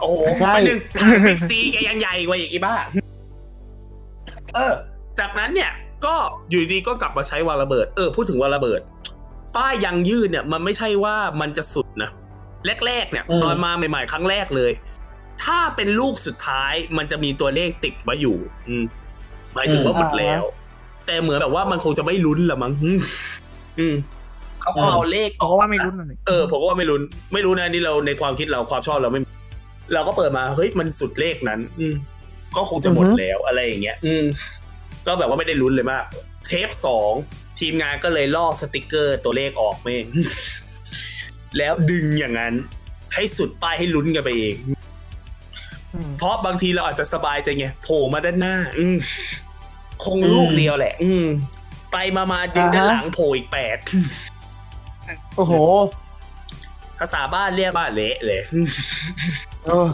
โอ้โห ใช่ มันหนึ่งถังบิ๊กซีแกยังใหญ่กว่าอีกอีบ้า เออ จากนั้นเนี่ย ก็อยู่ดีๆก็กลับมาใช้วางระเบิด เออ พูดถึงวางระเบิด ป้ายยางยืดเนี่ย มันไม่ใช่ว่ามันจะสุดนะ แรก ๆ เนี่ย อืม ตอนมาใหม่ ๆ ครั้งแรกเลย ถ้าเป็นลูกสุดท้ายมันจะมีตัวเลขติดไว้อยู่ อืมหมายถึงว่าหมดแล้ว แต่เหมือนแบบว่ามันคงจะไม่ลุ้นละมั้งอืมอืมเขาก็เอาเลข เพราะว่าไม่รุ้นเลย เออผมก็ว่าไม่รุ้นไม่รู้นะอันนี่เราในความคิดเราความชอบเราไม่มีเราก็เปิดมาเฮ้ยมันสุดเลขนั้น อืมก็คงจะหมด อือฮึ แล้วอะไรอย่างเงี้ย อืมก็แบบว่าไม่ได้ลุ้นเลยมาก เทปสองทีมงานก็เลยลอกสติกเกอร์ตัวเลขออกเม่ง แล้วดึงอย่างนั้น ให้สุดป้ายให้ลุ้นกันไปเอง เพราะบางทีเราอาจจะสบายใจไงโผล่มาด้านหน้า อืมคงลูกเดียวแหละ อืมไปมามาดึงด้านหลังโผล่อีกแปด โอ้โห ภาษาบ้านเรียกว่าเละเลย เออ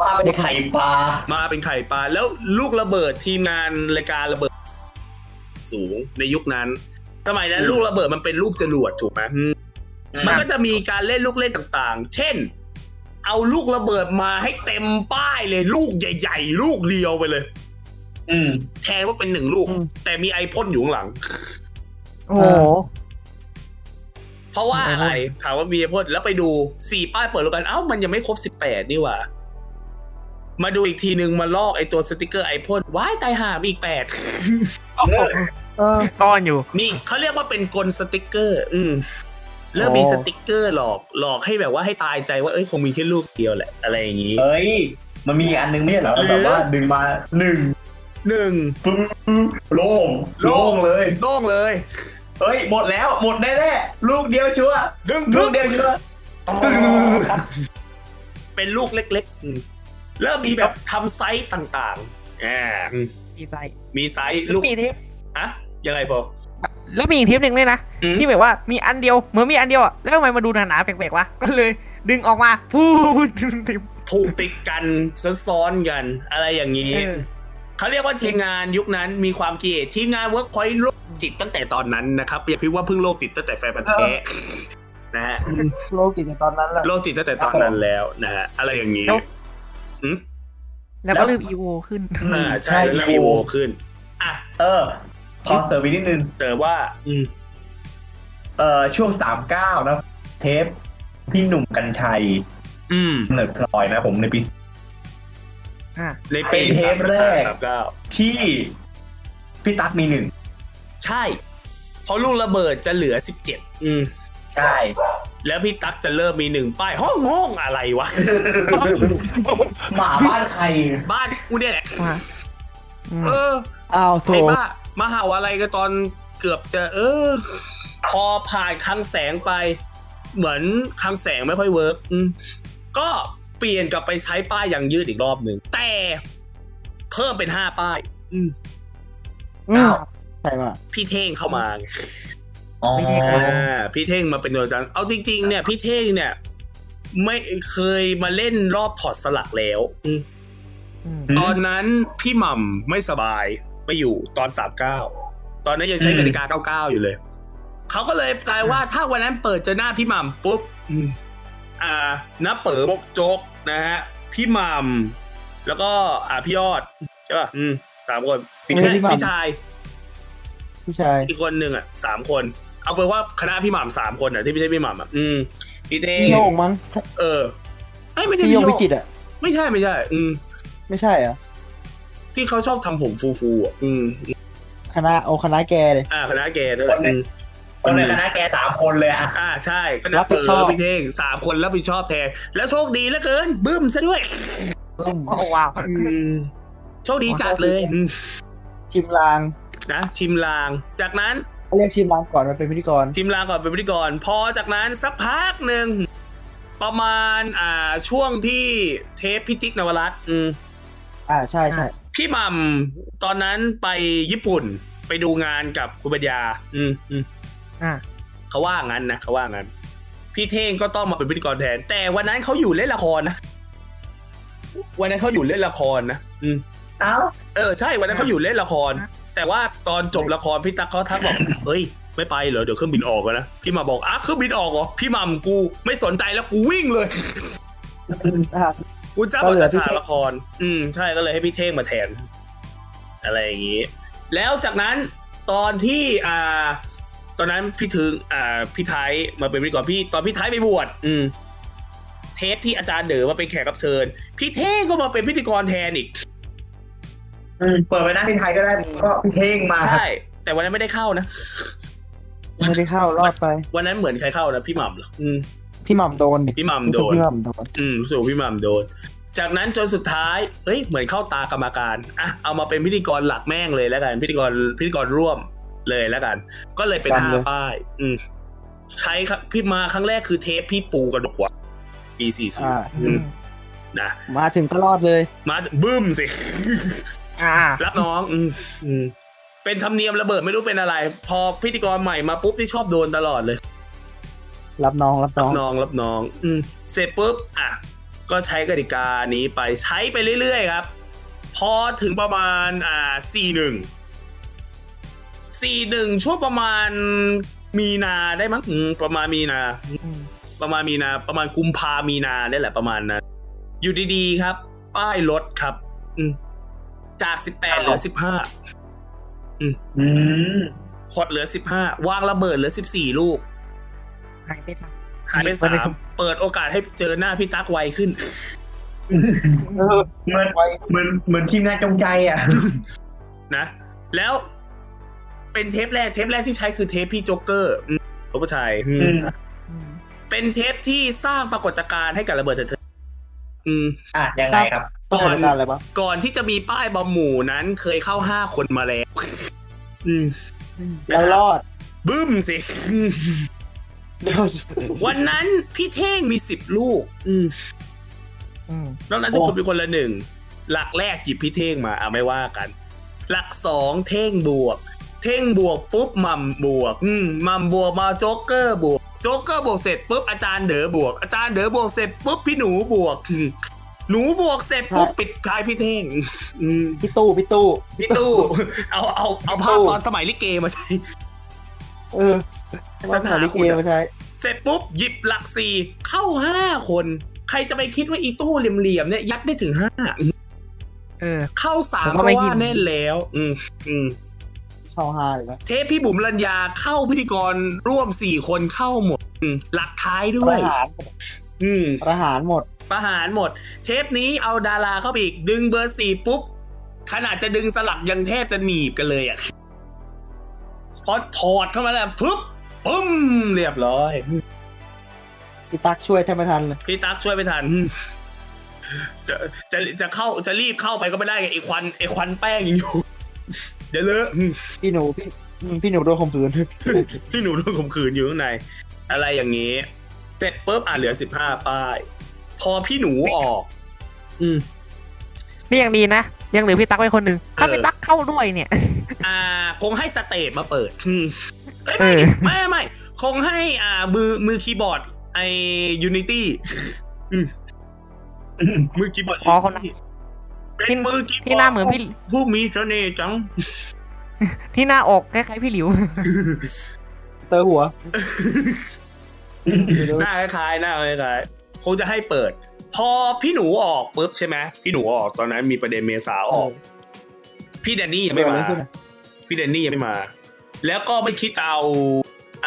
ว่าเป็นไข่ปลา มาเป็นไข่ปลาแล้วลูกระเบิดทีมงานรายการระเบิด สูงในยุคนั้น สมัยนั้น ลูกระเบิดมันเป็นลูกจรวดถูกไหมอืมมันก็จะมีการเล่นลูกเล่นต่างๆ เช่น เอาลูกระเบิดมาให้เต็มป้ายเลย ลูกใหญ่ๆ ลูกเดียวไปเลย อืม แทนว่าเป็นหนึ่งลูก อืม แต่มีไอพ่นอยู่ข้างหลัง โอ้โห เพราะว่าอะไรถามว่ามีไอพ่นแล้วไปดูสี่ป้ายเปิดแล้วกันเอ้ามันยังไม่ครบสิบแปดนี่หว่า มาดูอีกทีนึงมาลอกไอตัวสติกเกอร์ไอพ่นว้ายตายห่ามีอีกแปด เออ ต้อนอยู่ มีเขาเรียกว่าเป็นกลสติกเกอร์ อืมเริ่มมี อ๋อ สติกเกอร์หลอกหลอกให้แบบว่าให้ตายใจว่าเอ้ยคงมีแค่ลูกเดียวแหละ อะไรอย่างนี้ เฮ้ย มันมีอันนึงไม่ใช่เหรอ หรือ แบบว่าดึงมาหนึ่ง หนึ่ง ปึ้งโล่งโล่งเลย โล่งเลย เฮ้ย หมดแล้ว หมดแน่ๆ ลูกเดียวชัวร์ ดึง ลู ดึ ก ง เดียวชัวร์ตึ้ง เป็นลูกเล็กๆอืมเริ่มมีแบบทำไซส์ต่างๆอ่าอืม มีไซส์ มีไซส์ลูก มีทิป อะยังไงพอ แล้วมีอีกทิปหนึ่งด้วยนะ อืม ที่แบบว่ามีอันเดียว เหมือนมีอันเดียวอะแล้วทำไมมาดูหนาๆแปลกๆวะ ก็เลย ดึงออกมาพูดทิป ผูกติดกันซ้อนๆกัน อะไรอย่างนี้ เออ เขาเรียกว่าทีมงานยุคนั้นมีความเกียรทีมงานเวิร์กพอยต์โรคจิตตั้งแต่ตอนนั้นนะครับ อย่าพิดว่าเพิ่งโรคจิตตั้งแต่แฟนบันธุ์แท้นะฮะ โลกิจในตอนนั้นแหละ โรคจิตตั้งแต่ตอนนั้นแล้วนะฮะ อะไรอย่างนี้ แล้ว หืม แล้วก็ลืมอีโวขึ้น อ่าใช่แล้วมีโวขึ้น อ่ะ เออ ขอเสริมอีกนิดนึง แต่ว่า อืม เอ่อ ช่วงสามเก้านะ เทป พี่หนุ่มกัญชัย อืม กำเนิดพลอยนะผมในปี ในปี เป็นเทปแรก สามเก้า ที่พี่ตั๊กมีหนึ่ง ใช่ เพราะลูกระเบิดจะเหลือสิบเจ็ดอืม ใช่ แล้วพี่ตั๊กจะเริ่มมีหนึ่งป้ายห้องห้องอะไรวะ หมาบ้านใคร บ้านกูเนี่ยแหละ ว่าอืม เออ อ้าวโถ ไอ้บ้ามหาวิทยาลัยก็ตอนเกือบจะ เออ พอผ่านคลังแสงไป เหมือนคลังแสงไม่ค่อยเวิร์กอืมก็เปลี่ยนกลับไปใช้ป้ายอย่างยืดอีกรอบหนึ่งแต่เพิ่มเป็นห้าป้าย อืม อืมใช่ป่ะ พี่เท่งเข้ามาไง อ๋อ ไม่ได้ครับ อ่าพี่เท่งมาเป็นตัวจังเอาจริง ๆ เนี่ย พี่เท่งเนี่ย ไม่เคยมาเล่นรอบถอดสลักแล้วอืม อืม ตอนนั้นพี่หม่ำไม่สบายไม่อยู่ตอนสามเก้าตอนนั้นยังใช้กติกาเก้าเก้าอยู่เลย เขาก็เลยกลายว่าถ้าวันนั้นเปิดเจอหน้าพี่หม่ำปุ๊บอืมอ่าน้าเปิดบกโจกนะฮะ พี่หม่ำแล้วก็อ่าพี่ยอดใช่ป่ะอืมสามคน ไม่ใช่พี่หม่ำ ชาย ผู้ชาย อีกคนหนึ่งอ่ะสามคน เอาเป็นว่าคณะพี่หม่ำสามคนอ่ะที่ไม่ใช่พี่หม่ำอ่ะอืมพี่เต้ พี่โยงมั้ง เออเอ้ยไม่ใช่ พี่ พี่ โย โย ง ง พิจิตรอ่ะ ไม่ใช่ไม่ใช่ อืม ไม่ใช่เหรอ่ะ ที่เขาชอบทำผมฟูๆอ่ะอืม คณะโอคณะแกเลย อ่าคณะแกนั่นแหละอืม คนในคณะแกสามคนเลยอะ อ่าใช่ก็ รั นั บบ ผิ เปิ ด ด ชอบ พี่เท่งสามคนรับผิดชอบแทนแล้วโชคดีเหลือเกินบึ้มซะด้วย บึ้ม โอ้โหว้าว อืมโชคดีจัดเลยอืม ชิมลาง นะชิมลาง จากนั้น เรียกชิมลางก่อนมาเป็นพิธีกร ชิมลางก่อนเป็นพิธีกร พอจากนั้นสักพักหนึ่งประมาณอ่าช่วงที่เทปพี่จิ๊กนวรัตน์อืม อ่าใช่ใช่ พี่หม่ำตอนนั้นไปญี่ปุ่นไปดูงานกับคุณปัญญา อืมอืม อ่า เขาว่างั้นนะเขาว่างั้น พี่เท่งก็ต้องมาเป็นพิธีกรแทน แต่วันนั้นเขาอยู่เล่นละครนะ วันนั้นเขาอยู่เล่นละครนะอืม เอ้า เออใช่วันนั้นเขาอยู่เล่นละคร แต่ว่าตอนจบละครพี่ตั๊กเขาทักบอก เฮ้ย ไม่ไปเหรอเดี๋ยวเครื่องบินออกแล้วนะพี่หมาบอกอ่ะเครื่องบินออกเหรอพี่หม่ำกูไม่สนใจแล้วกูวิ่งเลย กูจ้า ก็ บอ เหลือ จะ พี่ ฉา เท่ ก ง ละคร อืม ใช่ก็เลยให้พี่เท่งมาแทน อะไรอย่างนี้ แล้วจากนั้นตอนที่อ่า ตอนนั้นพี่ถึงอ่าพี่ไทยมาเป็นพิธีกรพี่ตอนพี่ไทยไปบวชอืม เทปที่อาจารย์เด๋อมาเป็นแขกรับเชิญ พี่เท่งก็มาเป็นพิธีกรแทนอีก อืมเปิดไปหน้าพี่ไทยก็ได้มึงก็พี่เท่งมา ใช่ แต่วันนั้นไม่ได้เข้านะ ไม่ได้เข้ารอดไป วันนั้นเหมือนใครเข้านะพี่หม่ำเหรออืม พี่หม่ำโดนดิ พี่หม่ำโดน พี่หม่ำโดน อืมสู่พี่หม่ำโดน จากนั้นจนสุดท้าย เฮ้ย เหมือนเข้าตากรรมการ อ่ะ เอามาเป็นพิธีกรหลักแม่งเลยแล้วกัน พิธีกรพิธีกรร่วมเลยแล้วกัน ก็เลยเป็น จำเลย ห้าป้าย อืม ใช้ครับพี่มาครั้งแรกคือเทปพี่ปูกระดกวักปีสี่สิบ อ่า นะ มาถึงก็รอดเลย มาบึ้มสิ อ่า รับน้องอืมอืมเป็นธรรมเนียมระเบิดไม่รู้เป็นอะไร พอพิธีกรใหม่มาปุ๊บที่ชอบโดนตลอดเลย รับน้องรับน้อง น้องรับน้อง อืม เสร็จปุ๊บ อ่ะ ก็ใช้กติกานี้ไปใช้ไปเรื่อยๆครับ พอถึงประมาณ อ่าสี่หนึ่ง สี่หนึ่งช่วงประมาณมีนาได้มั้งอืมประมาณมีนา ประมาณมีนา ประมาณกุมภามีนาได้แหละประมาณนะอยู่ดีๆครับ ป้ายลดครับ อืม จากสิบแปดเหลือสิบห้า อืม ขดเหลือสิบห้า วางระเบิดเหลือสิบสี่ลูก หายไปซะ หายไป ไม่ สา ได้ ม เปิดโอกาสให้เจอหน้าพี่ตั๊กไวขึ้น เออ เหมือน ไว้ เหมือนเหมือนทีมงานจงใจอ่ะ นะแล้วเป็นเทปแรกเทปแรกที่ใช้คือเทปพี่โจ๊กเกอร์อืมพระผู้ชายอืม อืม อืม เป็นเทปที่สร้างปรากฏการณ์ให้กับระเบิดเถิดเทิงอืม อ่ะ ยังไงครับ ปรากฏการณ์อะไรปะ ก่อนที่จะมีป้ายบอมหมู่นั้นเคยเข้าห้าคนมาแล้ว อืม เรารอด บึ้มสิอืม เดี๋ยว วันนั้นพี่เท่งมีสิบลูก อืม อืม นอกนั้นทุกคนเป็นคนละหนึ่ง หลักแรกหยิบพี่เท่งมาอ่ะไม่ว่ากัน หลักสองเท่งบวก เท่งบวกปุ๊บหมัมบวก อืมหมัมบวกมาโจ๊กเกอร์บวก โจ๊กเกอร์บวกเสร็จปุ๊บอาจารย์เด๋อบวก อาจารย์เด๋อบวกเสร็จปุ๊บพี่หนูบวกอืมหนูบวกเสร็จปุ๊บปิดท้ายพี่เท่งอืม พี่ตู้พี่ตู้ พี่ตู้ เอาเอาเอาภาพตอนสมัยลิเกมาใช้ เออสถานลิเกมาใช้ เสร็จปุ๊บหยิบหลักสี่เข้าห้าคน ใครจะไปคิดว่าอีตู้เหลี่ยมๆเนี่ยยัดได้ถึงห้า เออ เข้าสาม ผมก็ ก็ ไม่ ว่า หิน แน่นแล้ว อืมอืม เข้าห้าเลยปะ เทปพี่บุ๋มรัญญาเข้าพิธีกรร่วมสี่คนเข้าหมดอืมหลักท้ายด้ ป ว ระ ย หาร อืม ประหารหมด ประหารหมด เทปนี้เอาดาราเข้าไปอีก ดึงเบอร์สี่ปุ๊บ ขนาดจะดึงสลักยังแทบจะหนีบกันเลยอ่ะพอถอดเข้ามาแล้วปุ๊บปุ๊มเรียบร้อย พี่ตั๊กช่วยแทบไม่ทันเลย พี่ตั๊กช่วยไม่ทันจะจะจะเข้าจะรีบเข้าไปก็ไม่ได้ไงไอควันไอควันแป้งยังอยู่ เดี๋ยวเลอะอืม พี่หนูพี่อืมพี่หนูโดนข่มขืน พี่หนูโดนข่มขืนอยู่ข้างใน อะไรอย่างนี้ เสร็จปุ๊บอ่ะเหลือสิบห้าป้าย พอพี่หนูออก อืม นี่ยังดีนะ ยังเหลือพี่ตั๊กไว้คนหนึ่งถ้าพี่ตั๊กเข้าด้วยเนี่ย อ่า คงให้สเตปมาเปิดอืมเอ้ย เออ ไม่ไม่ไม่ไม่คงให้อ่า มือมือคีย์บอร์ด ไอยูนิตี้มือคีย์บอร์ด อ๋อคนนั้น เป็นมือคีย์บอร์ด ที่หน้าเหมือนพี่ ผู้มีเสน่ห์จัง ที่หน้าอกคล้ายๆพี่หลิว เตอร์หัว หน้าคล้ายๆหน้าคล้ายๆคงจะให้เปิด พอพี่หนูออกปุ๊บใช่ไหมพี่หนูออกตอนนั้นมีประเด็นเมษาออก พี่แดนนี่ยังไม่มา เกิดอะไรขึ้นอะ พี่แดนนี่ยังไม่มา แล้วก็ไม่คิดจะเอา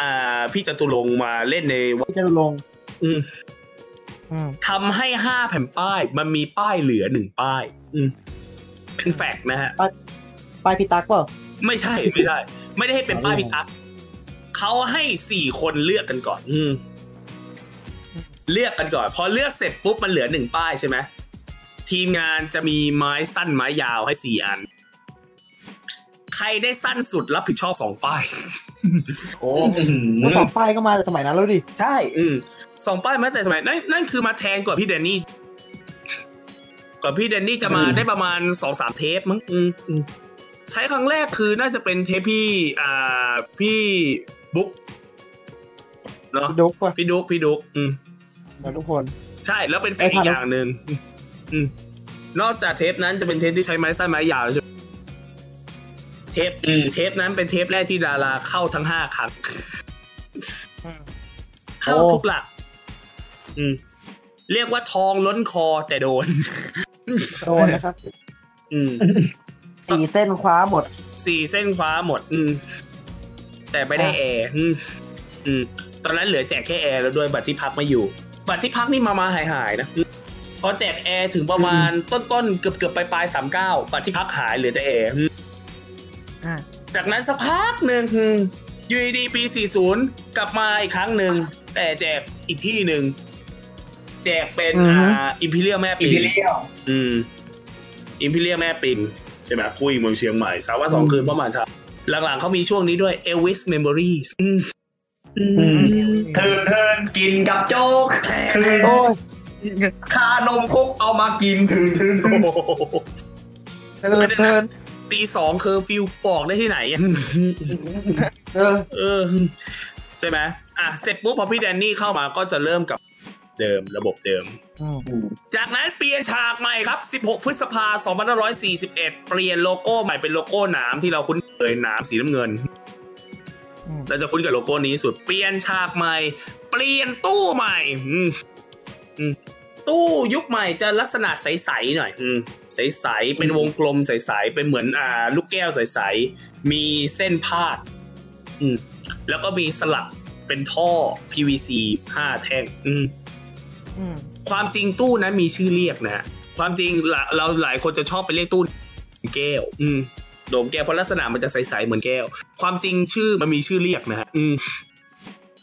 อ่า พี่จตุรงค์มาเล่นในวัด พี่จะลงค์ อืม อืม ทำให้ห้าแผ่นป้าย มันมีป้ายเหลือหนึ่งป้าย อืมเป็นแฟกต์นะฮะ ไปพี่ตั๊กเปล่า ไม่ ใช่ไม่ได้ ไม่ได้ให้เป็นป้ายพิทักษ์เขาให้สี่คนเลือกกันก่อน อืม เลือกกันก่อน พอเลือกเสร็จปุ๊บมันเหลือหนึ่งป้ายใช่ไหมทีมงานจะมีไม้สั้นไม้ยาวให้สี่อัน ใครได้สั้นสุดรับผิดชอบสองป้าย โอ้ แล้วสองป้ายก็มาแต่สมัยนั้นแล้วดิ ใช่ อืมสองป้ายมาแต่สมัยนั่นนั่นคือมาแทนกว่าพี่แดนนี่กว่าพี่แดนนี่จะมาได้ประมาณสองสามเทปมั้งอืมอืมใช้ครั้งแรกคือน่าจะเป็นเทปพี่อ่าพี่บุ๊กเนาะ ดุ๊กว่ะ พี่ดุ๊กพี่ดุ๊กอืม เดี๋ยวทุกคน ใช่แล้วเป็นแฟน ไอ้ อี พานุ กอย่างหนึ่งอืมนอกจากเทปนั้นจะเป็นเทปที่ใช้ไม้สั้นไม้ยาวใช่ไหมเทปอืมเทปนั้นเป็นเทปแรกที่ดาราเข้าทั้งห้าครั้ง อืม เข้าทุกหลัก อืม เรียกว่าทองล้นคอแต่โดน โดนนะครับ อืม สี่เส้นคว้าหมด สี่เส้นคว้าหมด อืม แต่ไม่ได้แอร์อืมอืม ตอนนั้นเหลือแจกแค่แอร์แล้วด้วยบัตรที่พักไม่อยู่ บัตรที่พักนี่มามาหายหายๆนะอืมพอแจกแอร์ถึงประมาณต้นต้นๆเกือบเกือบปลายปลายสามเก้าบัตรที่พักหายเหลือแต่แอร์อืม อ่า จากนั้นสักพักหนึ่งอืมอยูดีๆปีสี่ศูนย์กลับมาอีกครั้งหนึ่งแต่แจกอีกที่หนึ่งแจกเป็นอ่าอิมพีเรียลแม่ปี อืมอิมพีเรียแม่ปิ่นใช่ไหมคุยเมืองเชียงใหม่สามวันสองคืนประมาณเช้าหลังๆเขามีช่วงนี้ด้วย Elvis Memories อืม เทินเทินกินกับโจ๊กคืน โอ้ย คานมพกเอามากินถึงถึง โอ้โห เทินเทิน ตีสองเคอร์ฟิวบอกได้ที่ไหน เออ เออ ใช่ไหมอ่ะ เสร็จปุ๊บพอพี่แดนนี่เข้ามาก็จะเริ่มกับเดิมระบบเดิม จากนั้นเปลี่ยนฉากใหม่ครับ 16 พฤษภา2541 เปลี่ยนโลโก้ใหม่เป็นโลโก้หนามที่เราคุ้นเคยหนามสีน้ำเงิน เราจะคุ้นกับโลโก้นี้สุด เปลี่ยนฉากใหม่ เปลี่ยนตู้ใหม่อืมอืมตู้ยุคใหม่จะลักษณะใสๆหน่อย อืมใสๆเป็นวงกลมใสๆเป็นเหมือนอ่า ลูกแก้วใสๆมีเส้นพาด อืม แล้วก็มีสลักเป็นท่อ PVC ห้าแท่งอืม อืม ความจริงตู้นั้นมีชื่อเรียกนะฮะความจริงเราเราหลายคนจะชอบไปเรียกตู้แก้ว อืมโดมแก้วเพราะลักษณะมันจะใสๆเหมือนแก้ว ความจริงชื่อมันมีชื่อเรียกนะฮะอืม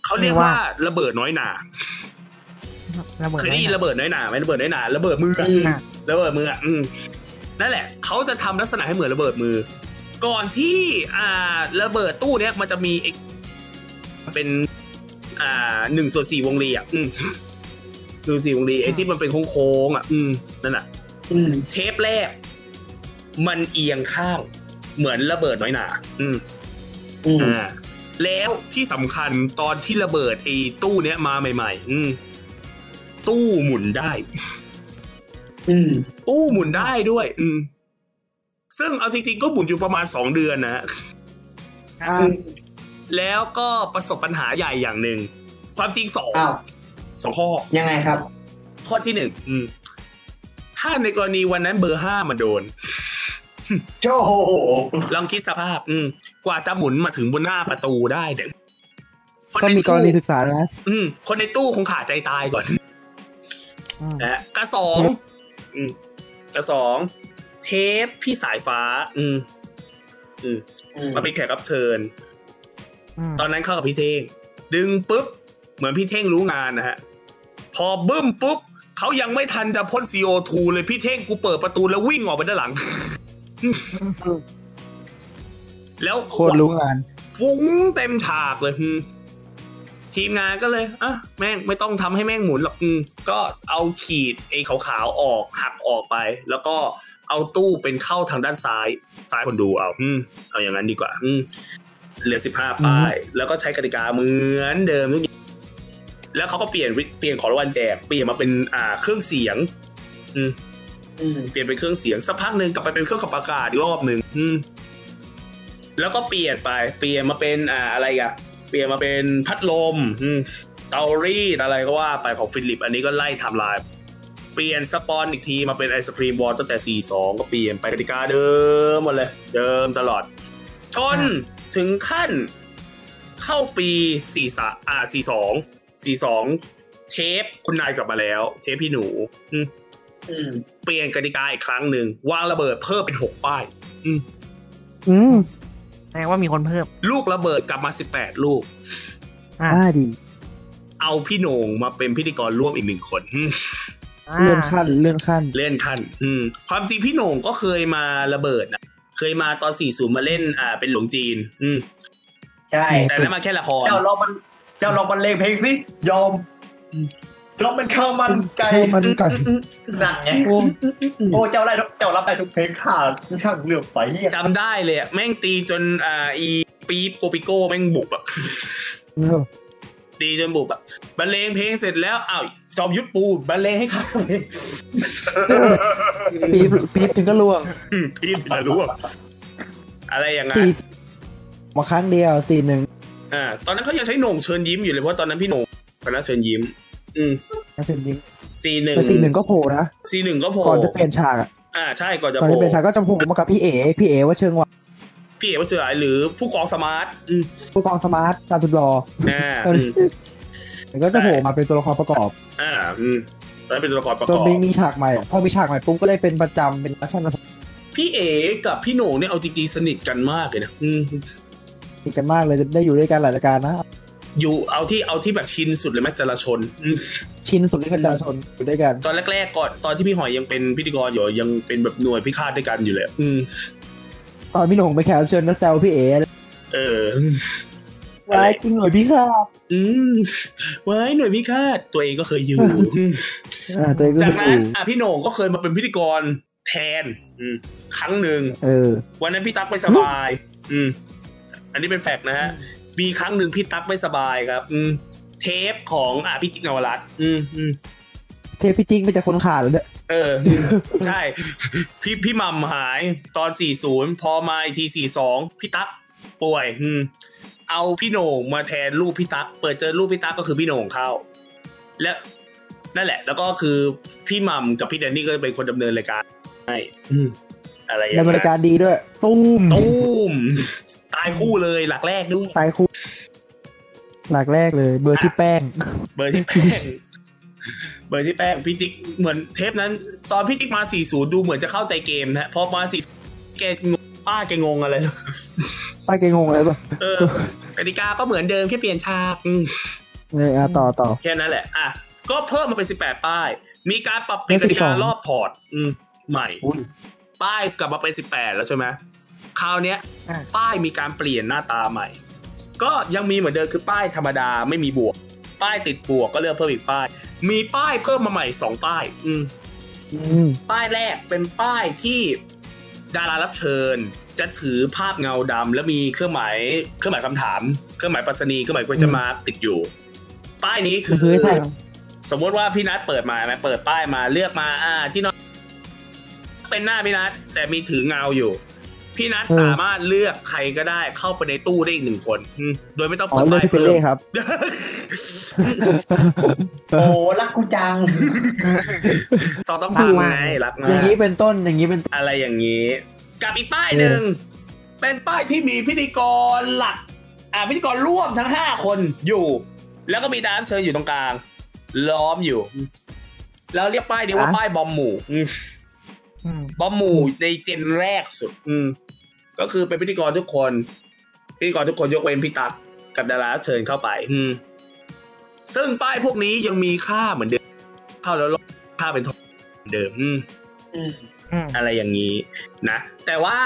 เขาเรียกว่าระเบิดน้อยหนา ระเบิด เคย ไหม ได้ยิน น่ะ ระเบิดน้อยหนาไหมระเบิดน้อยหนาระเบิดมืออะ อ่ะ ระเบิดมืออะอืมนั่นแหละเขาจะทำลักษณะให้เหมือนระเบิดมือ ก่อนที่อ่าระเบิดตู้เนี้ยมันจะมีไอ้เป็น อ่าหนึ่งส่วนสี่วงรีอ่ะอืมหนึ่งสี่วงรีไอ้ที่มันเป็นโค้งๆอ่ะ อืมนั่นอ่ะ อืม เทปแรก มันเอียงข้าง เหมือนระเบิดน้อยหนา อืม อืม อ่าแล้วที่สำคัญตอนที่ระเบิดไอ้ตู้เนี้ยมาใหม่ ๆ อืม ตู้หมุนได้ อืม ตู้หมุนได้ด้วย อืม ซึ่งเอาจริงๆก็หมุนอยู่ประมาณสองเดือนนะฮะ อ่า แล้วก็ประสบปัญหาใหญ่อย่างหนึ่ง ความจริงสอง อ้าว สองข้อ ยังไงครับ ข้อที่หนึ่งอืม ถ้าในกรณีวันนั้นเบอร์ห้ามาโดน โจ้โห ลองคิดสภาพ อืม กว่าจะหมุนมาถึงบนหน้าประตูได้เด็ก ก็มีกรณีศึกษานะ อืม คนในตู้คงขาดใจตายก่อน อืม นะฮะกระสองอืมกระสอง เทปพี่สายฟ้า อืม อืมมาเป็นแขกรับเชิญ อืม ตอนนั้นเข้ากับพี่เท่ง ดึงปุ๊บ เหมือนพี่เท่งรู้งานนะฮะ พอบึ้มปุ๊บ เขายังไม่ทันจะพ่น CO2 เลยพี่เท่งกูเปิดประตูแล้ววิ่งออกไปด้านหลัง แล้ว โคตรรู้งาน ฟุ้งเต็มฉากเลยอืมทีมงานก็เลยอ่ะแม่งไม่ต้องทำให้แม่งหมุนหรอกอืมก็เอาขีดไอ้ขาวๆออกหักออกไป แล้วก็เอาตู้เป็นเข้าทางด้านซ้าย ซ้ายคนดูเอาอืมเอาอย่างนั้นดีกว่า อืมเหลือสิบห้าป้าย แล้วก็ใช้กติกาเหมือนเดิมทุกอย่างแล้วเขาก็เปลี่ยนวิเปลี่ยนของรางวัลแจกเปลี่ยนมาเป็นอ่า เครื่องเสียง อืม อืม เปลี่ยนเป็นเครื่องเสียงสักพักหนึ่งกลับไปเป็นเครื่องขับอากาศอีกรอบหนึ่งอืม แล้วก็เปลี่ยนไป เปลี่ยนมาเป็นอ่าอะไรอ่ะ เปลี่ยนมาเป็นพัดลมอืมเตารีดอะไรก็ว่าไปของฟิลิป อันนี้ก็ไล่ไทำลาย เปลี่ยนสปอนอีกทีมาเป็นไอศครีมวอลตั้งแต่ 4-2 ก็เปลี่ยนไปกติกาเดิมหมดเลย เดิมตลอด จนถึงขั้นเข้าปี 4-3อ่า4-2 4-2 เทปคุณนายกลับมาแล้ว เทปพี่หนูอืม อืม เปลี่ยนกติกาอีกครั้งหนึ่งวางระเบิดเพิ่มเป็นหกป้าย อืม แสดงว่ามีคนเพิ่ม ลูกระเบิดกลับมาสิบแปดลูก อ่า อ่าดี เอาพี่โหนงมาเป็นพิธีกรร่วมอีกหนึ่งคน อืม เลื่อนขั้นเลื่อนขั้น เล่นทันอืมความจริงพี่โหนงก็เคยมาระเบิดนะเคยมาตอนสี่ศูนย์มาเล่นอ่าเป็นหลวงจีน อืม ใช่ แต่นั้นมาแค่ละคร เจ้าลองมัน เจ้าลองมันเลงเพลงสิ ยอมลองมันเข้าวมันไก่ ข้าวมันไก่ หนักไง โอ้ โอ้เจ้าได้เจ้ารับได้ทุกเพลงค่ะช่างเลือกใสเนี่ย จำได้เลยอะแม่งตีจนอ่าอีปี๊บโกปิโก้แม่งบุกอะ เออ ตีจนบุกอะบรรเลงเพลงเสร็จแล้วอ้าวจอมยุทธปูบรรเลงให้ข้าเพลง ปี๊บปี๊บถึงก็ล่วง พี่พินารู้อะอะไรอย่างนั้น สี่มาครั้งเดียวสี่หนึ่ง อ่าตอนนั้นเขายังใช้โหน่งเชิญยิ้มอยู่เลยเพราะตอนนั้นพี่โหน่งคณะเชิญยิ้ม อืม นะจริง สี่หนึ่ง แต่สี่หนึ่งก็โผล่นะ สี่หนึ่งก็โผล่ ก่อนจะเปลี่ยนฉากอะ อ่าใช่ก่อนจะ ก่อน โผ จะ ล่ เปลี่ยนฉากก็จะโผล่มากับพี่เอ๋พี่เอ๋ว่าเชิงว่า พี่เอกวัชรายหรือผู้กองสมาร์ทอืม ผู้กองสมาร์ทตาสุดรอ อ่า เอ อื อ ม แล้วก็จะโผล่มาเป็นตัวละครประกอบ อ่าอืมตอนนั้นเป็นตัวละครประ จ ก น อบ มีมีฉากใหม่อะพอมีฉากใหม่ปุ๊บก็เลยเป็นประจำเป็นรัชน พี่เอกกับพี่โหน่งเนี่ยเอาจริงๆสนิทกันมากเลยนะอืม ติกันมากเลยจะได้อยู่ด้วยกันหลายรายการนะ อยู่เอาที่เอาที่แบบชินสุดเลยไหมจราชนอืม ชินสุดที่ประชาชนอยู่ด้วยกัน ตอนแรกๆก่อนตอนที่พี่หอยยังเป็นพิธีกรอยู่ยังเป็นแบบหน่วยพิฆาตด้วยกันอยู่เลย อืม ตอนพี่หนุ่มไปแขกรับเชิญนะแซวพี่เอ๋ เออ ว้ายจริงหน่อยพี่คาบ อืมไว้หน่วยพิฆาตตัวเองก็เคยอยู่ อ่าตัวเองก็ จาก เป็น นั้น อู่ อ่ะพี่โหน่งก็เคยมาเป็นพิธีกรแทน อืมครั้งหนึ่ง เออ วันนั้นพี่ตั๊กไม่สบาย อืม อันนี้เป็นแฟกต์นะฮะมีครั้งหนึ่งพี่ตั๊กไม่สบายครับ อืม เทปของอ่ะพี่จิ๊กนวรัตน์อืมอืม เทพพี่จริงเป็นจากคนขาดแล้วเนี่ย เออ ใช่ พี่พี่หมัมหายตอน 40 พอมาอีกที 42 พี่ตั๊กป่วย อืม เอาพี่โหน่งมาแทนรูปพี่ตั๊กเปิดเจอรูปพี่ตั๊กก็คือพี่โหน่งเข้า และนั่นแหละ แล้วก็คือพี่หมัมกับพี่แดนนี่ก็เป็นคนดำเนินรายการให้อืมอะไรอย่าง ดำเนิน เงี้ ราย ย การดีด้วย ตุ้ม ตูมตายคู่เลยหลักแรกด้วย ตายคู่ หลักแรกเลย เบอร์ที่แป้ง เบอร์ที่แป้ง เบอร์ที่แป้งพี่ติ๊กเหมือนเทปนั้น ตอนพี่ติ๊กมา 40 ดูเหมือนจะเข้าใจเกมนะพอมา 40 แกงงป้าแกงงอะไรนะ ป้าแกงงเลยป่ะ เออกติกาก็เหมือนเดิมแค่เปลี่ยนฉากอืม เอออ่ะต่อต่อ แค่นั้นแหละ อ่ะ ก็เพิ่มมาเป็นสิบแปดป้าย มีการปรับเปลี่ยนกติ เป็ กาน 12 รอบพอร์ต อืม ใหม่ อุ้ย ป้ายกลับมาเป็นสิบแปดแล้วใช่ไหม คราวเนี้ย อ่ะ ป้ายมีการเปลี่ยนหน้าตาใหม่ ก็ยังมีเหมือนเดิมคือป้ายธรรมดาไม่มีบวก ป้ายติดบวกก็เลือกเพิ่มอีกป้าย มีป้ายเพิ่มมาใหม่สองป้าย อืม อืม ป้ายแรกเป็นป้ายที่ดารารับเชิญ จะถือภาพเงาดำและมีเครื่องหมายเครื่องหมายคำถาม เครื่องหมายปรัสนีเครื่องหมายควรจะมาติดอยู่ ป้ายนี้คื มันคือ อ ให้ถ่าย สมมติว่าพี่นัทเปิดมาไหมเปิดป้ายมาเลือกมา อ่า ที่นอนเป็นหน้าพี่นัทแต่มีถือเงาอยู่ พี่นัทสามารถเลือกใครก็ได้เข้าไปในตู้ได้อีกหนึ่งคนอืมโดยไม่ต้อง อ๋อ เปิด เรื่อง ป้าย ที่เป็น เพิ่ เลขมครับ โอ้รักกูจัง ซอต้องพังไงรักมา อย่าง ก นี้เป็นต้นอย่างนี้เป็นต้น อะไรอย่างนี้ กับอีกป้ายหนึ่ง เป็นป้ายที่มีพิธีกรหลัก อ่าพิธีกรร่วมทั้งห้าคนอยู่ แล้วก็มีดาร์ฟเชิญอยู่ตรงกลาง ล้อมอยู่ แล้วเรียกป้ายนี้ว่า อ่ะ ป้ายบอมหมู่อืม อืม บอมหมูในเจนแรกสุด อืม ก็คือเป็นพิธีกรทุกคน พิธีกรทุกคนยกเว้นพี่ตั๊กกับดาราเชิญเข้าไป อืม ซึ่งป้ายพวกนี้ยังมีค่าเหมือนเดิม เข้าแล้วลดค่าเป็นทองเหมือนเดิม อืม อืม อืม อะไรอย่างนี้นะ แต่ว่า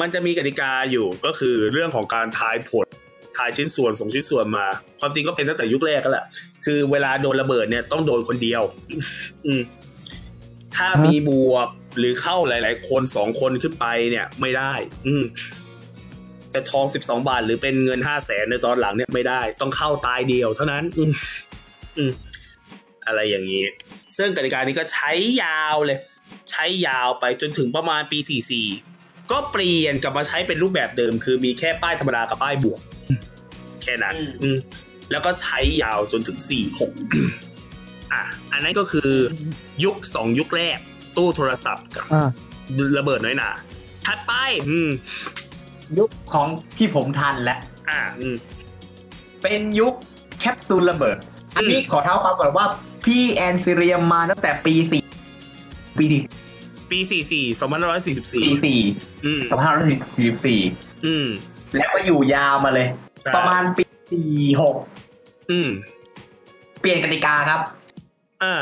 มันจะมีกติกาอยู่ก็คือเรื่องของการทายผลทายชิ้นส่วนส่งชิ้นส่วนมา ความจริงก็เป็นตั้งแต่ยุคแรกก็แหละ คือเวลาโดนระเบิดเนี่ยต้องโดนคนเดียว อืมถ้า ฮะ มีบวกหรือเข้าหลาย ๆ คนสองคนขึ้นไปเนี่ยไม่ได้ อืมจะทองสิบสองบาท หรือเป็นเงินห้าแสนในตอนหลังเนี่ยไม่ได้ ต้องเข้าตายเดียวเท่านั้น อืมอืมอะไรอย่างนี้ ซึ่งกติกานี้ก็ใช้ยาวเลย ใช้ยาวไปจนถึงประมาณปี 44 ก็เปลี่ยนกลับมาใช้เป็นรูปแบบเดิม คือมีแค่ป้ายธรรมดากับป้ายบวก แค่นั้น อืมแล้วก็ใช้ยาวจนถึงสี่หก อ่ะ อันนั้นก็คือยุคสองยุคแรก ตู้โทรศัพท์กับ อ่า ระเบิดน้อยหนาถัดไป อืม ยุคของที่ผมทันแล้ว อ่าอืม เป็นยุคแคปซูลระเบิด อันนี้ อืม ขอเท้าความก่อนว่าพี่แอนซิเรียมมาตั้งแต่ปีสี่ปีที่ ปีสี่สี่สองพันร้อยสี่สิบสี่ ปีสี่ อืม สองพันห้าร้อยสี่สิบสี่ อืม แล้วก็อยู่ยาวมาเลย ใช่ ประมาณปีสี่หก อืม เปลี่ยนกติกาครับ อ่า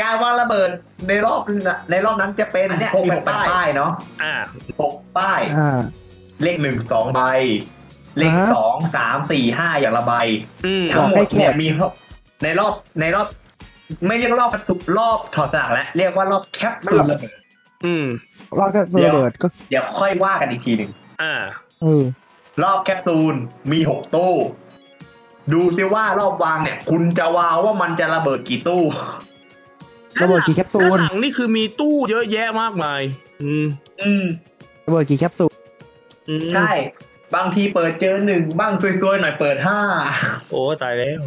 การวางระเบิดในรอบนั้นในรอบนั้นจะเป็น อันเนี้ย หก มีหกแผ่นแผ่น ป้ายเนาะ อ่า หกป้าย อ่า เลขหนึ่งสองใบ เลข อ่า สองสามสี่ห้าอย่างละใบ อืม ทั้งหม ให้ ด แขก เนี่ยมีรอบในรอบในรอบ ไม่เรียกรอบประตูรอบถอดสลากแล้วเรียกว่ารอบแคปซูลระเบิด อืม รอดก็เซอร์เบิร์ดก็ เดี๋ยวค่อยว่ากันอีกทีหนึ่ง อ่า เออ รอบแคปซูลมีหกตู้ ดูซิว่ารอบวางเนี่ย คุณจะวางว่ามันจะระเบิดกี่ตู้ ระเบิดกี่แคปซูล ด้านหลังนี่คือมีตู้เยอะแยะมากมาย อืม อืม เบิร์ดกี่แคปซูล อืม ใช่ บางทีเปิดเจอหนึ่งบ้างซวยๆหน่อยเปิดห้า โอ้ตายแล้ว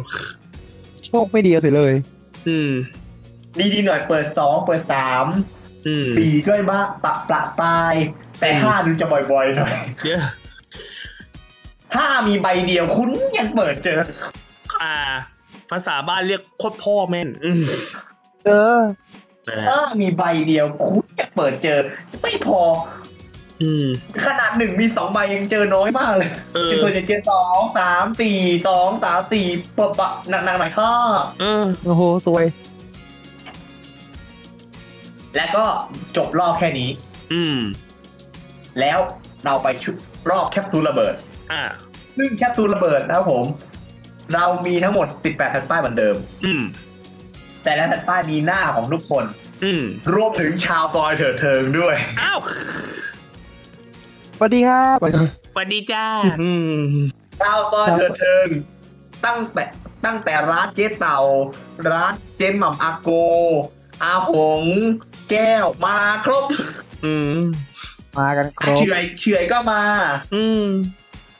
โชคไม่ดีเอาเสียเลย อืม ดีๆหน่อยเปิดสองเปิดสาม อืม สี่ก็บ้างปะปะปลาย แต่ห้าดูจะบ่อยๆหน่อย เยอะ ห้ามีใบเดียวคุณยังเปิดเจอ อ่า ภาษาบ้านเรียกโคตรพ่อแม่น อืม เออ นะ ถ้ามีใบเดียวคุณจะเปิดเจอ ไม่พอ อืม ขนาดหนึ่งมีสองใบยังเจอน้อยมากเลย เออ ส่วนใหญ่เจอสองสามสี่สองสามสี่ปะปะหนักๆหน่อยห้า เออ โอ้โหสวย แล้วก็จบรอบแค่นี้ อืม แล้วเราไปชุดรอบแคปซูลระเบิด อ่า ซึ่งแคปซูลระเบิดนะครับผม เรามีทั้งหมด 18แผ่นป้ายเหมือนเดิม อืม แต่ละแผ่นป้ายมีหน้าของทุกคน อืม รวมถึงชาวซอยเถิดเทิงด้วย อ้าว สวัสดีครับ สวัสดีจ้า อืม ชาวซอยเถิดเทิง ตั้งแต่ตั้งแต่ร้านเจ๊เต่า ร้านเจ๊หม่ำอาโก อาหง แก้วมาครบ อืม มากันครบ เฉอยเฉอยก็มา อืม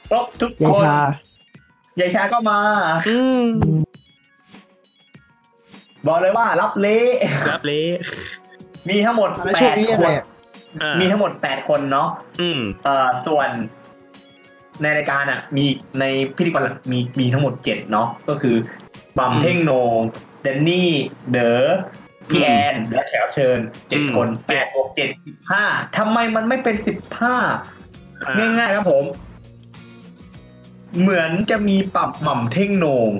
ครบทุก ยา ค ย น ชาย ายชาก็มา อืม บอกเลยว่ารับเละ รับเละ มีทั้งหมด แล้ว แป ช่วง ด นี้อะ ค ไร น อะ อ่า มีทั้งหมดแปดคนเนาะ อืม เอ่อส่วนในรายการอ่ะ มีในพิธีกรหลักมีมีทั้งหมดเจ็ดเนาะก็คือบัม อืม เท่งโหนงแดนนี่ เด๋อ อื พี่ ม แอน และแขกรับเชิญเจ็ด อืม คน เจ็ แป ด ดบวกเจ็ดสิบห้าทำไมมันไม่เป็นสิบห้า อ่า ง่ายๆครับผม เหมือนจะมีปับหม่ำเท่งโหนง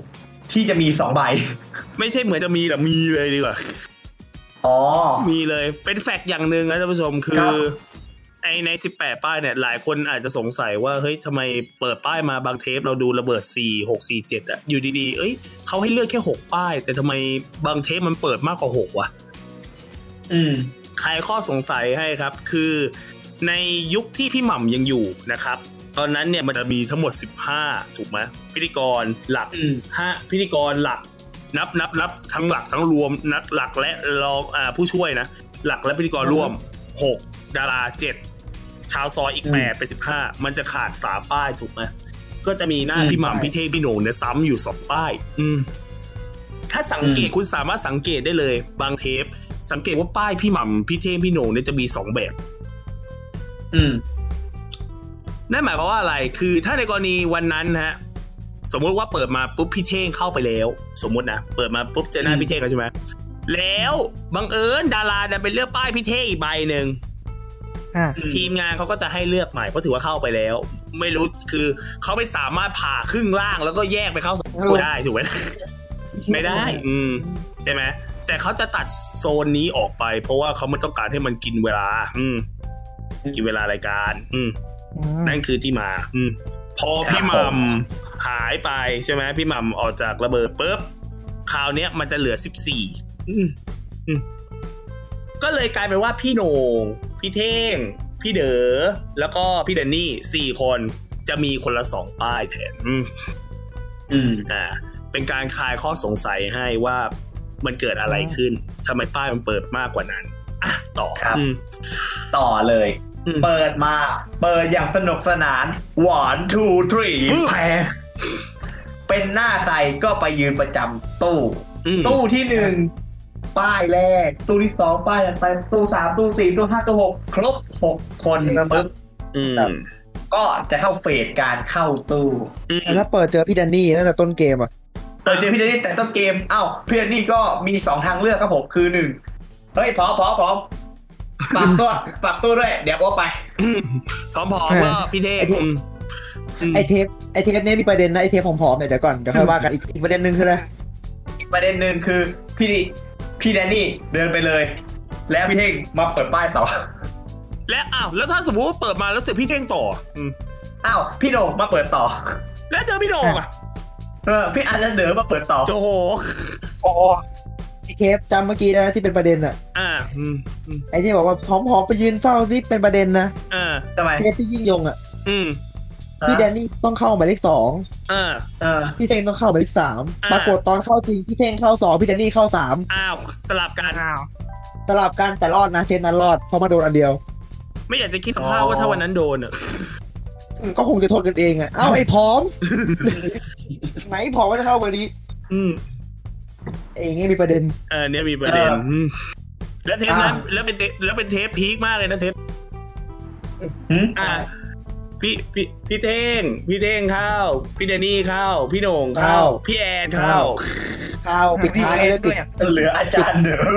ที่จะมีสองใบ ไม่ใช่เหมือนจะมีแต่มีเลยดีกว่า อ๋อ มีเลยเป็นแฟกต์อย่างหนึ่งนะท่านผู้ชมคื ครั อบ ไอใน 18 ป้ายเนี่ย หลายคนอาจจะสงสัยว่าเฮ้ยทำไมเปิดป้ายมาบางเทปเราดูระเบิด 4 6 4 7อะอยู่ดีๆ เอ้ยเขาให้เลือกแค่ 6 ป้าย แต่ทำไมบางเทปมันเปิดมากกว่า 6 วะ อืม ใครข้อสงสัยให้ครับ คือในยุคที่พี่หม่ำยังอยู่นะครับ ตอนนั้นเนี่ยมันจะมีทั้งหมด 15 ถูกไหมพิธีกรหลัก อืม ห้าพิธีกรหลักนับนับนับทั้งหลักทั้งรวมนักหลักและรองอ่าผู้ช่วยนะ หลักและพิธีกรร่วมหกดาราเจ็ดชาวซอยอีกแปดไปสิบห้ามันจะขาดสามป้ายถูกไหมก็จะมีหน้า อืม พี่หม่ำพี่เท่งพี่โหน่งเนี่ยซ้ำอยู่สองป้าย อืม ถ้าสังเกต อืม คุณสามารถสังเกตได้เลย บางเทป สังเกตว่าป้ายพี่หม่ำพี่เท่งพี่โหน่งเนี่ยจะมีสองแบบ อืม นั่นหมายความว่าอะไร คือถ้าในกรณีวันนั้นนะฮะ สมมุติว่าเปิดมาปุ๊บพี่เท่งเข้าไปแล้ว สมมุตินะ เปิดมาปุ๊บเจอหน้า อืม พี่เท่งแล้วใช่ไหม แล้วบังเอิญดาราดันไปเลือกป้ายพี่เท่งอีกใบหนึ่ง อ่า ทีมงานเขาก็จะให้เลือกใหม่เพราะถือว่าเข้าไปแล้ว ไม่รู้ คือเขาไม่สามารถผ่าครึ่งล่างแล้วก็แยกไปเข้าสองตัวได้ถูกไหม ไม่ได้ อืมใช่ไหม แต่เขาจะตัดโซนนี้ออกไป เพราะว่าเขาไม่ต้องการให้มันกินเวลา อืม กินเวลารายการ อืม นั่นคือที่มา อืม พอพี่หมัมหายไปใช่ไหมพี่หมัมออกจากระเบิดปุ๊บคราวเนี้ยมันจะเหลือสิบสี่ก็เลยกลายเป็นว่าพี่โหนงพี่เท่ง พี่เด๋อแล้วก็พี่แดนนี่สี่คนจะมีคนละสองป้ายแทนอืม อืม อ่า เป็นการคลายข้อสงสัยให้ว่ามันเกิดอะไรขึ้นทำไมป้ายมันเปิดมากกว่านั้นอ่ะต่อ ครับ อืม ต่อเลย อืม เปิดมา เปิดอย่างสนุกสนาน หวานทูทรีแพร เป็นหน้าใครก็ไปยืนประจำตู้ อืม ตู้ที่หนึ่งป้ายแรก ตู้ที่สองป้ายถัดไปตู้สามตู้สี่ตู้ห้าตู้หกครบหกคนปึ๊บ อืม ก็จะเข้าเฟสการเข้าตู้ อืม แต่ถ้าเปิดเจอพี่แดนนี่ตั้งแต่ต้นเกมอ่ะ เปิดเจอพี่เดนนี่แต่ต้นเกมอ้าวพี่เดนนี่ก็มีสองทางเลือกครับผมคือหนึ่งเฮ้ยพร้อมพร้อมพร้อมฝากตัวฝากตู้ด้วย เดี๋ยวว่าไป พร้อมๆก็พี่เทพอืมอืม ไอเทปไอเทปเนี้ยมีประเด็นนะไอเทปผอมๆเนี่ยเดี๋ยวก่อนเดี๋ยวค่อยว่ากันอีกอีกประเด็นหนึ่งคืออะไร อีกประเด็นหนึ่งคือพี่ดิพี่แดนนี่เดินไปเลย แล้วพี่เท่งมาเปิดป้ายต่อ และอ้าวแล้วถ้าสมมติว่าเปิดมาแล้วเจอพี่เท่งต่ออืม อ้าว พี่โหน่งมาเปิดต่อ แล้วเจอพี่โด่งอ่ะ เออ พี่อาจจะเดินมาเปิดต่อ โอ้โห ไอเทปจำเมื่อกี้นะที่เป็นประเด็นอะ อ่าอืมอืม ไอที่บอกว่าผอมๆไปยืนเฝ้าซิเป็นประเด็นนะ อ่า ทำไม เทปพี่ยิ่งยงอะ อืม พี่แดนนี่ต้องเข้าหมายเลขสอง อ่า เออ พี่เท่งต้องเข้าหมายเลขสาม อ่า ปรากฏตอนเข้าจริงพี่เท่งเข้าสองพี่แดนนี่เข้าสาม อ้าวสลับกัน อ้าว สลับกันแต่รอดนะเทปนั้นรอดเพราะมาโดนอันเดียว ไม่อยากจะคิดสภาพว่าถ้าวันนั้นโดนอ่ะ ก็คงจะโทษกันเองอะเอ้าไอ้ผอม ไหนผอมว่าจะเข้าวันนี้ อืม ไอ้อย่างงี้มีประเด็น เออเนี่ยมีประเด็น เอออื มแล้วเทปนั้นแล้วเป็นเทปแล้วเป็นเทปพีคมากเลยนะเทป หืม อ่าพี่พี่พี่เท่งพี่เท่งเข้า พี่แดนนี่เข้า พี่โหน่งเข้า เข้า พี่แอนเข้า ข้าวปิดท้ายเลยปิด เหลืออาจารย์เดิม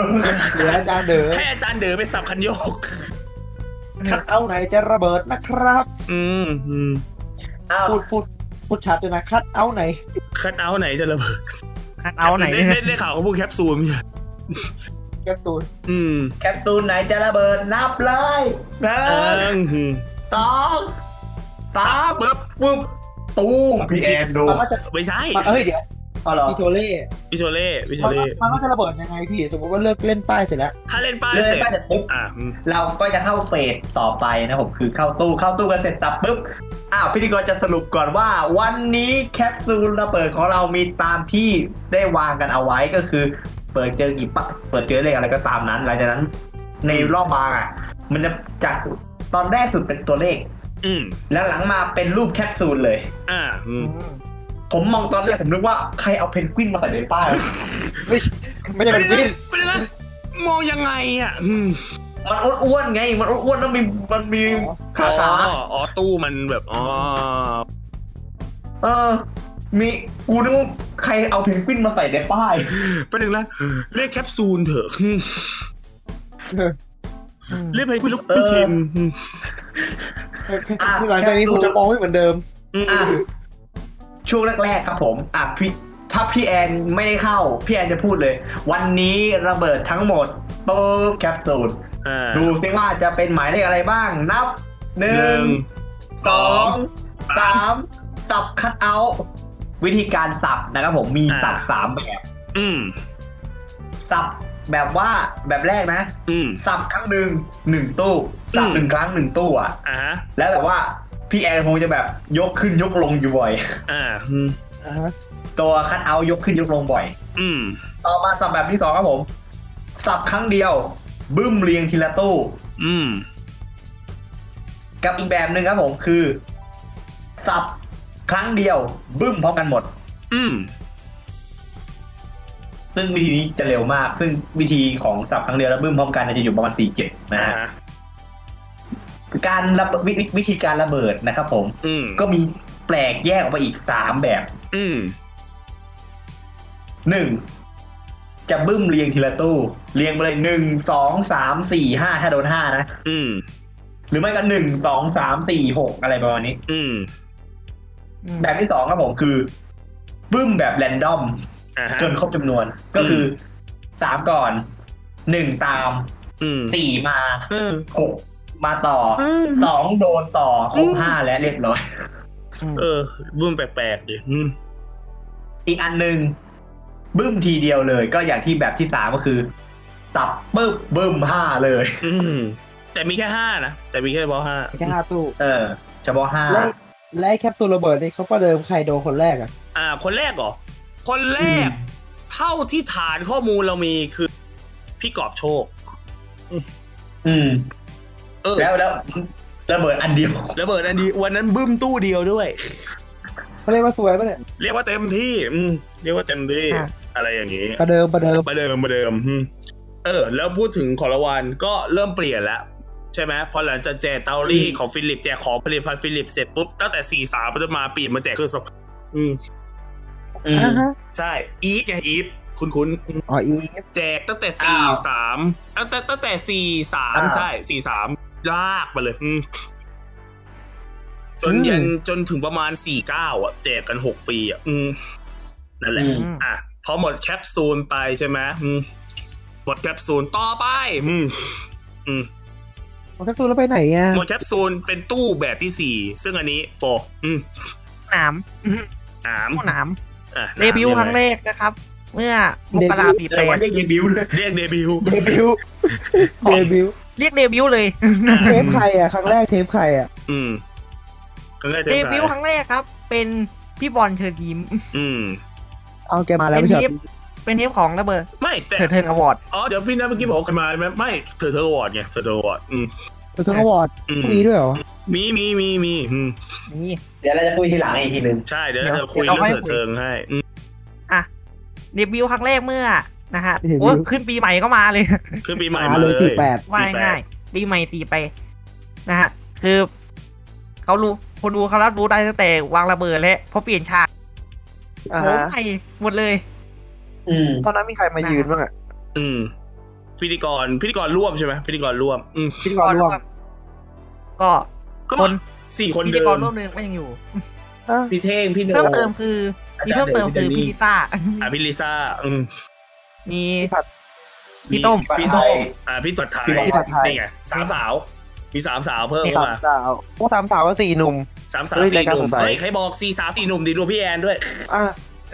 เหลืออาจารย์เด๋อ ให้อาจารย์เด๋อไปสับคันโยก คัดเอาไหนจะระเบิดนะครับ อืมอืม อ้าว พูดพูดพูดชัดด้วยนะคัดเอาไหน คัดเอาท์ไหนจะระเบิด คัดเอาท์ไหน ได้ เนี่ย ได้ได้ข่าวเขาพูดแคปซูลมั้ย แคปซูล อืม แคปตูนไหนจะระเบิดนับเลยหนึ่ เอง อ สองสาม ปึ๊บ ปุ๊บตูมพี่แอนดู มันก็จะ ไม่ใช่ มันเอ้ยเดี๋ยว อ๋อเหรอ พี่โทเล่ วิชวลเล่วิชว มันก็ลเล่ มันก็จะระเบิดยังไงพี่ สมมติว่าเลิกเล่นป้ายเสร็จแล้ว ถ้าเล่นป้าย เลย เสร็จ ป้ายเสร็จปุ๊บ อ่ะอืม เราก็จะเข้าเฟสต่อไปนะผมคือเข้าตู้เข้าตู้กันเสร็จสับปุ๊บอ้าวพิธีกรจะสรุปก่อนว่า วันนี้แคปซูลระเบิดของเรามีตามที่ได้วางกันเอาไว้ก็คือ เปิดเจอกี่ปะเปิดเจอเลขอะไรก็ตามนั้น หลังจากนั้น ในรอบบางอ่ะ มันจะจากตอนแรกสุดเป็นตัวเลข อืม แล้วหลังมาเป็นรูปแคปซูลเลย อ่ะอืม ผมมองตอนแรกผมนึกว่าใครเอาเพนกวินมาใส่ในป้าย ไม่ใช่ไม่ใช่เป็นวิน เป็นนะมองยังไงอ่ะอืม มันอ้วนๆไง มันอ้วนๆแล้วมีมันมี อ๋ ขา อ ขา อ๋อตู้มันแบบอ๋อ เออ มีกูนึกว่าใครเอาเพนกวินมาใส่ในป้าย ประเด็นละเรียกแคปซูลเถอะอืม เออ เรียกเพนกวินลูกพี่คิมอืม อ่ะ คือหลังจากนี้ผมจะมองไม่เหมือนเดิม อืม อ่ะ ช่วงแรกๆครับผม อ่ะพี่ถ้าพี่แอนไม่ได้เข้า พี่แอนจะพูดเลย วันนี้ระเบิดทั้งหมดปุ๊บแคปซูล อ่า ดูซิว่าจะเป็นหมายเลขอะไรบ้าง นับหนึ่งสองสามสับคัดเอาท์วิธีการสับนะครับผมมีสับสามแบบ อืม สับแบบว่าแบบแรกนะ อืม สับครั้งหนึ่งหนึ่งตู้ สับ อืม หนึ่งครั้งหนึ่งตู้อ่ะ อ่าฮะ แล้วแบบว่าพี่แอนคงจะแบบยกขึ้นยกลงอยู่ บ่อย อ่าอืม อ่าฮะ ตัวคัดเอาท์ยกขึ้นยกลงบ่อย อืม ต่อมาสับแบบที่สองครับผม สับครั้งเดียว บึ้มเรียงทีละตู้ อืม กับอีกแบบหนึ่งครับผมคือ สับครั้งเดียว บึ้มพร้อมกันหมด อืม ซึ่งวิธีนี้จะเร็วมาก ซึ่งวิธีของสับครั้งเดียวแล้วบึ้มพร้อมกันเนยจะอยู่ประมาณสี่เจ็ดนะ อ่า ฮะ ฮะ การระเบิดวิธีวิธีการระเบิดนะครับผม อืม ก็มีแปลกแยกออกไปอีกสามแบบ อืม หนึ่งจะบึ้มเรียงทีละตู้ เรียงไปเลยหนึ่งสองสามสี่ห้าถ้าโดนห้านะ อืม หรือไม่ก็หนึ่งสองสามสี่หกอะไรประมาณนี้ อืม แบบที่สองครับผมคือบึ้มแบบแรนดอม อ่าฮะ จนครบจำนวน ก็คือสามก่อนหนึ่งตาม อืม สี่มา เออ หกมาต่ออ ม สองโดนต่อครบห้าและเรียบร้อย เออบึ้มแปลกๆดิอืม อีกอันหนึ่งบึ้มทีเดียวเลย ก็อย่างที่แบบที่สามก็คือตับปึ๊บบึ้มห้าเลย อืมแต่มีแค่ห้านะ แต่มีแค่เฉพาะห้า แค่ห้าตู้ เออเฉพาะห้า และและไอ้แคปซูลระเบิดนี่เขาประเดิมใครโดนคนแรกอะ อ่า คนแรกเหรอ คนแรก เท่าที่ฐานข้อมูลเรามีคือ พี่กอบโชค อืม เออ แล้วแล้วระเบิดอันเดียว ระเบิดอันดีวันนั้นบึ้มตู้เดียวด้วย เขาเรียกว่าสวยปะเนี่ย เรียกว่าเต็มที่อืมเรียกว่าเต็มที่ อ่ะ อะไรอย่างนี้ ประเดิมประเดิม ประเดิมประเดิมอืมเออ แล้วพูดถึงของรางวัลก็เริ่มเปลี่ยนแล้ว ใช่ไหมพอหลังจากแจกเตาลี่ของฟิลิปแจกของผลิตภัณฑ์ฟิลิปเสร็จปุ๊บ ตั้งแต่สี่สามเป็นต้นมาเปลี่ยนมาแจกเครื่องสำอางอืม อืม ใช่ อีฟไงอีฟคุณคุณ อ๋ออีก แจกตั้งแต่สี่ อ้าว สามตั้งแต่ตั้งแต่สี่สาม อ้าว ใช่สี่สามลากมาเลยอืมจนยันจนถึงประมาณสี่เก้าอ่ะ แจกกันหกปีอ่ะอืมนั่นแหละ อืม อ่ะพอหมดแคปซูลไปใช่ไหมอืมหมดแคปซูลต่อไปอืมอืม หมดแคปซูลแล้วไปไหนอ่ะ หมดแคปซูลเป็นตู้แบบที่สี่ซึ่งอันนี้โฟอืม หนาม สาม หนาม อ่ะ เดบิวต์ครั้งแรกนะครับ เมื่อมกราปีแป แต่วัน ด เรียกเดบิวต์เลย เรียกเดบิวต์ เดบิวต์เดบิวต์ เรียกเดบิวต์เลย เทปใครอ่ะครั้งแรกเทปใครอ่ะ อืมครั้งแรก เด เด บิ บิ ว ว ต์ครั้งแรกครับ เป็นพี่บอลเชิญยิ้ม อืม เอาแกมาแล้วไม่ใช่เหรอ เป็นเทปของระเบิด ไม่แต่ เถิดเทินอวอร์ด อ๋อเดี๋ยวพี่นะเมื่อกี้บอกว่ากันมาไหมไม่เธอเธอวอร์ดไงเธอเธอวอร์ดอืม เธอร์เทอร์วอร์ด อื พ ม รุ่งนี้ด้วยเหรอ มีมีมีมีอืม นี่ เดี๋ยวเราจะพูดทีหลังอีกทีหนึ่ง ใช่เดี๋ยว เดี๋ยว เธอคุย เรา เรื่อง ค่อย เธอ คุย เทิงให้อืม เดบิวต์ครั้งแรกเมื่อนะฮะโอ้ยขึ้นปีใหม่ก็มาเลย คือปีใหม่ มา มา เล เลย ย สี่แปด ว่าง่ายๆปีใหม่ตีไปนะฮะ คือเขารู้คนดูเขารับรู้ได้ตั้งแต่วางระเบิดแล้วเพราะเปลี่ยนฉาก อ่า โอ้ ฮะ ยหมดเลย อืม ตอนนั้นมีใครมายืนบ้างอะ อืมพิธีกรพิธีกรร่วมใช่ไหมพิธีกรร่วม อืม พิธีกรร่วม ก็ ก็ คน สี่คน พิธี เดิ กร ม ร่วมหนึงก็ยังอยู่ อ่ะ พี่เท่งพี่โน เพิ่มเติมคือมีเพิ่มเติมคือพี่ลิซ่า อ่ะพี่ลิซ่าอืม มี พี่ มี ต้ม พี่ส้มอ่ะพี่ตัดไทย พี่ น ตัดไทย ี่ไงสามสาว มีสามสาวเพิ่ม สา เข้าม มา สาวพวกสามสาวก็สี่หนุ่ม สามสาว เฮ้ย สี่ ราย ห การสนุ่ม งสัย เฮ้ยใครบอกสี่สาวสี่หนุ่มดีดูพี่แอนด้วย อ่ะ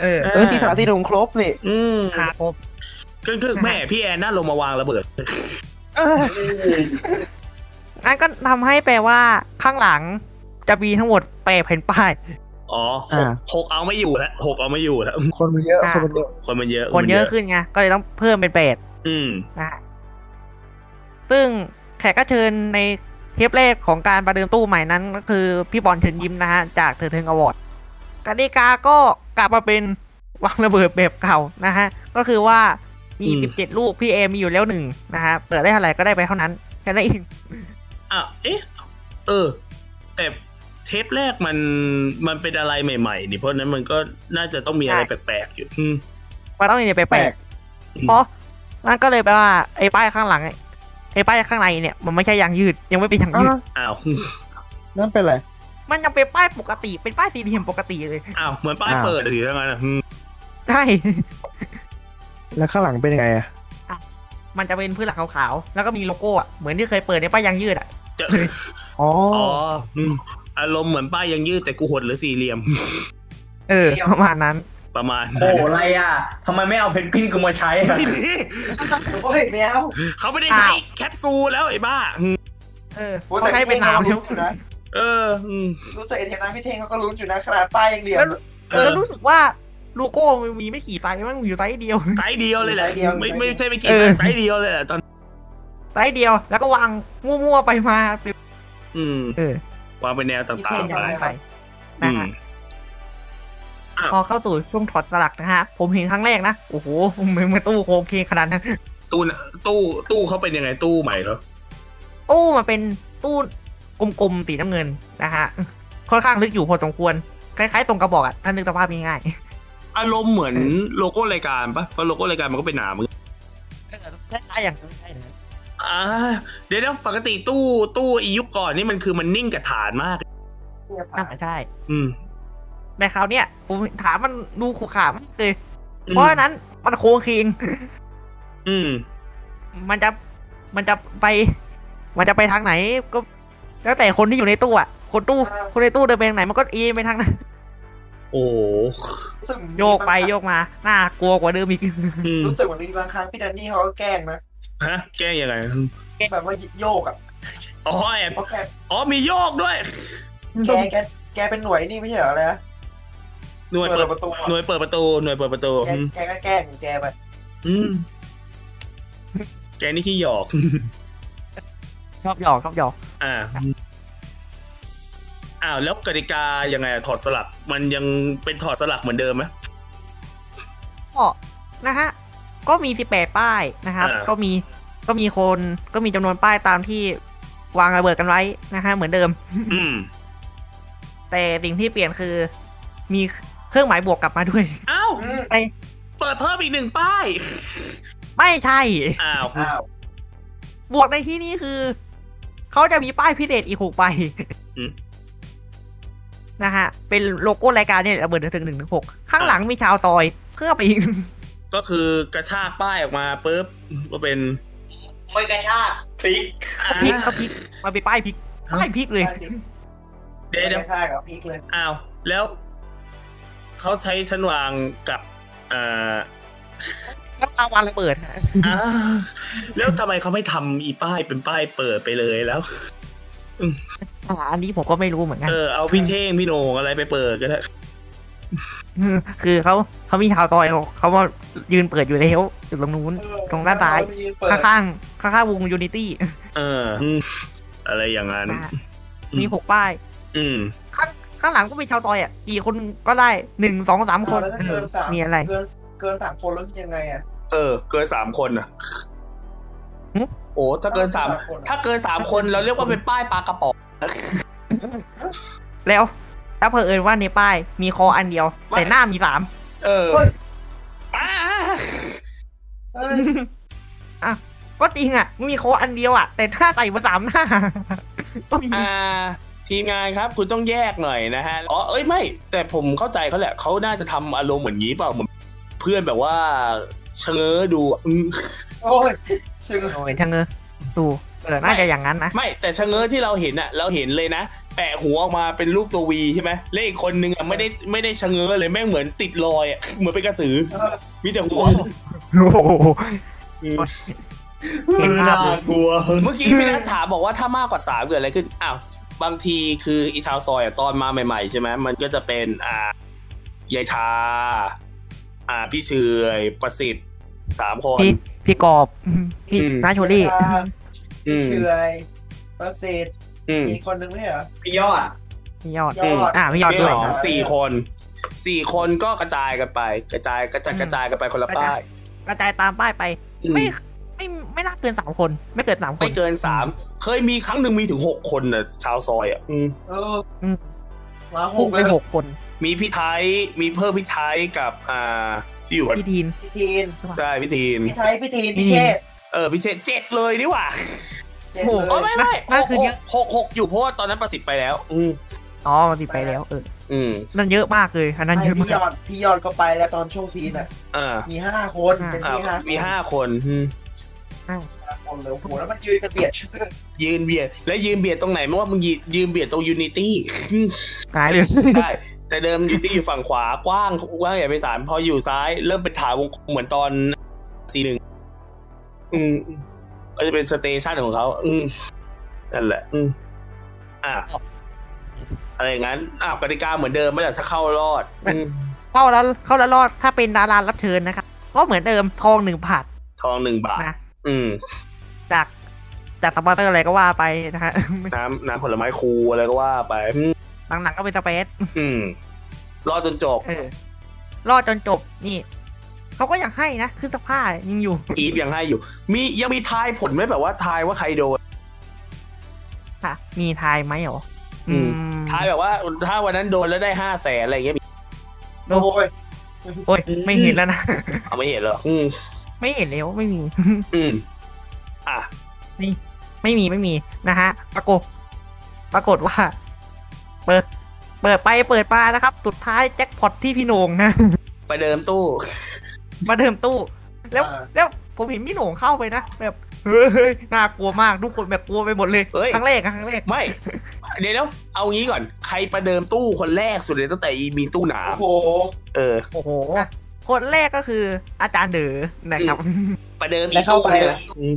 เออ เออที่สาวที่หนุ่มครบนี่ อืม คาครบ ก็คือแม่พี่แอนน่าลงมาวางระเบิด อ่ะ นั่นก็ทำให้แปลว่าข้างหลังจะมีทั้งหมดแปดแผ่นป้าย อ๋อหกหกเอาไม่อยู่แล้วหกเอาไม่อยู่แล้ว คนมันเยอะ อ่ะ คนมันเยอะ คนมันเยอะ คนเยอะขึ้นไงก็เลยต้องเพิ่มเป็นแปด อืม นะฮะซึ่งแขกก็เชิญในเทปแรกของการประเดิมตู้ใหม่นั้นก็คือพี่บอลเชิญยิ้มนะฮะ จากเธอเทิงอวอร์ดกติกาก็กลับมาเป็นวางระเบิดแบบเก่านะฮะ ก็คือว่ามี อืม สิบเจ็ดลูกพี่เอมีอยู่แล้วหนึ่งนะฮะเปิดได้เท่าไหร่ก็ได้ไปเท่านั้นแค่นั้นเอง อ่ะเอ๊ะ เออ แต่เทปแรกมันมันเป็นอะไรใหม่ๆนี่เพราะฉะนั้นมันก็น่าจะต้องมีอะไรแปลกๆอยู่อืม มาต้องมีไปแปลก อืม เพราะนั่นก็เลยแปลว่าไอ้ป้ายข้างหลังไอ้ป้ายข้างในเนี่ย มันไม่ใช่ยางยืดยังไม่เป็นยางยืด อ่ะ อ้าว นั่นเป็นไร มันยังเป็นป้ายปกติเป็นป้ายสี่เหลี่ยมปกติเลย อ้าวเหมือนป้าย อ้าว เปิดหรือยังไงนะอืม ใช่ แล้วข้างหลังเป็นยังไงอ่ะ มันจะเป็นพื้นหลังขาวๆ แล้วก็มีโลโก้อะเหมือนที่เคยเปิดในป้ายยางยืดอ่ะ จะ อ๋อ อ๋ออืมอารมณ์เหมือนป้ายยังยืดแต่กูหดหรือสี่เหลี่ยม เออ ประมาณนั้น ประมาณ โอ้อะไรอ่ะทำไมไม่เอาเพนกวินกูมาใช้อะ ไม่มี โอ้ยแมว เขาไม่ได้ใช้ อ้าว แคปซูลแล้วไอ้บ้าอืม เออ โอ้ย เขาให้เป็นหนาว แต่ แล้ พี่ ว เท่งเขาลุ้นอยู่นะ เอออืม รู้สึกเอ็นเห็นนะพี่เท่งเขาก็ลุ้นอยู่นะขนาดป้ายยังเหลี่ยม แล้วรู้สึกว่าโลโก้มันมีไม่กี่ไซส์มันมีอยู่ไซส์เดียว ไซส์เดียวเลยแหละ ไซส์เดียว ไม่ไม่ใช่ไม่กี่ เออไซส์ไซส์เดียวเลยแหละตอน ไซส์เดียว แล้วก็วางมั่วๆไปมา อืม เออ วางเป็นแนวต่างๆไป ไป อื นะ ม ฮะ อ้าว พอเข้าสู่ช่วงถอดสลักนะฮะ ผมเห็นครั้งแรกนะ โอ้โหมันมันตู้โคมเคงขนาดนั้น ตู้น่ะตู้ตู้เขาเป็นยังไงตู้ใหม่เหรอ ตู้มันเป็นตู้กลมๆสีน้ำเงินนะฮะ ค่อนข้างลึกอยู่พอสมควร คล้ายๆตรงกระบอกอ่ะ ถ้านึกสภาพง่ายๆ อารมณ์เหมือนโลโก้รายการปะเพราะโลโก้รายการมันก็เป็นหนามอนกัน เออคล้ายๆอย่างนั้นใช่นะ อ่าเดี๋ยวนะปกติตู้ตู้อียุคก่อนนี่มันคือมันนิ่งกับฐานมาก อ่าใช่ อืม ในคราวเนี้ยผมถามมันดูขู่ขามากเลย เพราะฉะนั้นมันโค้งคิง อืม มันจะมันจะไป มันจะไปทางไหนก็แล้วแต่คนที่อยู่ในตู้อ่ะ คนตู้คนในตู้เดินไปทางไหนมันก็เอียงไปทาง นั้น โอ้โห รู้สึก โยกไปโยกมาน่ากลัวกว่าเดิม อีก อืม รู้สึกเหมือนมีบางครั้งพี่แดนนี่เขาก็แกล้งนะ ฮะ แก้ยังไง แบบว่าโยกอ่ะ อ๋อแอบ เพราะแก อ๋อมีโยกด้วย แกแกแกเป็นหน่วยนี่ไม่ใช่เหรออะไรนะ หน่วย เปิดเปิดประตูอะ หน่วยเปิดประตูหน่วยเปิดประตู แก อืม แกก็แกล้งแกไป อืมแกนี่ขี้หยอก ชอบหยอกชอบหยอก อ่า อ้าวแล้วกติกายังไงอะถอดสลัก มันยังเป็นถอดสลักเหมือนเดิมไหม ก็นะฮะก็มี 18 ป้ายนะครับ อ่า ก็มีก็มีคนก็มีจำนวนป้ายตามที่วางระเบิดกันไว้นะฮะเหมือนเดิม อืม แต่สิ่งที่เปลี่ยนคือ มีเครื่องหมายบวกกลับมาด้วย อ้าว ไป เปิดเพิ่มอีกหนึ่งป้าย ไม่ใช่ อ้าว อ้าว บวกในที่นี้คือ เขาจะมีป้ายพิเศษอีกหกใบนะฮะ เป็นโลโก้รายการเนี่ยระเบิดถึงหนึ่งถึงหกข้างหลังมีชาวตอยเพื่อไปอีก ก็คือกระชากป้ายออกมาปุ๊บก็เป็น ไม่กระชากพลิก อ่า พลิกเขาพลิกมาเป็นป้ายพลิกป้ายพลิกเลย เดี๋ยว ไม่กเดี๋ยว ระชากกับพลิกเลย อ้าวแล้วเขาใช้ชั้นวางกับอ่า แล้วรางวัลระเบิดฮะ อ้าวแล้วทำไมเขาไม่ทำอีป้ายเป็นป้ายเปิดไปเลยแล้ว อ่าอันนี้ผมก็ไม่รู้เหมือนกัน เออเอาพี่เท่งพี่โหนงอะไรไปเปิดก็ได้ คือเขาเขามีชาวตอยเขาเขามายืนเปิดอยู่แล้วอยู่ตรงนู้น เออ ตรงด้านซ้าย เออเปิด ข้างข้างๆข้างๆวงยูนิตี้ เอออืมอะไรอย่างนั้น นะฮะ อืม มีหกป้าย อืม ข้างข้างหลังก็มีชาวตอยอ่ะกี่คนก็ได้หนึ่งสองสามคน แล้วถ้าเกินสาม มีอะไร เกินเกินสามคนแล้วยังไงอ่ะ เออ เกินสามคนอ่ะ หึ โอ้ถ้าเกินสาม สามคน ถ้าเกินสามคนเราเรียกว่าเป็นป้ายปลากระป๋อง แล้วแล้วเผอิญว่าในป้ายมีคออันเดียว ไม่ แต่หน้ามี สาม เออ เฮ้ย อ่า เอ้ย อ่ะก็จริงอ่ะมีคออันเดียวอ่ะ แต่หน้าใส่มาสามห น้าก็มี อ่า ทีมงานครับ คุณต้องแยกหน่อยนะฮะอ๋อเอ้ยไม่ แต่ผมเข้าใจเขาแหละเขาน่าจะทำอารมณ์เหมือนนี้เปล่าเหมือนเพื่อนแบบว่าเชะเง้อดูอืม โอ้ยชิง โอ้ยทั้งเออดูเออน่าจะอย่างนั้นนะ ไม่ แต่เชะเง้อที่เราเห็นอ่ะ เราเห็นเลยนะแปะหัวออกมาเป็นรูปตัววีใช่ไหมเลขอีกคนนึงอ่ะไม่ได้ไม่ได้เชะเง้อเลยแม่งเหมือนติดรอยอ่ะเหมือนเป็นกระสือ เออ มีแต่หัว โอ้โหเห็นภาพเลย กลัว เมื่อกี้พี่นัทถามบอกว่าถ้ามากกว่าสามเกิดอะไรขึ้น อ้าว บางทีคืออีชาวซอยอะตอนมาใหม่ๆ ใช่ไหม มันก็จะเป็นอ่ายายชา อ่า พี่เฉยประสิทธิ์สามคน พี่พี่กอบพี่ อืม นาโชลี่ อืม เชื่อยประสิทธิ์ อืม มีคนหนึ่งไม่เหรอ พี่ยอด พี่ยอด ยอด อ่าพี่ยอด พี่ ด้ ห วย อมสี่คนสี่คนก็กระจายกันไป กระจายกระจายกระจายกันไปคนละป้าย กระจายตามป้ายไป อืม ไม่ไม่ไม่น่าเกินสามคน ไม่เกินสามคน ไม่เกินสามเคยมีครั้งหนึ่งมีถึงหกคนน่ะชาวซอยอ่ะอืม เออ อืม มาห พุ่ ก ง เล ไป ย หกคน มีพี่ไทยมีเพิ่มพี่ไทยกับอ่าที่อยู่กัน พี่ทีน พี่ทีน ใช่พี่ทีน พี่ไทยพี่ทีนพี่เชษฐ์ เออพี่เชษเจ็ดเลยนี่หว่า เจ็ด โอ้เลโหโอ้ ย ไม่ไม่ นั่นคือเยอะ หกหกหกอยู่เพราะว่าตอนนั้นประสิทธิ์ไปแล้ว อืม อ๋อมันติดไปแล้วเออ อืม นั่นเยอะมากเลยอันนั้น ไอ้ เยอะ พี่ย มาก อดพี่ยอดก็ไปแล้วตอนช่วงทีนอ่ะ อ่า มีห้าคน อ่า เป็น อ่า ที่ห้า มี มี ห้าคนอืม ห้าคนเลยโอ้โหแล้วมันยืนกันเบียด ชื่อ ยืนเบียด และยืนเบียดตรงไหนไม่ว่ามึงยืนยืนเบียดตรงยูนิ ตี้ หายเลย ได้แต่เดิมยูนิตี้อยู่ฝั่งขวากว้างกว้างใหญ่ไปสารพออยู่ซ้ายเริ่มเป็นถาวงกลมเหมือนตอนซีหนึ่งอืมก็จะเป็นสเตชันของเขาอืมนั่นแหละ อืมอ่าอะไรอย่างนั้นอ้าวกติกาเหมือนเดิมไม่แต่ถ้าเข้ารอดอืม เข้าแล้วเข้าแล้วรอดถ้าเป็นดารารับเชิญนะครับก็เหมือนเดิมทองหนึ่งผัด ทองหนึ่งบาท นะ อืม จากจากสปอนเซอร์อะไรก็ว่าไปนะฮ ะ น้ำน้ำผลไม้คูอะไรก็ว่าไป อืม หลังๆก็เป็นสเปซ อืมรอจนจบ เออ รอดจนจบนี่เขาก็ยังให้นะขึ้นสภายังอยู่ อีฟยังให้อยู่ มียังมีทายผลไหมแบบว่าทายว่าใครโดน ค่ะ มีทายไหมเหรอ อื อื ม ม ทายแบบว่า ถ้าวันนั้นโดนแล้วได้ห้าแสนอะไรอย่างเงี้ยมี โอ้ย โอ้ยไม่เห็นแล้วนะ เอาไม่เห็นเหรออืม ไม่เห็นแล้วไม่มี อืมอ่ะ ไม่มีไม่มีนะฮะ ปรากฏ ปรากฏว่า เปิด เปิดไปเปิดมานะครับ สุดท้ายแจ็คพอตที่พี่โหนงนะ ไปเดิมตู้ มาเดิมตู้ แล้วแล้วผมเห็นพี่โหนงเข้าไปนะ แบบเฮ้ยน่ากลัวมากทุกคนแบบกลัวไปหมดเลย เฮ้ย ครั้งแรกอะครั้งแรก ไม่ เดี๋ยวๆเอางี้ก่อน ใครประเดิมตู้คนแรกสุดเลยตั้งแต่อีมีตู้หนาม โอ้โห เออ โอ้โหคนแรกก็คืออาจารย์เด๋อนะครับ ประเดิมอี แล้วเข้าไป ตู้ เหรอ อืม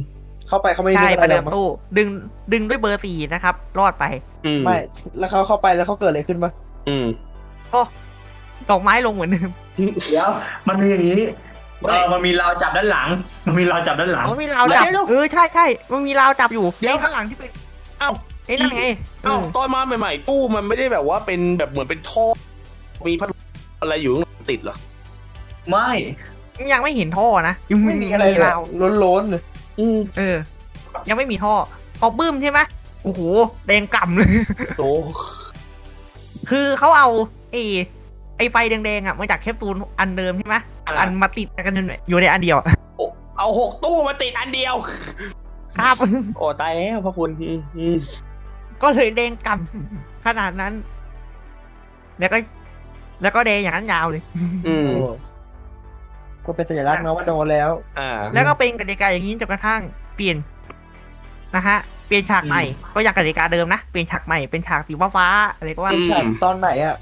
เข้าไปเขาไม่ได้ ใช่ เล่น ป อะไรหรอระเดิก ม มั้ง ตู้ ดึงดึงด้วยเบอร์สี่นะครับ รอดไป อืม ไม่แล้วเขาเข้าไปแล้วเขาเกิดอะไรขึ้นปะ อืม ก็ดอกไม้ลงเหมือนเดิม เดี๋ยว มันมีอย่างนี้ ไม่ เออมันมีราวจับด้านหลัง มันมีราวจับด้านหลัง อ๋อมีราวจับ เดี๋ยวเดี๋ยว เออใช่ใช่มันมีราวจับอยู่ เดี๋ยว ไอ้ข้างหลังที่เป็น เอ้า เอ้ยนั่นไง อ้าวตอนมาใหม่ๆตู้มันไม่ได้แบบว่าเป็นแบบเหมือนเป็นท่อ มีพัดลมอะไรอยู่ข้างหลังติดเหรอ ไม่ ยังไม่เห็นท่อนะยัง ไม่มีอะไรเลย าว ล้นๆเลย เออ ยังไม่มีท่อพอบึ้มใช่ไหมโอ้โหแดงกล่ำเลย โอ้ คือเขาเอาไอ้ไอ้ไฟแดงๆอ่ะมาจากแคปซูลอันเดิมใช่ไหมอันมาติดกันอยู่ในอันเดียวอะ เอาหกตู้มาติดอันเดียว ครับ โอ้ตายแล้วพระคุณอืมอืม ก็เลยแดงกำขนาดนั้น แล้วก็ แล้วก็แดงอย่างนั้นยาวเลย อืม ก็เป็นสัญลักษณ์นะว่าโดนแล้ว อ่า แล้วก็เป็นกติกาอย่างนี้จนกระทั่งเปลี่ยนนะฮะ เปลี่ยนฉากใหม่ ก็ยังกติกาเดิมนะ เปลี่ยนฉากใหม่ เป็นฉากสีฟ้าๆอะไรก็ว่า อืม ฉากตอนไหนอะ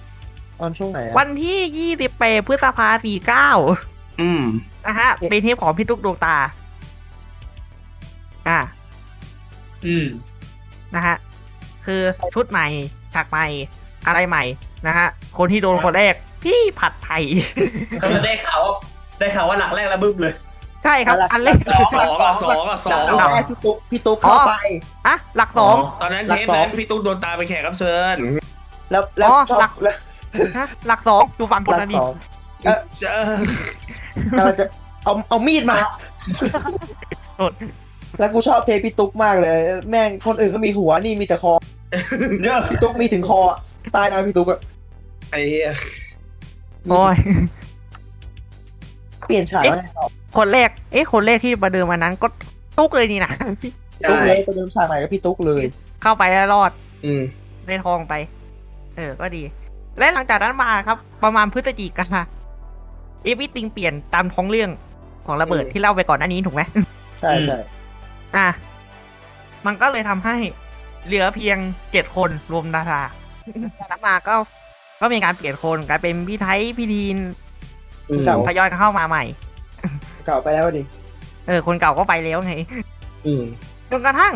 ตอนช่วงไหนอะ วันที่ยี่สิบแปดพฤษภาสี่เก้า อืม นะฮะ เป็นเทปของพี่ตุ๊กดวงตา อ่า อืม นะฮะ คือชุดใหม่ ฉากใหม่ อะไรใหม่ นะฮะ คนที่โดนคนแรก พี่ผัดไทย ก็ได้ข่าวว่าได้ข่าวว่าหลักแรกระบึ้มเลย ใช่ครับ อันแรก สองอ่ะสองอ่ะสอง ตอน อ่ะ แรกพี่ตุ๊กพี่ตุ๊กเข้าไป อ่ะ หลักสอง ตอนนั้น หลัก เทป สอง นั้นพี่ตุ๊กโดนตามไปแขกรับเชิญ แล้วแล้ว อ๋อ ชอบ หลัก แล้ว ฮะหลักสองอยู่ฝั่งค ห น ลัก นั้น ส ดิ อง เออ กำลังจะเอาเอามีดมา โดด แล้วกูชอบเทปพี่ตุ๊กมากเลย แม่งคนอื่นก็มีหัวนี่มีแต่คอ เนอะ พี่ตุ๊กมีถึงคอตายนะพี่ตุ๊กอะ ไอ้เหี้ย โอ้ย เปลี่ยนฉาก เอ๊ะ แล้ว คนแรก เอ๊ะ คนแรกที่มาเดินวันนั้นก็ตุ๊กเลยนี่นะ ตุ๊กเลยไปเดิมฉากไหนก็พี่ตุ๊กเลย เข้าไปแล้วรอด อืม ได้ทองไป เออ ก็ดี และหลังจากนั้นมาครับ ประมาณพฤศจิกาเอวิติงเปลี่ยนตามท้องเรื่องของระเบิดที่เล่าไปก่อนหน้านี้ถูกไหม ใช่ใช่ อ่ะ มันก็เลยทำให้เหลือเพียงเจ็ดคนรวมดาราจากนั้นมาก็ก็มีการเปลี่ยนคนกลายเป็นพี่ไทยพี่ดีน เก่า ทยอยกันเข้ามาใหม่ เก่าไปแล้วดิ เออ คนเก่าก็ไปแล้วไง อืม จนกระทั่ง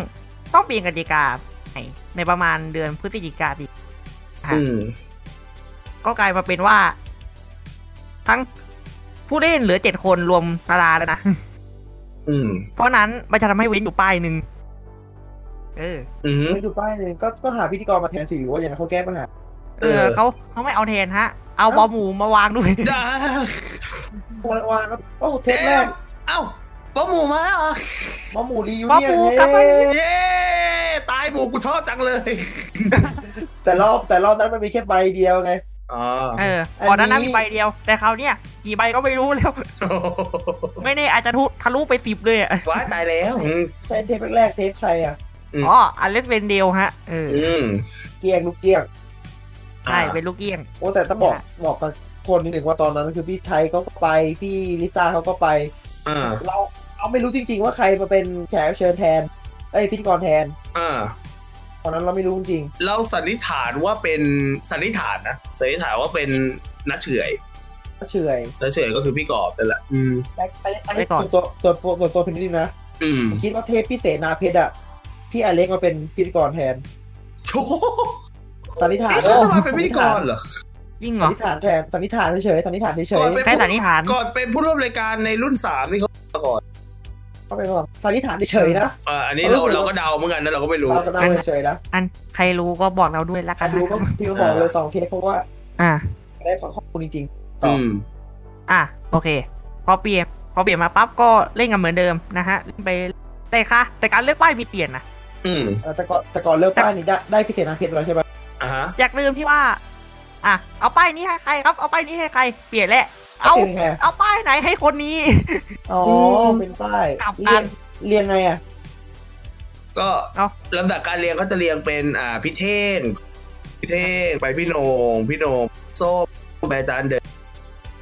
ต้องเปลี่ยนกติกาใหม่ในประมาณเดือนพฤศจิกาดีนะฮะ อืม ก็กลายมาเป็นว่า ทั้งผู้เล่นเหลือเจ็ดคนรวมดาราแล้วนะ อืม เพราะนั้นมันจะทำให้เว้นอยู่ป้ายหนึ่งเออ อืม ไม่อยู่ป้ายเลยก็ก็หาพิธีกรมาแทนสิหรือว่าอย่างนั้นเขาแก้ปัญหา เออ เออ เขาเขาไม่เอาแทนฮะ เอาบอหมูมาวางด้วย จ้า ตัวละวางก็โอ้เทปแรก เอ้าป้าหมูมาแล้วเหรอ หมอหมูรียู หมอ เนีย ห น มู เฮ้ กลับมา เย้ ตายหมูกูชอบจังเลย แต่รอบแต่รอบนั้นมันมีแค่ใบเดียวไง อ๋อ เออนี้อนก่อนหนั้นนั้นมีใบเดียว แต่คราวเนี้ยกี่ใบก็ไม่รู้แล้ว ไม่แน่อาจจะทุทะลุไปติบเลยอะ ว้ายตายแล้วอืม ใช่เทปแรกๆเทปใครอ่ะ อ๋ออันเล็กเวนเดลฮะเออ อืม เกียงลูกเกียง ใช่เป็นลูกเกี้ยง โอ้แต่ต้องบอกบอกกับคนนิดหนึ่งว่าตอนนั้นคือพี่ไทยเขาก็ไปพี่ลิซ่าเขาก็ไป อ่า เราเราไม่รู้จริง ๆ ว่าใครมาเป็นแขกรับเชิญแทน เอ้ยพิธีกรแทน อ่า ตอนนั้นเราไม่รู้จริง เราสันนิษฐานว่าเป็นสันนิษฐานนะสันนิษฐานว่าเป็นนักเฉื่อย ๆก็เฉย นักเฉื่อยก็คือพี่กอบนั่นแหละอืม แต่อันนี้อันนี้ ไว้ก่อน ส่วนตัวส่วนตัวส่วนตัวเพนนิดนะ อืม คิดว่าเทปพี่เสนาเพชรอ่ะ พี่อเล็กมาเป็นพิธีกรแทน โช สันนิษฐาน นี่เขาจะมาเป็นพิธีกรเหรอ ยิ่งเหร สัน อ นิษฐานแทนสันนิษฐานเฉยๆสันนิษฐานเฉ ก่อย น ๆ เป็น ใช่สันนิษฐาน ก่อนเป็นผู้ร่วมรายการในรุ่นสามนี่เขามาก่อน เขาไปบอกสันนิษฐานเฉยๆนะ อ่าอันนี้เราเราก็เดาเหมือนกันนะเราก็ไม่รู้ เราก็เล่าเฉยๆนะ อันใครรู้ก็บอกเราด้วยละกั อั น น นะ ดูก็พี่ก็บอกเลยสองเทปเพราะว่า อ่ะ ได้ข้อมูลจริง อืม อ่ะโอเค พอเปลี่ยนพอเปลี่ยนมาปั๊บก็เล่นกันเหมือนเดิมนะฮะเล่นไปแต่ค่ะ แต่การเลือกป้ายมีเปลี่ยนนะ อืม ๆ แต่ก่อนแต่ก่อนเลิกป้ายนี่ได้ได้พิเศษทางเพชรแล้วใช่ไหม อ่าฮะ อยากลืมที่ว่า อ่ะเอาป้ายนี้ให้ใครครับ เอาป้ายนี้ให้ใคร เปลี่ยนแหละเอา เป็นไง เอาป้ายไหนให้คนนี้ อ๋อเป็นป้าย กลับ เรี กั ยน น เรียนไงอ่ะ ก็ เอ้า ลำดับการเรียงก็จะเรียงเป็นอ่าพี่เท่งพี่เท่งไปพี่โหนงพี่โหนงส้มไปอาจารย์เดอ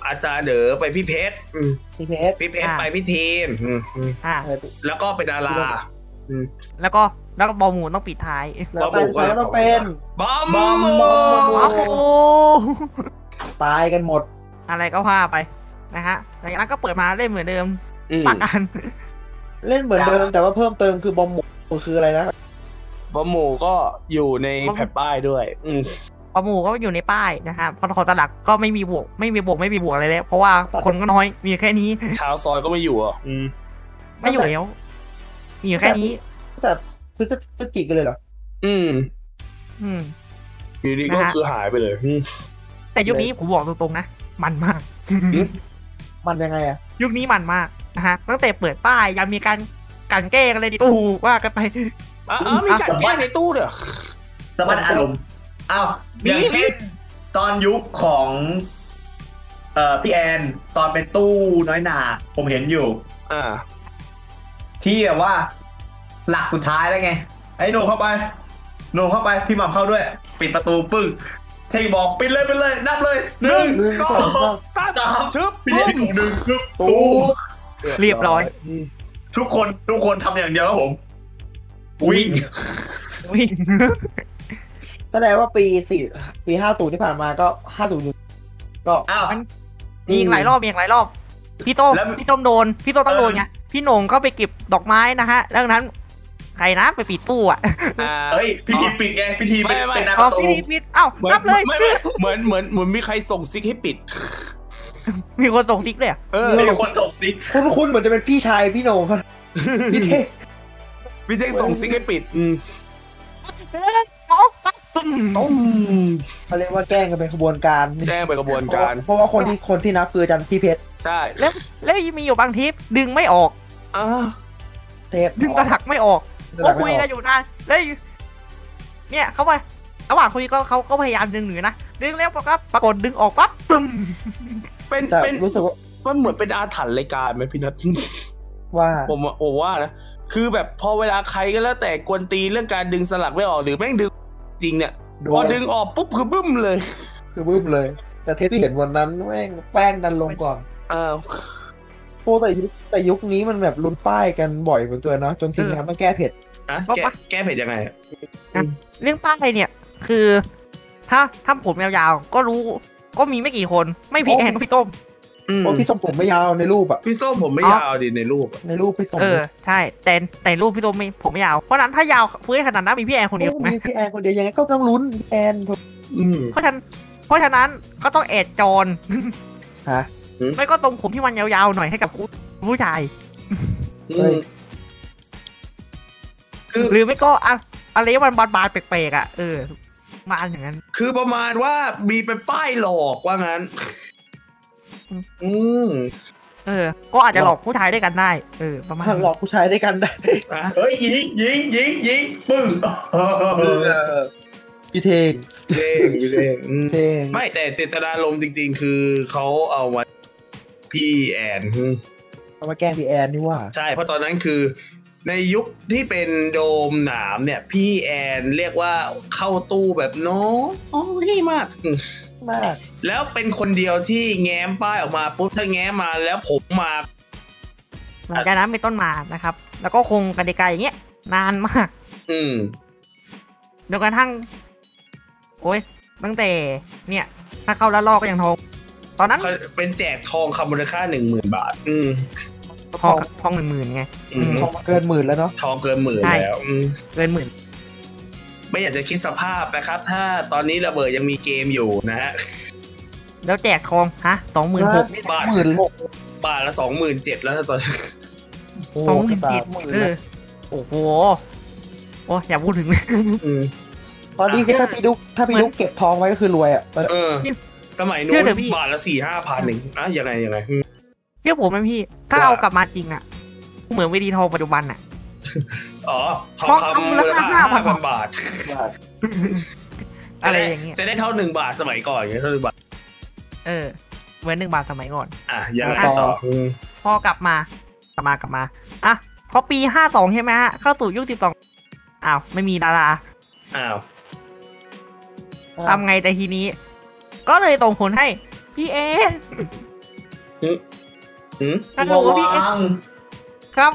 อาจารย์เดอไปพี่เพชรอืม พี่เพชร พี่เพชร อ่า ไปพี่ทีมอืมอืม อ่ะ เออ แล้วก็เป็นดารา แล้วก็แล้วก็บอลหมูต้องปิดท้าย แล้วป้ายสุดท้ายก็ต้องเป็น บอม บอม โม โม โอ้โห ตายกันหมด อะไรก็ว่าไปนะฮะหลังจากนั้นก็เปิดมาเล่นเหมือนเดิม อืม ปากกัน เล่นเหมือนเดิมแต่ว่าเพิ่มเติมคือบอมหมูคืออะไรนะ บอมโมก็อยู่ในแผ่นป้ายด้วย อืม ปลาหมูก็อยู่ในป้ายนะฮะพอถอดตลักก็ไม่มีบวก ไม่มีบวกไม่มีบวกอะไรแล้วเพราะว่าคนก็น้อยมีแค่นี้ ชาวซอยก็ไม่อยู่อ่ะอืม ไม่อยู่แล้วมีอยู่แค่นี้ แต่พฤศจิกกันเลยเหรอ อืม อืม อยู่ดีก็ นะฮะ คือหายไปเลยอืม แต่ยุคนี้ผมบอกตรงๆนะ มันมาก มันยังไงอะ ยุคนี้มันมากนะฮะตั้งแต่เปิดป้ายยังมีการกลันแกล้งอะไรดิตู้ว่ากันไป อ้าวมีจัดแก้ในตู้เด้อ สมรรถอารมณ์อ้าว มี อย่างเช่ มี นตอนยุคของ เอ่อพี่แอนตอนเป็นตู้น้อยหนา ผมเห็นอยู่ อ่า ที่แบบว่า หลักสุดท้ายแล้วไง ไอ้หนูเข้าไปหนูเข้าไป พี่หม่ำเข้าด้วย ปิดประตูปึ้งเท่งบอกปิดเลยปิดเลย นับเลยหนึ่งสอง สาม สาม ชึบ ปิด ปุ๊บ หนึ่งปึ๊บตู้ เรียบร้อย ทุกคนทุกคนทำอย่างเดียวครับผม วิ่ง วิ่ง แสดงว่าปีสี่ปีห้าศูนย์ที่ผ่านมาก็ห้าศูนย์ก็ อ้าว มีอีกหลายรอบมีอีกหลายรอบ พี่โต้ง แล้ว พี่โต้งโดน พี่โต้งต้อง เออ โดนไงพี่โหน่งเข้าไปเก็บดอกไม้นะฮะแล้วนั้น ใครนะไปปิดตู้อ่ะ อ่า เฮ้ยพิธีปิดไงพิธีเป็น ไม่ไม่ เป็นหน้า พ ป อ ระตู พี่ปิดเอ้า เหมือน นับเลย ไม่ไม่เหมือนเหมือนเหมือนมีใครส่งซิกให้ปิด มีคนส่งติ๊กเลยอะ เออ มีคนตกสิ คุณคุณเหมือนจะเป็นพี่ชายพี่โหนง ครับพี่เทพ พี่เจ๊ส่งซิกให้ปิดอืม เออเอาไปตึ้ม ต้ม เขาเรียกว่าแกล้งกันเป็นขบวนการ แจ้งไปกระบวนการ เพราะว่าคนที่คนที่นับคืออาจันพี่เพชร ใช่ แล้วยังมีอยู่บางทิปดึงไม่ออก อ่า เทพ ดึงกระถักไม่ออก ก ก็ ระถัก คุย ไม่อ กั อน ก อยู่นานแล้วอยู่เนี่ยเขาไประหว่างคุยก็เขาก็พยายามดึงหนูนะดึงแล้วปรากฏปรากฏดึงออกปั๊บตึ้ม เป็น แต่ เป็น รู้สึกว่า มันเหมือนเป็นอาถรรพ์รายการไหมพี่นัท ว่า ผมว่าผมว่านะ คือแบบพอเวลาใครก็แล้วแต่กวนตีนเรื่องการดึงสลักไม่ออกหรือแม่งดึงจริงเนี่ย โด พอน ดึงออกปุ๊บคือบึ้มเลย คือบึ้มเลย แต่เทปที่เห็นวันนั้นแม่งแป้งดันลงก่อน อ่า โอ้แต่ยุคแต่ยุคนี้มันแบบลุ้นป้ายกันบ่อยเหมือนตัวเนาะจนทีมงานต้องแก้เผ็ด อ่ะแก้แก้เผ็ดยังไงอะ เรื่องป้ายเนี่ย คือ ถ้าถ้าผมยาวๆก็รู้ ก็มีไม่กี่คน ไม่พี่ โอ้ แอนก็พี่ต้ม อืม โอ้พี่ทรงผมไม่ยาวในรูปอะ พี่ส้มผมไม่ยาวดิในรูปอะ ในรูปพี่ทรง เออใช่แต่แต่รูปพี่ต้มไม่ผมไม่ยาวเพราะฉะนั้นถ้ายาวเพื่อขนาดนั้นมีพี่แอนคนเดียว โอ้ ไหม มีพี่แอนคนเดียวยังไงก็ต้องลุ้นพี่แอน อืม เพราะฉะนั้นเพราะฉะนั้นก็ต้องแอดจอน ฮะ ไม่ก็ตรงผมที่มันยาวๆหน่อยให้กับผู้ผู้ชาย เฮ้ย คือ หรือไม่ก็อะอะไรวันบานบานๆแปลกๆอ่ะเออ มาอย่างนั้น คือประมาณว่ามีเป็นป้ายหลอกว่างั้น อืม อืม เออ ก็อาจจะหลอกผู้ชายด้วยกันได้ เออ ประมาณ หลอกผู้ชายด้วยกันได้ อ่ะ เฮ้ยยิงยิงยิงยิงปึ้ง พี่เทง เล่งเล่งอืม เทง ไม่แต่เจตนารมณ์จริง ๆ คือเขาเอามาพี่แอนอืม เอามาแกล้งพี่แอนนี่หว่า ใช่ เพราะตอนนั้นคือ ในยุคที่เป็นโดมหนามเนี่ย พี่แอนเรียกว่าเข้าตู้แบบน้อยมากอืม มาก แล้วเป็นคนเดียวที่แง้มป้ายออกมาปุ๊บถ้าแง้มมาแล้วผมมา หลังจากนั้นเป็นต้นมานะครับ แล้วก็คงกันไกลอย่างเงี้ยนานมาก อืม จนกระทั่ง โอ้ยตั้งแต่ เนี่ย ถ้าเข้าแล้วลอกก็ยังทองตอนนั้น เขาเป็นแจกทองคำมูลค่าหนึ่งหมื่นบาท อืม ทองทองหนึ่งหมื่นไง อืม ทองมาเกินหมื่นแล้วเนาะ ทองเกินหมื่น ใช่ แล้วอืม เกินหมื่น ไม่อยากจะคิดสภาพนะครับ ถ้าตอนนี้ระเบิดยังมีเกมอยู่นะฮะ แล้วแจกทองฮะสองหมื่นหก บาท หมื่นหก บาทละสองหมื่นเจ็ดแล้วนะตอนนี้ โอ้ สอง โห หมื่น สา เจ็ด มหมื่น เออโอ้โหโอ้ยอย่าพูดถึง เลย อืม ตอนนี้คือถ้าพี่ดุ๊กถ้าพี่ดุ๊กเก็บทองไว้ก็คือรวยอ่ะ เออ สมัยนู้ เชื่ น อเถอะพี่ บาทละสี่ห้าพันหนึ่งอ่ะยังไงยังไงอืม เชื่อผมไหมพี่ ถ้า ว่า เอากลับมาจริงอ่ะ เหมือนเวทีทองปัจจุบันอ่ะ อ๋อทองคำมูลค่าห้าพันบาท อะไรอย่างเงี้ย จะได้เท่าหนึ่งบาทสมัยก่อนอย่างเงี้ยเท่าหนึ่งบาท เออ เหมือนหนึ่งบาทสมัยก่อน อ่ะยังไงต่ออืม พอกลับมา กลับมากลับมา อ่ะ พอปีห้าสองใช่ไหมฮะ เข้าสู่ยุคสิบสองอ้าว ไม่มีดารา อ้าว ทำไงแต่ทีนี้ ก็เลยตรงผลให้ พี่เอน อืม ฮัลโหล ระ พี่เอน วัง ครับ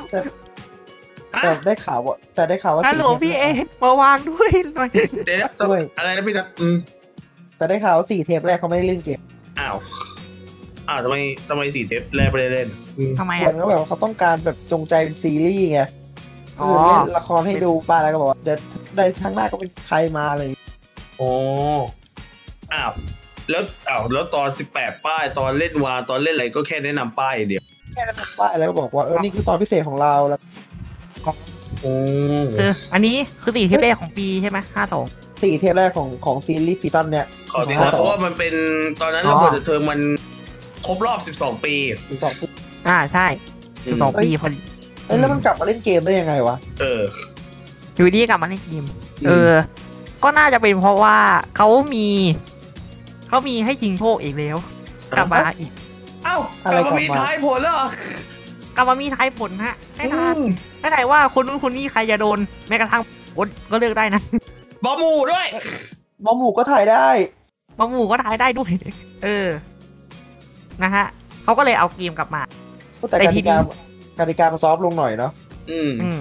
อ่ะ แต่ได้ข่าวว่าแต่ได้ข่าวว่า ฮัลโหล สี่ทป พี่เอนมาวางด้วยหน่อย เดี๋ยวนะอะไรนะพี่นัทอืม แต่ได้ข่าวว่าสี่เทปแรกเขาไม่ได้เล่นเกม อ้าว อ้าวทำไมทำไมสี่เทปแรกไม่ได้เล่นอืม ทำไม เหมื อ่ะ อนก็แบบว่าเขาต้องการแบบจงใจเป็นซีรีส์ไง อ๋อ คือเล่นละครให้ดูป้าแล้วก็บอกว่าเดี๋ยวได้ครั้งหน้าก็เป็นใครมาอะไรอย่างเงี้ย โอ้อ้าว แล้ว อ้าว แล้วตอนสิบแปดป้าย ตอนเล่นวา ตอนเล่นอะไรก็แค่แนะนำป้ายอย่างเดียว แค่นั้นป้าแล้วก็บอกว่าเออนี่คือตอนพิเศษของเราแล้ว อืม คืออันนี้คือสี่เทปแรกของปีใช่ไหมห้าสอง สี่เทปแรกของของซีรีส์ซีซั่นเนี่ย ขอซีซั่นเพราะว่ามันเป็นตอนนั้นระเบิด อ๋อ เทอมมันครบรอบ 12 ปี มีสองปี อ่าใช่สิบสองปีพอดี เอ้ยแล้วมันกลับมาเล่นเกมได้ยังไงวะ เออ อยู่ดีกลับมาในเกม อืม เออ ก็น่าจะเป็นเพราะว่าเขามีเขามีให้ชิงโชคอีกแล้ว กลับมาอีก เอ้า อะ ก ไร ลับ กลั มา บมามี มีท้ายผลแล้วเหรอก ลับมามีทายผลฮะแน่นอนแน่นอนว่าคนนู้นคนนี้ใครจะโดนแม้กระทั่งคนก็เลือกได้นะ บอหมูด้วย หมอหมูก็ถ่ายได้ บางหมู่ก็ทายได้ด้วย เออ นะฮะเขาก็เลยเอาเกมกลับมา แต่ แต่ ก ที ติ นี้ กากติกามันซอฟต์ลงหน่อยเนาะ อืม อืม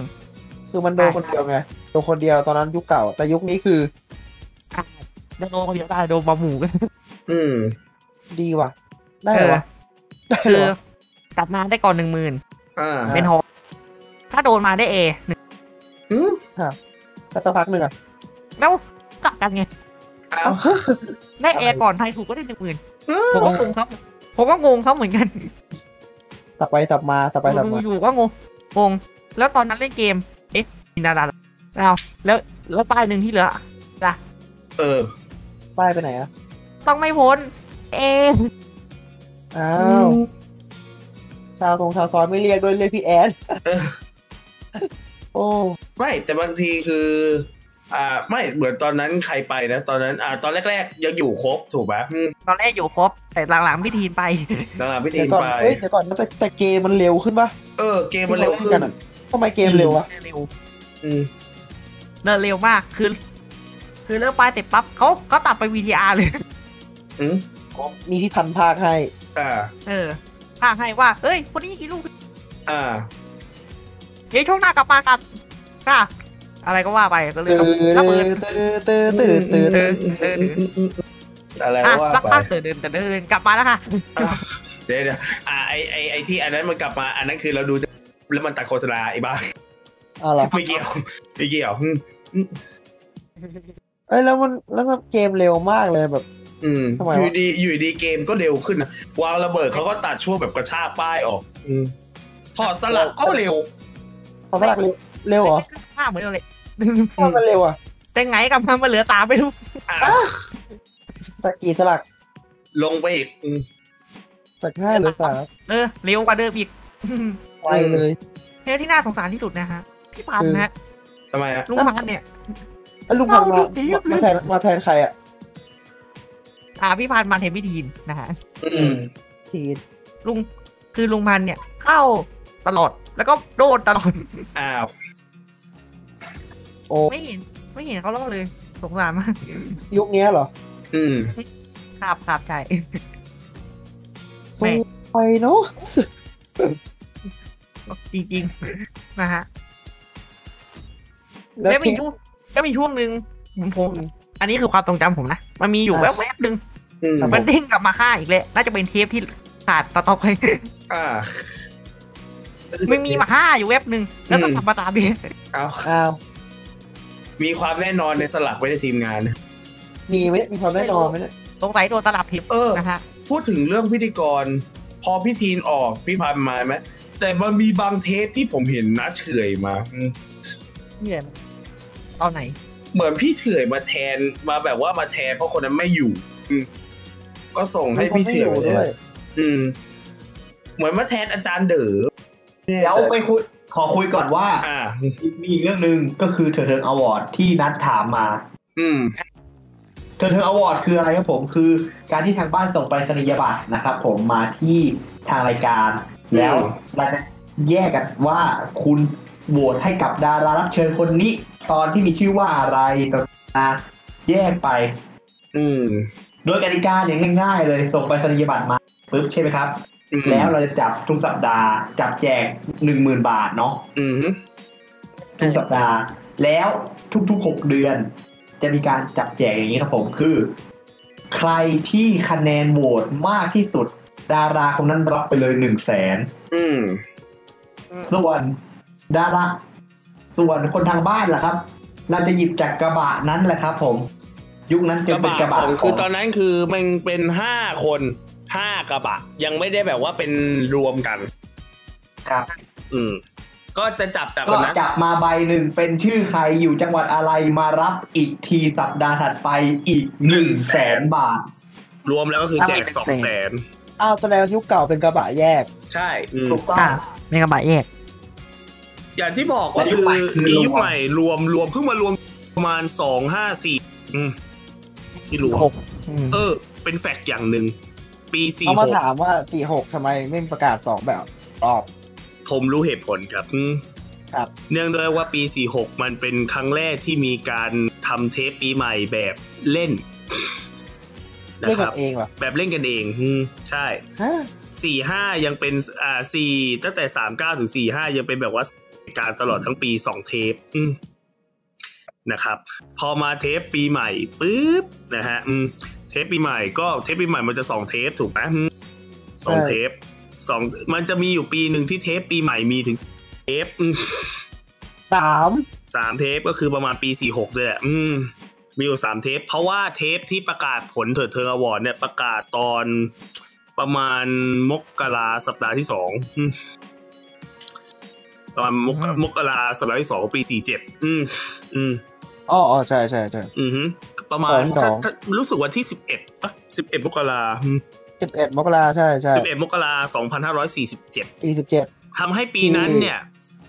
คือมันโดน ใช่ คนเดียวไง โดนคนเดียวตอนนั้นยุคเก่า แต่ยุคนี้คือ อ่ะจะโดนคนเดียวได้โดนบางหมู่ก็ อืม ดีว่ะ ได้เหรอวะได้ คื เหร อ อ กลับมาได้ก่อนหนึ่งหมื่น อ่า ฮะ เป็นหกถ้าโดนมาได้เอหนึ่ง อืม แล้วสักพักหนึ่งอะ แล้วกลับกันไง เอ้า ได้เอก่อนไทยถูกก็ได้หนึ่งหมื่น อืม ผมก็งงครับ ผมก็งงเขาเหมือนกัน สับไปสับมาสับไปสับมา อยู่ๆก็งงงง แล้วตอนนั้นเล่นเกม เอ๊ะมีนาดาเอาแล้วแล้วป้ายหนึ่งที่เหลือ เออ ป้ายไปไหนอะ ต้องไม่พ้น เอ อ้าวชาวตรงชาวซอยไม่เรียกด้วยเรียกพี่แอน เออ โอ้ ไม่แต่บางทีคือ อ่า ไม่เหมือนตอนนั้นใครไปนะ ตอนนั้น อ่า ตอนแรกๆ ยังอยู่ครบถูกไหมอืม ตอนแรกอยู่ครบ แต่หลังๆพี่ทีนไป หลังๆพี่ เดี๋ ทีมยวก่อน ไป เอ้ยเดี๋ยวก่อนนะแต่แต่เกมมันเร็วขึ้นปะ เออ เกมมันเร็วขึ้น ทำไมเกมเร็ววะ เร็ว อืม เดินเร็วมาก คือ คือเลิกป้ายเสร็จปั๊บเขาเขาตัดไป VTR เลย อืม มีพี่พันธุ์ภาคให้ อ่า เออพากให้ว่า เอ้ย คนนี้กี่ลูก อ่า เดี๋ยวช่วงหน้ากลับมากันค่ะอะไรก็ว่าไปก็เลย ตื้อ ระเบิด ตื้อตื้อตื้อตื้อตื้อ อะไร อ่ะ ว่า สัก ไป พักเดินเดินเดินกลับมาแล้วค่ะ เดี๋ยวเดี๋ยวอ่าไอไอไอที่อันนั้นมันกลับมา อันนั้นคือเราดูแล้วมันตัดโฆษณาไอ้บ้า เอาล่ะ ไม่เกี่ยวไม่เกี่ยว อืม เอ้ยแล้วมันแล้วมันเกมเร็วมากเลยแบบ อืม ทำไมอวะยู่ดีอยู่ดีเกมก็เร็วขึ้นนะวางระเบิดเขาก็ตัดช่วงแบบกระชากป้ายออก อืมถอดสลักก็เร็ว ตอนแรกเร็วเร็วเหรอ หน้าเหมือนกันเลย ทำไมมันเร็วอ่ะ แต่ไงกลับมามาเหลือตามไม่รู้ อ่ะ ตะกี้สลัก ลงไปอีกอืม จากห้าหรือสาม เออเร็วกว่าเดิมอีก ไวเลย เรื่องที่น่าสงสารที่สุดนะฮะพี่พันธุ์นะฮะ ทำไมอ่ะ ลุงพันธุ์เนี่ย แล้วลุงพันธุ์มา เอาดูดิ มาแทนมาแทนใครอ่ะ อ่าพี่พันธุ์มาเทนพี่ทีนนะฮะ อืม ทีน ลุงคือลุงพันธุ์เนี่ย เข้าตลอดแล้วก็โดนตลอด อ้าว โอ้ ไม่เห็น ไม่เห็นเขารอดเลยสงสารม าก ยุคเนี้ยเหรอ อืม ครับครับ ใช่ ไม่ สู้ไปเนาะ จริงๆ นะฮะ แล้ว แล้ว เท มี ป ช่วงแล้วมีช่วงหนึ่งผมอันนี้คือความทรงจำผมนะ มันมีอยู่แวบๆหนึ่ง อืม มันเด้งกลับมาฆ่าอีกแล้วน่าจะเป็นเทปที่ขาดต่อๆไป อ่า มันมีมาฆ่าอยู่แวบหนึ่งแล้วก็ อืม ทำมาตาเบีย เอา อ้าว มีความแน่นอนในสลักไว้ในทีมงาน มีไหมมีความแน่นอนไหมเนี่ย สงสัยโดนตลับเทป เออ นะฮะ พูดถึงเรื่องพิธีกร พอพี่ทีนออกพี่พันมาไหมแต่มันมีบางเทปที่ผมเห็นนะเฉอยมาอืม นี่แหละเอาไหน เหมือนพี่เฉอยมาแทนมาแบบว่ามาแทนเพราะคนนั้นไม่อยู่ อืมก็ส่งให้พี่เฉอย มี มา คน แท ไม่ด้ น วย อืม เหมือนมาแทนอาจารย์เด๋อเนี่ย แล้วไปคุยขอคุยก่อนว่า อ่า มีอีกเรื่องหนึ่งก็คือเธอเทิงอวอร์ดที่นัดถามมา อืม เธอเธออวอร์ดคืออะไรครับผมคือการที่ทางบ้านส่งไปรษณียบัตรนะครับผมมาที่ทางรายการ อืม แล้วเราจะแยกกันว่าคุณโหวตให้กับดารารับเชิญคนนี้ ตอนที่มีชื่อว่าอะไรต่างๆแยกไป อืม โดยกติกาเนี่ยง่ายๆ เลยส่งไปรษณียบัตรมาปุ๊บใช่ไหมครับ อืม แล้วเราจะจับทุกสัปดาห์ จับแจกหนึ่งหมื่นบาทเนาะ อืม ทุกสัปดาห์แล้วทุกๆ 6 เดือน จะมีการจับแจกอย่างนี้ครับผมคือ ใครที่คะแนนโหวตมากที่สุด ดาราคนนั้นรับไปเลยหนึ่งแสน อืม ส่วนดาราส่วนคนทางบ้านล่ะครับ เราจะหยิบจากกระบะนั้นแหละครับ ผม ยุคนั้น ก จะ ระ เป็น บะ กระบะ ของคือตอน ขง นั้นคือมันเป็นห้าคนห้ากระบะ ยังไม่ได้แบบว่าเป็นรวมกัน ครับ อืม ก็จะจับจากค ก็ นนั้น จับมาใบหนึ่งเป็นชื่อใครอยู่จังหวัดอะไรมารับอีกทีสัปดาห์ถัดไปอีกหนึ่งแสนบาท รวมแล้วก็คือแจกสองแสน อ้าวแสดงว่ายุคเก่าเป็นกระบะแยก ใช่อืม ถูกต้อง อ่ะเมกะบะแยก อย่างที่บอกก็ และยุ คื ค อ ใหม่คือ มี รวม ยุคใหม่รวมรวมเพิ่งมารวมประมาณสองห้าสี่อืมที่รวม หก อืม เออ เป็นแฟกต์อย่างหนึ่ง ปีสี่ เขา ห มาก ถามว่าสี่หกทำไมไม่ประกาศสองแบบรอบ ผมรู้เหตุผลครับอืม ครับ เนื่องด้วยว่าปี 46 มันเป็นครั้งแรกที่มีการทำเทปปีใหม่แบบเล่นนะ เล่น ค กั รับ นเองเหรอ แบบเล่นกันเองอืมใช่ ฮะ สี่ห้ายังเป็นอ่าสี่ตั้งแต่สามเก้าถึงสี่ห้ายังเป็นแบบว่าการตลอดทั้งปีสองเทปอืมนะครับ พอมาเทปปีใหม่ปุ๊บนะฮะอืมเทปปีใหม่ก็เทปปีใหม่มันจะสองเทปถูกไหมอืมสองเทปสองมันจะมีอยู่ปีหนึ่งที่เทปปีใหม่มีถึงเทปอืม สาม สามเทปก็คือประมาณปีสี่หกด้วยแหละอืมมีอยู่สามเทป เพราะว่าเทปที่ประกาศผลเถิดเทิงอวอร์ดเนี่ยประกาศตอนประมาณมกราสัปดาห์ที่สองอืม ประมาณมกมกราสัปดาห์ที่สองของปีสี่เจ็ดอืม อืม อ๋ออ๋อใช่ใช่ใช่ อือฮึประมาณ สองสอง ถ้ารู้สึกวันที่สิบเอ็ดปะสิบเอ็ดมกรา สิบเอ็ดมกราใช่ใช่ สิบเอ็ดมกราสองพันห้าร้อยสี่สิบเจ็ด สี่สิบเจ็ด ทำให้ปีนั้นเนี่ย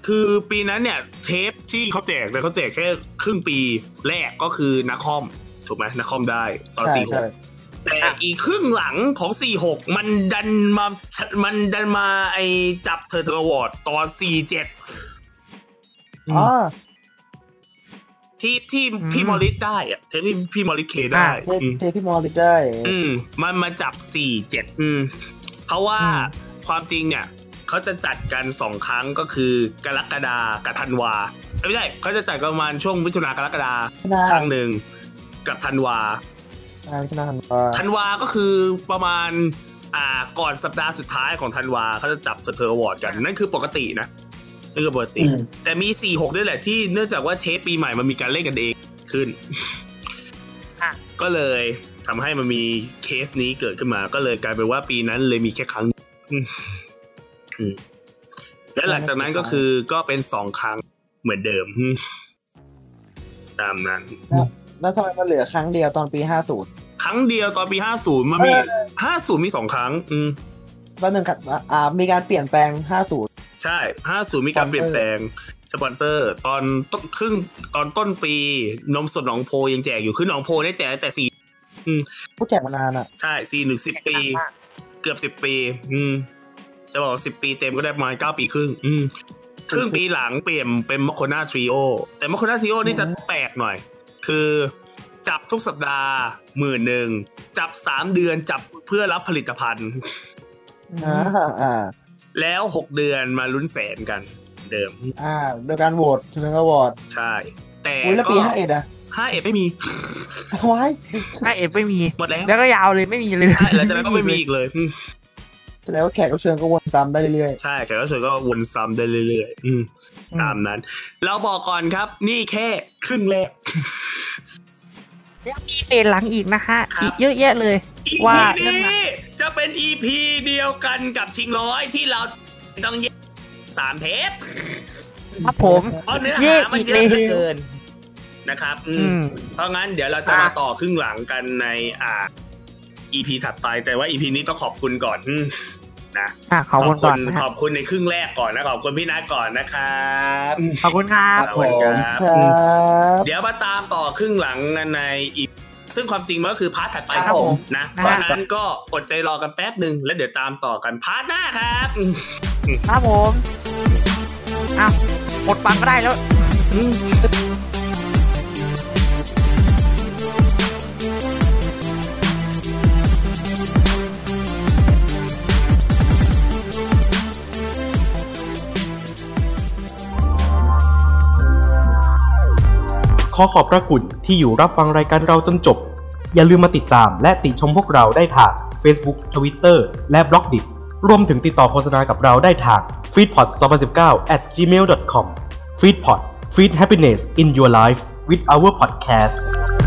คือปีนั้นเนี่ย เทปที่เขาแจกเนี่ยเขาแจกแค่ครึ่งปีแรกก็คือนักคอม ถูกไหมนักคอมได้ตอนสี่หก แต่อีกครึ่งหลังของ 46 มันดันมา มันดันมาไอจับเธอเธอวอร์ดตอน 47 อ๋อ ที่ที่พี่มอริสได้อะเทปที่พี่มอริสเคได้ เทปเทปพี่มอลิดได้ อืม มันมาจับ 47 อืม เพราะว่าความจริงเนี่ย เขาจะจัดกันสองครั้งก็คือกรกฎากับธันวาเอ้ยไม่ใช่เขาจะจัดกันประมาณช่วงมิถุนากรกฎา นา ครั้งหนึ่งกับธันวา นานขนาดนั้นวะ ธันวาก็คือประมาณ อ่า ก่อนสัปดาห์สุดท้ายของธันวาเขาจะจับเธอวอร์ดกัน นั่นคือปกตินะนั่นคือปกติ อืม แต่มี 4 6ด้วยแหละที่เนื่องจากว่าเทปปีใหม่มันมีการเล่นกันเองขึ้น อ่ะ ก็เลยทำให้มันมีเคสนี้เกิดขึ้นมา ก็เลยกลายเป็นว่าปีนั้นเลยมีแค่ครั้งเดียวอืมอืมและหลังจากนั้นก็คือก็เป็นสองครั้งเหมือนเดิมอืมตามนั้น แล้วทำไมมันเหลือครั้งเดียวตอนปีห้าศูนย์ ครั้งเดียวตอนปี 50 มันมี เอ 50 มีสองครั้ง อืม วันหนึ่งขัดอ่า มีการเปลี่ยนแปลงห้าศูนย์ ใช่ 50 มีการเปลี่ยนแปลง สปอนเซอร์ ตอนต้นครึ่งตอนต้นปี นมสดหนองโพยังแจกอยู่คือหนองโพได้แจกตั้งแต่สี่ ผู้แจกมานานอ่ะ ใช่สี่หนึ่งสิบปี เกือบสิบ10 ปี อืม จะบอกสิบปีเต็มก็ได้ประมาณเก้าปีครึ่ง อืม ครึ่งปีหลังเปลี่ยนเป็นม o ค o นาทริโอ แต่ม o ค o นาทริโอนี่จะแปลกหน่อย คือจับทุกสัปดาห์หมื่นหนึ่ง จับสามเดือนจับเพื่อรับผลิตภัณฑ์ อ่า อ่า แล้วหกเดือนมาลุ้นแสนกันเดิม อ่า โดยการโหวตถึงก็โหวต ใช่ แต่ อุ้ยแล้วปีห้าเอ็ดอ่ะ ห้าเอ็ดไม่มี ว้าย หน้าเอ็ดไม่มี หมดแล้ว แล้วก็ยาวเลยไม่มีเลย ใช่หลังจากนั้นก็ไม่มีอีกเลยอืม แสดงว่าแขกรับเชิญก็วนซ้ำได้เรื่อย ใช่แต่ก็ส่วนก็วนซ้ำได้เรื่อยๆอืมตามนั้น เราบอกก่อนครับ นี่แค่ครึ่งแรก แล้วมีเฟสหลังอีกนะฮะ ครับ อีกเยอะแยะเลย อี ว่า พีนี้จะเป็น EP เดียวกันกับชิงร้อยที่เราต้องแยกสามเทป ครับผม เพราะเนื้อ เย่ หามัน อีก เย เล อะ ย เหลือเกินนะครับ อื อื ม ม เพราะงั้นเดี๋ยวเราจะ อ่ะ มาต่อครึ่งหลังกันในอ่า EP ถัดไป แต่ว่า EP นี้ต้องขอบคุณก่อนอืมนะ อ่ะขอบคุณก่อนนะ ข ฮะ อบคุณในครึ่งแรกก่อนนะ ขอบคุณพี่นัทก่อนนะครับ ขอบคุณครับ ขอบคุณครับ ๆ ครับ เดี๋ยวมาตามต่อครึ่งหลังกันในอีก ซึ่งความจริงมันก็คือพาร์ทถัดไป ครับผม นะ นะฮะ เพราะฉะนั้นก็อดใจรอกันแป๊บหนึ่งแล้วเดี๋ยวตามต่อกันพาร์ทหน้าครับอืม ครับผมอ้าวกดปังก็ได้แล้ว ขอขอบพระคุณที่อยู่รับฟังรายการเราจนจบ อย่าลืมมาติดตามและติชมพวกเราได้ทาง Facebook Twitter และ b l o g d i t รวมถึงติดต่อโฆษณากับเราได้ทาง f e e d p o t 2019 at gmail.com f e e d p o t Feed Happiness in Your Life with our podcast